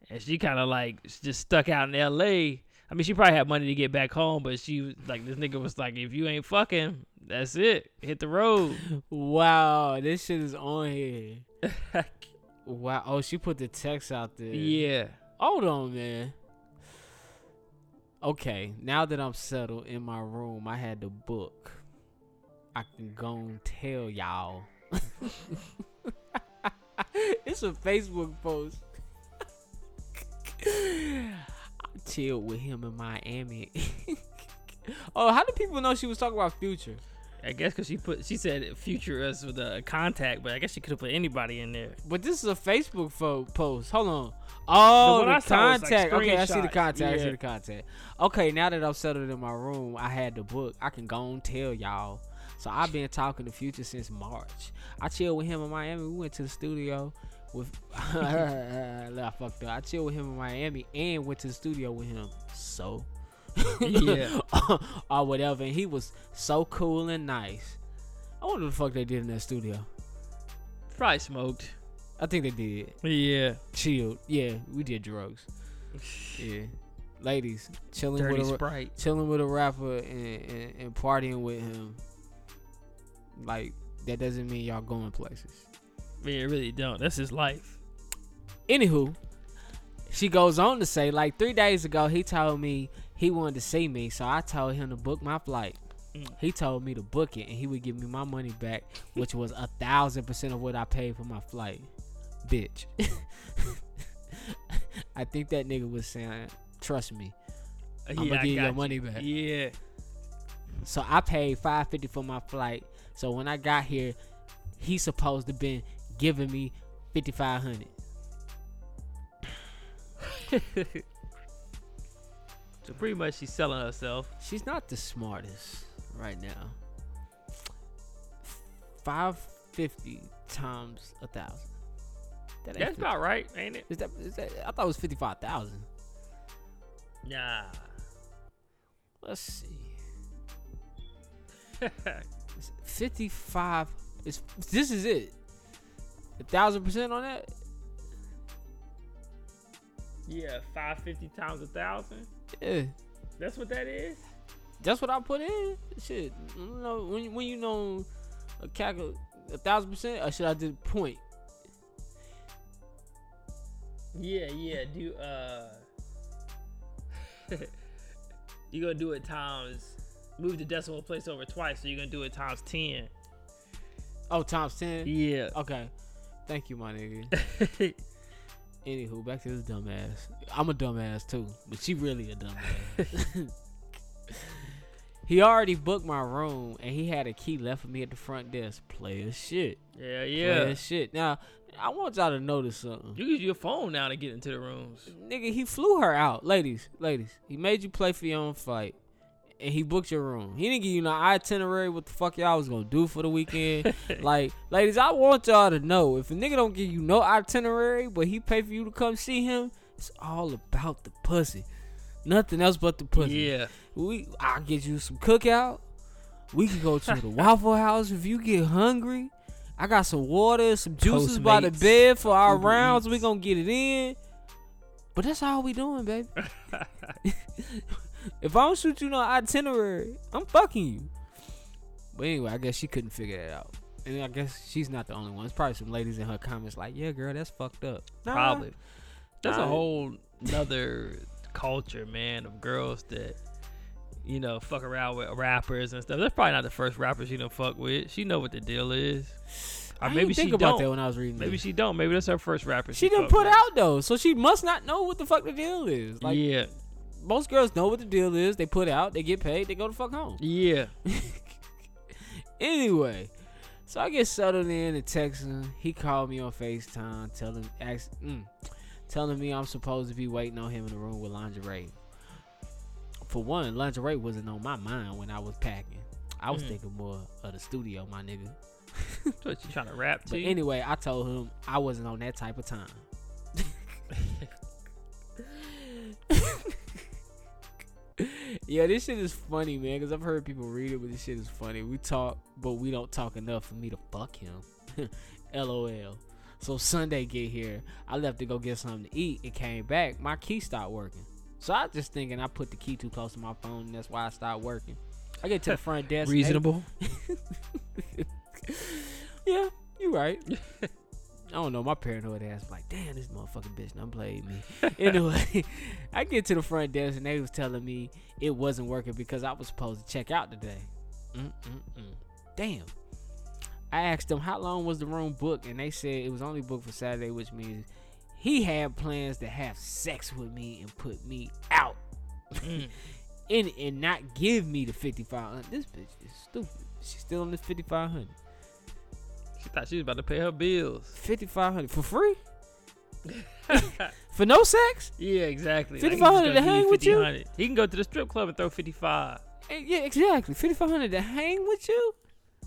Speaker 2: and she kind of like s- just stuck out in L.A. I mean, she probably had money to get back home, but she was like, this nigga was like, if you ain't fucking, that's it, hit the road.
Speaker 1: Wow, this shit is on here. <laughs> Wow. Oh, she put the text out there.
Speaker 2: yeah,
Speaker 1: Hold on, man. Okay, now that I'm settled in my room, I had the book. I can go and tell y'all. <laughs> it's a Facebook <laughs> post. I chilled with him in Miami. <laughs> oh, how do people know she was talking about future?
Speaker 2: I guess because she put, she said future us with a contact, but I guess she could have put anybody in there.
Speaker 1: But this is a Facebook fo- post. Hold on. Oh,
Speaker 2: The one
Speaker 1: the
Speaker 2: I saw was, like,
Speaker 1: contact. okay, I see the
Speaker 2: screenshots.
Speaker 1: contact. I see
Speaker 2: Yeah.
Speaker 1: the contact. Okay, now that I'm settled in my room, I had the book. I can go and tell y'all. So I've been talking to Future since March. I chilled with him in Miami. We went to the studio with. <laughs> I fucked up. I chilled with him in Miami and went to the studio with him. So.
Speaker 2: Yeah.
Speaker 1: <laughs> or whatever. And he was so cool and nice. I wonder what the fuck they did in that studio.
Speaker 2: Probably smoked.
Speaker 1: I think they did.
Speaker 2: <laughs> Yeah.
Speaker 1: chilled. Yeah, we did drugs. Yeah, ladies, chilling
Speaker 2: Dirty
Speaker 1: with a, ra-
Speaker 2: Sprite.
Speaker 1: chilling with a rapper and, and, and partying with him. Like that doesn't mean y'all going places.
Speaker 2: Yeah, really don't. That's his life.
Speaker 1: Anywho, she goes on to say, like three days ago, he told me he wanted to see me, so I told him to book my flight.
Speaker 2: Mm.
Speaker 1: He told me to book it, and he would give me my money back, which was a thousand percent of what I paid for my flight. Bitch, <laughs> I think that nigga was saying, "Trust me." I'ma
Speaker 2: yeah, I
Speaker 1: give you your
Speaker 2: got
Speaker 1: money back.
Speaker 2: Yeah.
Speaker 1: So I paid five fifty for my flight. So when I got here, he supposed to been giving me fifty five hundred.
Speaker 2: So pretty much she's selling herself.
Speaker 1: She's not the smartest right now. Five fifty times a thousand. That ain't
Speaker 2: That's
Speaker 1: 50.
Speaker 2: about right, ain't it?
Speaker 1: Is that, is that, I thought it was fifty five thousand.
Speaker 2: Nah.
Speaker 1: Let's
Speaker 2: <laughs>
Speaker 1: see. It's fifty five. It's this is it. A thousand percent on that.
Speaker 2: yeah, five fifty times a thousand.
Speaker 1: Yeah.
Speaker 2: That's what that is.
Speaker 1: That's what I put in. Shit, you know, when you- when you know a calcul a thousand percent, or should I do point?
Speaker 2: Yeah, yeah. Do uh, <laughs> you gonna do it times? Move the decimal place over twice, so you're gonna do it times ten.
Speaker 1: Oh, times ten.
Speaker 2: <laughs> Yeah.
Speaker 1: Okay, thank you, my nigga.
Speaker 2: <laughs>
Speaker 1: Anywho, back to this dumbass. I'm a dumbass too, but she really a dumbass. he already booked my room, and he had a key left for me at the front desk. Play as shit.
Speaker 2: yeah,
Speaker 1: Yeah. Play
Speaker 2: yeah.
Speaker 1: as shit. Now, I want y'all to notice something.
Speaker 2: You use your phone now to get into the rooms.
Speaker 1: Nigga, he flew her out. Ladies, ladies. He made you play for your own flight. And he booked your room. He didn't give you no itinerary what the fuck y'all was gonna do for the weekend. like, ladies, I want y'all to know if a nigga don't give you no itinerary, but he pay for you to come see him, it's all about the pussy. Nothing else but the pussy.
Speaker 2: Yeah.
Speaker 1: We I'll get you some cookout. We can go to
Speaker 2: <laughs>
Speaker 1: the Waffle House if you get hungry. I got some water, some juices by the
Speaker 2: Postmates,
Speaker 1: bed for our
Speaker 2: Uber
Speaker 1: rounds. We
Speaker 2: Eats.
Speaker 1: gonna get it in. But that's all we
Speaker 2: <laughs>
Speaker 1: doing, baby. if I don't shoot you no itinerary, I'm fucking you. But anyway, I guess she couldn't figure that out. And I guess she's not the only one. It's probably some ladies in her comments like, yeah, girl, that's fucked up. Nah,
Speaker 2: Probably. That's
Speaker 1: Nah.
Speaker 2: a whole nother culture, man, of girls that you know fuck around with rappers and stuff. That's probably not the first rapper she done fuck with. She know what the deal is. Or
Speaker 1: I
Speaker 2: maybe
Speaker 1: didn't think
Speaker 2: she
Speaker 1: about
Speaker 2: don't.
Speaker 1: that when I was reading
Speaker 2: Maybe
Speaker 1: this.
Speaker 2: she don't. Maybe that's her first rapper.
Speaker 1: She didn't
Speaker 2: fuck
Speaker 1: put
Speaker 2: with.
Speaker 1: out though, so she must not know what the fuck the deal is. Like
Speaker 2: yeah,
Speaker 1: most girls know what the deal is. They put out, they get paid, they go the fuck home.
Speaker 2: <laughs> yeah.
Speaker 1: Anyway, so I get settled in and texting. He called me on Facetime, telling ask, mm, telling me I'm supposed to be waiting on him in the room with lingerie. For one, lingerie wasn't on my mind when I was packing. I was
Speaker 2: Mhm.
Speaker 1: thinking more of the studio, my nigga.
Speaker 2: That's what you trying to rap to?
Speaker 1: But anyway, I told him I wasn't on that type of time. <laughs> yeah, this shit is funny, man, because I've heard people read it, but this shit is funny. We talk, but we don't talk enough for me to fuck him. <laughs> LOL. So Sunday get here. I left to go get something to eat. It came back. My key stopped working. So I was just thinking I put the key too close to my phone and that's why I stopped working. I get to the front desk.
Speaker 2: Reasonable.
Speaker 1: yeah, you right. I don't know. My paranoid ass was like, damn, this motherfucking bitch done played me. <laughs> anyway, <laughs> I get to the front desk and they was telling me it wasn't working because I was supposed to check out today. Mm-mm-mm. Damn. I asked them how long was the room booked, and they said it was only booked for Saturday, which means he had plans to have sex with me and put me out,
Speaker 2: Mm.
Speaker 1: and and not give me the fifty five hundred. This bitch is stupid. She's still on this fifty five hundred.
Speaker 2: She thought she was about to pay her
Speaker 1: <laughs>
Speaker 2: bills. <laughs>
Speaker 1: Fifty five hundred for free for no sex?
Speaker 2: yeah, exactly.
Speaker 1: 5500 to hang with you?
Speaker 2: you? He can go to the strip club and throw 55.
Speaker 1: Eh, Yeah, exactly. Fifty five hundred to hang with you.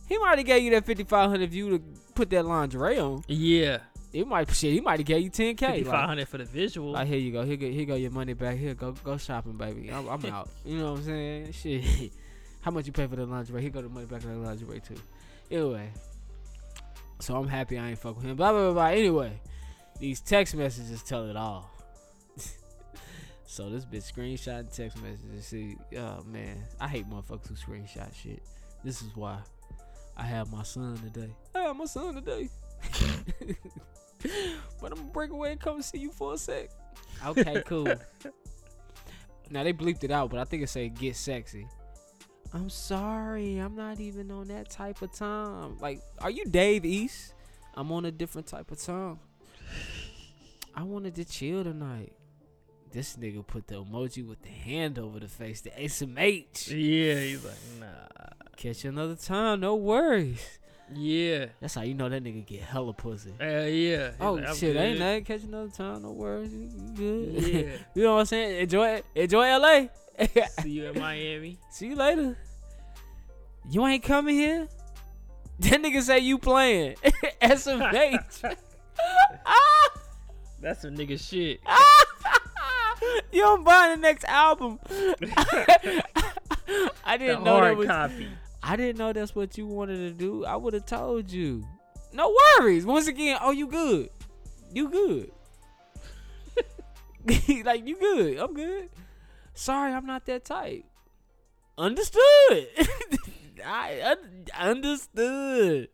Speaker 1: He might have gave you that fifty five hundred if you to put that lingerie on.
Speaker 2: Yeah.
Speaker 1: It might shit. He might have gave you ten k.
Speaker 2: 5500 for the visual.
Speaker 1: Like here you go, here go, here go your money back. Here go, go shopping, baby. I'm, I'm out. You know what I'm saying? Shit. <laughs> How much you pay for the lingerie? Here go the money back in the lingerie too. Anyway, so I'm happy I ain't fuck with him. Blah blah blah. blah. Anyway, these text messages tell it all. <laughs> so this bitch screenshot and text messages. See, oh man, I hate motherfuckers who screenshot shit. This is why I have my son today. I have my son today. <laughs> but I'm gonna break away and come see you for a sec. <laughs> Okay, cool. now they bleeped it out, but I think it said get sexy. I'm sorry, I'm not even on that type of time. Like, are you Dave East? I'm on a different type of time. I wanted to chill tonight. This nigga put the emoji with the hand over the face, the SMH.
Speaker 2: Yeah, he's like, nah.
Speaker 1: Catch you another time, no worries.
Speaker 2: Yeah.
Speaker 1: That's how you know that nigga get hella pussy.
Speaker 2: Hell yeah. He's
Speaker 1: Oh
Speaker 2: like, I'm
Speaker 1: shit, ain't
Speaker 2: good.
Speaker 1: nothing catch another time, no worries. You you good. <laughs>
Speaker 2: Yeah.
Speaker 1: you know what I'm saying? Enjoy it. Enjoy LA.
Speaker 2: <laughs> See you in
Speaker 1: <laughs>
Speaker 2: Miami.
Speaker 1: See you later. You ain't coming here? That nigga say you playing. <laughs> SMH.
Speaker 2: <laughs> That's some nigga shit.
Speaker 1: <laughs> you don't buy the
Speaker 2: <laughs>
Speaker 1: next album. <laughs> I
Speaker 2: The
Speaker 1: didn't know that
Speaker 2: hard
Speaker 1: was <laughs>
Speaker 2: copy.
Speaker 1: I didn't know that's what you wanted to do. I would have told you. No worries. Once again, oh, you good. You good. <laughs> like, you good. I'm good. Sorry, I'm not that type. Understood. <laughs> I un- understood.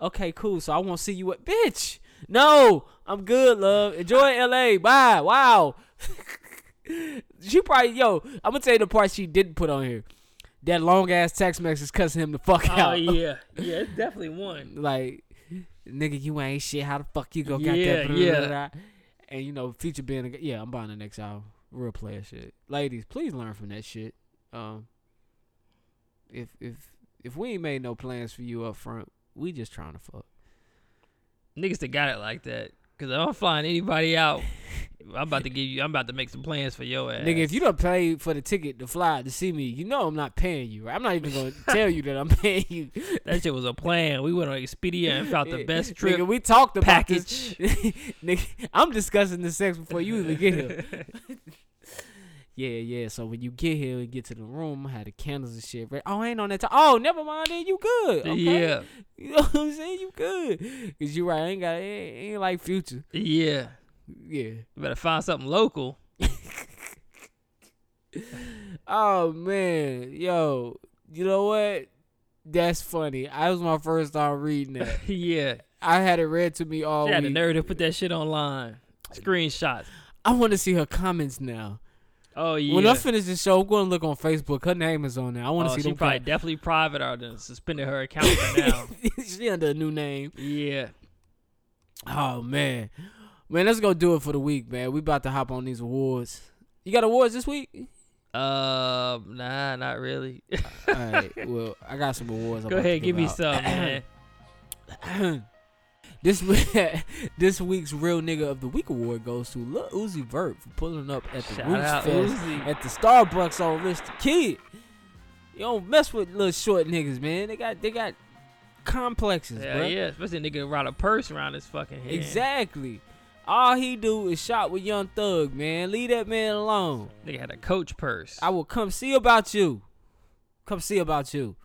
Speaker 1: Okay, cool. So I won't see you at. Bitch. No, I'm good, love. Enjoy LA. Bye. Wow. <laughs> she probably, yo, I'm going to tell you the part she didn't put on here that long ass text message cussing him the fuck
Speaker 2: Oh
Speaker 1: out.
Speaker 2: yeah, yeah, it's definitely one.
Speaker 1: Like, nigga, you ain't shit. How the fuck you go got
Speaker 2: Yeah,
Speaker 1: that? Blah,
Speaker 2: yeah.
Speaker 1: blah, blah. And you know, future being, a, yeah, I'm buying the next album. Real player shit. Ladies, please learn from that shit. Um, if if if we ain't made no plans for you up front, we just trying to fuck.
Speaker 2: Niggas that got it like that. Cause if I'm flying anybody out, I'm about to give you. I'm about to make some plans for your ass.
Speaker 1: Nigga, if you don't pay for the ticket to fly to see me, you know I'm not paying you. Right? I'm not
Speaker 2: <laughs>
Speaker 1: even gonna tell you that I'm paying you.
Speaker 2: that shit was a plan. We went on Expedia and found
Speaker 1: <laughs>
Speaker 2: the best trip
Speaker 1: Nigga, we talked about this
Speaker 2: package.
Speaker 1: <laughs> Nigga, I'm discussing the sex before you even get here. yeah, yeah. So when you get here and get to the room, I had the candles and shit. Right? Oh, I ain't on that time. Oh, never mind. Then you good. Okay?
Speaker 2: <laughs> Yeah,
Speaker 1: <laughs> You know what I'm saying? You good. Cause you right. I ain't got. Ain't, ain't like future.
Speaker 2: yeah.
Speaker 1: Yeah. <laughs>
Speaker 2: You better find something local. <laughs>
Speaker 1: Oh man, yo. You know what? That's funny. I was my first time
Speaker 2: <laughs>
Speaker 1: reading that.
Speaker 2: yeah,
Speaker 1: I had it read to me all
Speaker 2: she had the
Speaker 1: week.
Speaker 2: nerve to put that shit online. Screenshots.
Speaker 1: I want to see her comments now.
Speaker 2: Oh yeah.
Speaker 1: When I finish the show, I'm going to look on Facebook. Her name is on there. I want to
Speaker 2: oh,
Speaker 1: see
Speaker 2: she
Speaker 1: them.
Speaker 2: probably
Speaker 1: com-
Speaker 2: definitely private or done suspended her account for
Speaker 1: <laughs>
Speaker 2: now.
Speaker 1: she under a new name.
Speaker 2: yeah.
Speaker 1: Oh man, man, let's go do it for the week, man. We about to hop on these awards. You got awards
Speaker 2: <laughs>
Speaker 1: this week?
Speaker 2: Um. Nah, not really. <laughs>
Speaker 1: All right. Well, I got some awards. I'm
Speaker 2: Go
Speaker 1: about to
Speaker 2: ahead, give me
Speaker 1: out. <clears throat>
Speaker 2: some, man.
Speaker 1: This <laughs> this week's real nigga of the week award goes to Lil Uzi Vert for pulling up at the
Speaker 2: Shout
Speaker 1: Roots
Speaker 2: out
Speaker 1: Fest
Speaker 2: Uzi.
Speaker 1: at the Starbucks on Rich the Kid. You don't mess with little short niggas, man. They got they got complexes,
Speaker 2: Yeah,
Speaker 1: bro.
Speaker 2: yeah. Especially a nigga around a purse around his fucking head.
Speaker 1: Exactly. All he do is shop with Young Thug, man. Leave that man alone.
Speaker 2: Nigga had a coach purse.
Speaker 1: I will come see about you. Come see about you.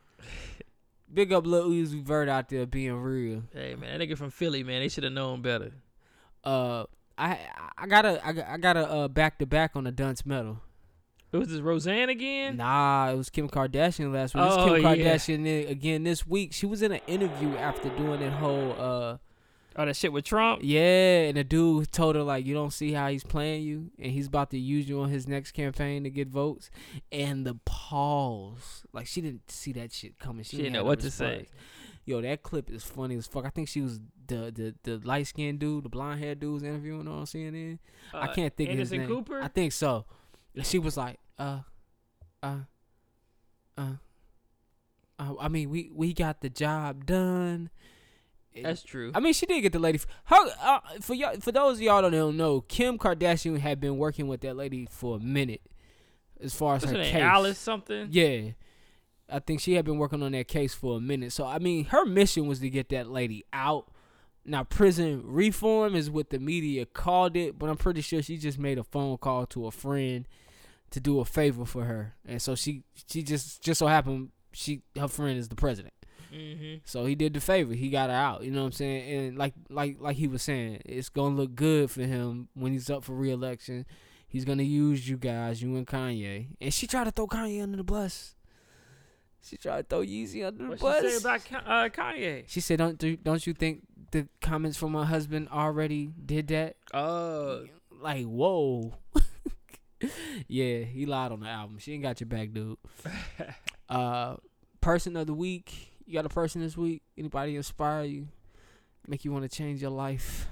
Speaker 1: <laughs> Big up Lil Uzi Vert out there being real.
Speaker 2: Hey man, that nigga from Philly, man, they should have known better.
Speaker 1: Uh, I I gotta I, got- I gotta uh back to back on the Dunce medal.
Speaker 2: It was this Roseanne again.
Speaker 1: Nah, it was Kim Kardashian last week. It's
Speaker 2: Oh, yeah.
Speaker 1: Kim Kardashian i- again this week. She was in an interview after doing that whole uh
Speaker 2: Oh, that shit with Trump.
Speaker 1: yeah, and the dude told her like you don't see how he's playing you, and he's about to use you on his next campaign to get votes. And the pause, like she didn't see that shit coming. She,
Speaker 2: She didn't
Speaker 1: had
Speaker 2: know
Speaker 1: a
Speaker 2: what to say.
Speaker 1: response. Yo, that clip is funny as fuck. I think she was the the, the light skinned dude, the blonde haired dude was interviewing her on CNN. I
Speaker 2: Uh,
Speaker 1: can't
Speaker 2: Anderson
Speaker 1: think of his name.
Speaker 2: Cooper?
Speaker 1: I think so. And she was like, uh, uh, uh, uh, I mean, we we got the job done. And-
Speaker 2: That's true.
Speaker 1: I mean, she did get the lady. Her, uh, for y'all, for those of y'all that don't know, Kim Kardashian had been working with that lady for a minute, as far as
Speaker 2: What's her
Speaker 1: her
Speaker 2: name?
Speaker 1: case.
Speaker 2: Alice something.
Speaker 1: Yeah. I think she had been working on that case for a minute. So I mean, her mission was to get that lady out. Now prison reform is what the media called it, but I'm pretty sure she just made a phone call to a friend to do a favor for her. And so she she just just so happened she her friend is the president.
Speaker 2: Mm-hmm.
Speaker 1: So he did the favor. He got her out. You know what I'm saying? And like like like he was saying, it's gonna look good for him when he's up for reelection. He's gonna use you guys, you and Kanye. And she tried to throw Kanye under the bus. She tried to throw Yeezy under the
Speaker 2: What
Speaker 1: bus.
Speaker 2: she say about Ka- uh, Kanye?
Speaker 1: She said, "Don't do, don't you think the comments from my husband already did that?"
Speaker 2: <laughs> Oh,
Speaker 1: Like, whoa. <laughs> yeah, he lied on the album. She ain't got your back, dude. uh, person of the week. You got a person this week? Anybody inspire you? Make you want to change your life?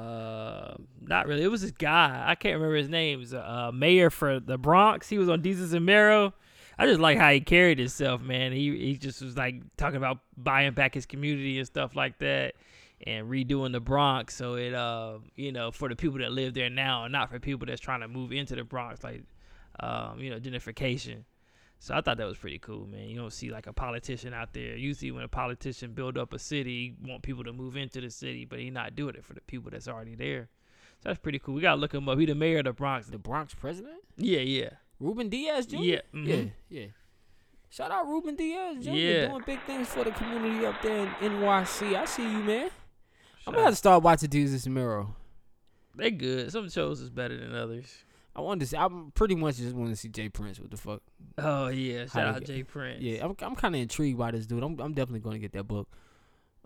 Speaker 2: Uh, not really. It was this guy. I can't remember his name. He was a uh, mayor for the Bronx. He was on Jesus and Mero. I just like how he carried himself, man. He he just was like talking about buying back his community and stuff like that, and redoing the Bronx so it uh you know for the people that live there now and not for people that's trying to move into the Bronx like um you know gentrification. So I thought that was pretty cool, man. You don't see like a politician out there. Usually, when a politician build up a city, he want people to move into the city, but he not doing it for the people that's already there. So that's pretty cool. We gotta look him up. He the mayor of the Bronx.
Speaker 1: The Bronx president,
Speaker 2: Yeah, yeah,
Speaker 1: Ruben Diaz Jr.
Speaker 2: yeah,
Speaker 1: yeah, Mm-hmm.
Speaker 2: mhm.
Speaker 1: yeah. Shout out Ruben Diaz Jr.
Speaker 2: Yeah.
Speaker 1: doing big things for the community up there in NYC. I see you, man. I'm gonna have to start watching Jesus and Mero.
Speaker 2: They good. Some shows is better than others.
Speaker 1: I want to. See, I'm pretty much just want to see Jay Prince. What the fuck?
Speaker 2: Oh yeah, shout
Speaker 1: they
Speaker 2: out
Speaker 1: get-
Speaker 2: Jay Prince.
Speaker 1: Yeah, I'm I'm kind of intrigued by this dude. I'm I'm definitely going to get that book.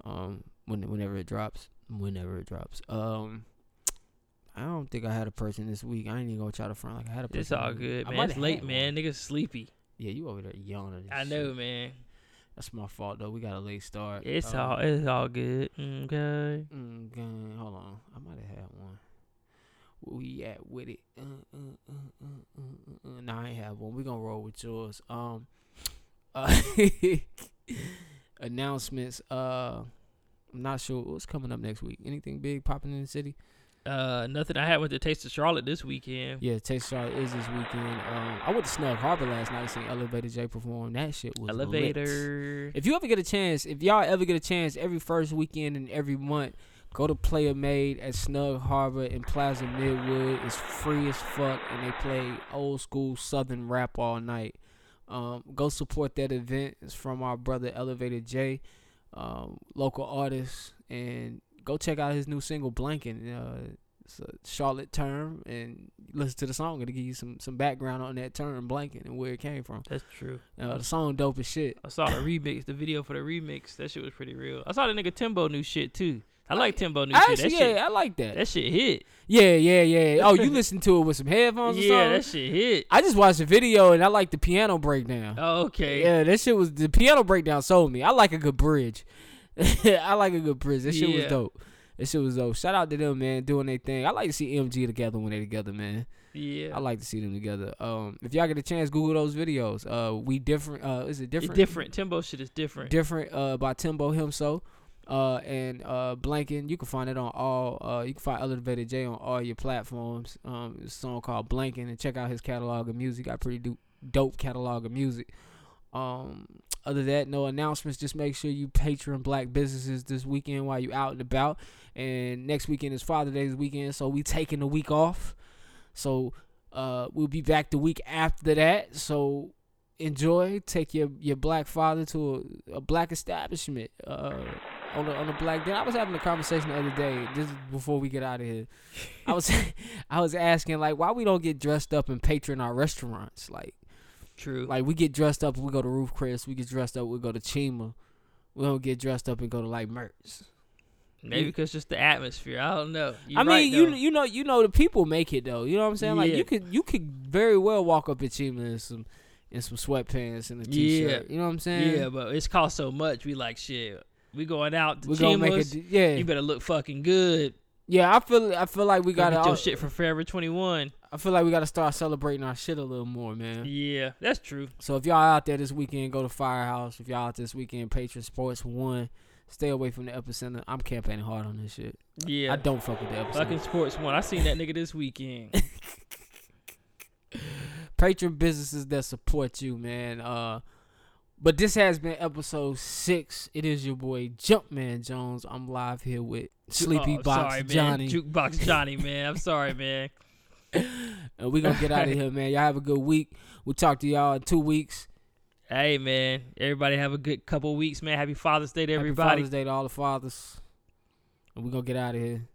Speaker 1: Um, when whenever it drops, whenever it drops. Um, I don't think I had a person this week. I ain't even gonna try to front like I had a person.
Speaker 2: it's all
Speaker 1: this week.
Speaker 2: good,
Speaker 1: I
Speaker 2: man.
Speaker 1: might
Speaker 2: It's
Speaker 1: have
Speaker 2: late,
Speaker 1: had
Speaker 2: man.
Speaker 1: one.
Speaker 2: Niggas sleepy.
Speaker 1: Yeah, you over there yawning. and
Speaker 2: I
Speaker 1: shit.
Speaker 2: know, man.
Speaker 1: That's my fault though. We got a late start.
Speaker 2: It's
Speaker 1: Um,
Speaker 2: all it's all good. Okay.
Speaker 1: Mm, gang, hold on. I might have had one. Where we at with it? Uh, uh, uh, uh, uh, uh, uh. Nah, I ain't have one. we going to roll with yours. Um, <laughs> uh, announcements. Uh, I'm not sure what's coming up next week. Anything big popping in the city?
Speaker 2: Uh, nothing. I had went to Taste of Charlotte this weekend.
Speaker 1: Yeah, Taste Charlotte is this weekend. Um, I went to Snug Harbor last night and seen Elevator J perform. That shit was lit.
Speaker 2: Elevator.
Speaker 1: If you ever get a chance, if y'all ever get a chance, every first weekend and every month, go to Player Made at Snug Harbor in Plaza Midwood. It's free as fuck, and they play old school Southern rap all night. Um, go support that event. It's from our brother Elevator J, um, local artist, and go check out his new single Blanking. Uh, it's a Charlotte term, and listen to the song. It'll give you some some background on that term, blanking, and where it came from.
Speaker 2: That's true.
Speaker 1: Uh, the song dope as shit.
Speaker 2: I saw the remix, the video for the remix. That shit was pretty real. I saw the nigga Timbo new shit too. I like Timbo new shit. That
Speaker 1: Actually, yeah,
Speaker 2: shit,
Speaker 1: I like that.
Speaker 2: that shit hit.
Speaker 1: yeah, yeah, yeah. Oh, you listen to it with some headphones or
Speaker 2: Yeah,
Speaker 1: something?
Speaker 2: that shit hit.
Speaker 1: I just watched the video and I like the piano breakdown.
Speaker 2: Oh, okay.
Speaker 1: Yeah, that shit was the piano breakdown sold me. I like a good bridge. <laughs> I like a good bridge. That shit was
Speaker 2: Yeah.
Speaker 1: dope. That shit was dope. Shout out to them, man, doing their thing. I like to see MG together when they together, man.
Speaker 2: yeah.
Speaker 1: I like to see them together. Um, if y'all get a chance, Google those videos. Uh, we different. Uh, is it
Speaker 2: It's
Speaker 1: different?
Speaker 2: different. Timbo shit is different.
Speaker 1: different uh by Timbo himself. Uh and uh Blankin, you can find it on all uh you can find Elevated J on all your platforms. Um it's a song called Blankin and check out his catalog of music. Got pretty do- dope catalog of music. Um other than that, no announcements. Just make sure you patron black businesses this weekend while you out and about. And next weekend is Father Day's weekend, so we taking the week off. So uh we'll be back the week after that. So enjoy. Take your, your black father to a, a black establishment uh, on a, on a black dinner. I was having a conversation the other day, just before we get out of here. I was <laughs> I was asking like why we don't get dressed up and patron our restaurants. Like
Speaker 2: True.
Speaker 1: like we get dressed up, we go to Roof Chris. We get dressed up, we go to Chima. We don't get dressed up and go to like Mertz.
Speaker 2: Maybe because just the atmosphere. I don't know. You're
Speaker 1: I
Speaker 2: right,
Speaker 1: mean, you
Speaker 2: though.
Speaker 1: you know you know the people make it though. You know what I'm saying? Like
Speaker 2: Yeah.
Speaker 1: you could you could very well walk up at Chima in some in some sweatpants and a t-shirt. You know what I'm saying?
Speaker 2: yeah, but it's cost so much. We like shit. We going out to
Speaker 1: we gonna make it.
Speaker 2: Chima's.
Speaker 1: d- Yeah,
Speaker 2: You better look fucking good.
Speaker 1: yeah. I feel I feel like we
Speaker 2: You gotta
Speaker 1: gotta.
Speaker 2: get your
Speaker 1: all-
Speaker 2: shit from Forever 21.
Speaker 1: I feel like we gotta start celebrating our shit a little more, man.
Speaker 2: Yeah, that's true.
Speaker 1: So if y'all out there this weekend, go to Firehouse. If y'all out this weekend, Patron Sports One. Stay away from the epicenter. I'm campaigning hard on this shit.
Speaker 2: Yeah.
Speaker 1: I don't fuck with the epicenter.
Speaker 2: Fucking sports one. I seen that nigga this weekend.
Speaker 1: patron businesses that support you, man. Uh, but this has been episode six. It is your boy Jumpman Jones. I'm live here with <laughs> Sleepy
Speaker 2: Oh,
Speaker 1: Box
Speaker 2: sorry, man.
Speaker 1: Johnny,
Speaker 2: Jukebox Johnny, man. I'm sorry, man.
Speaker 1: <laughs> and we gonna
Speaker 2: <laughs>
Speaker 1: get out of here, man. Y'all have a good week. We'll talk to y'all in two weeks.
Speaker 2: Hey, man. Everybody have a good couple weeks, man. Happy Father's Day to
Speaker 1: Happy
Speaker 2: everybody.
Speaker 1: Father's Day to all the fathers, and we gonna get out of here.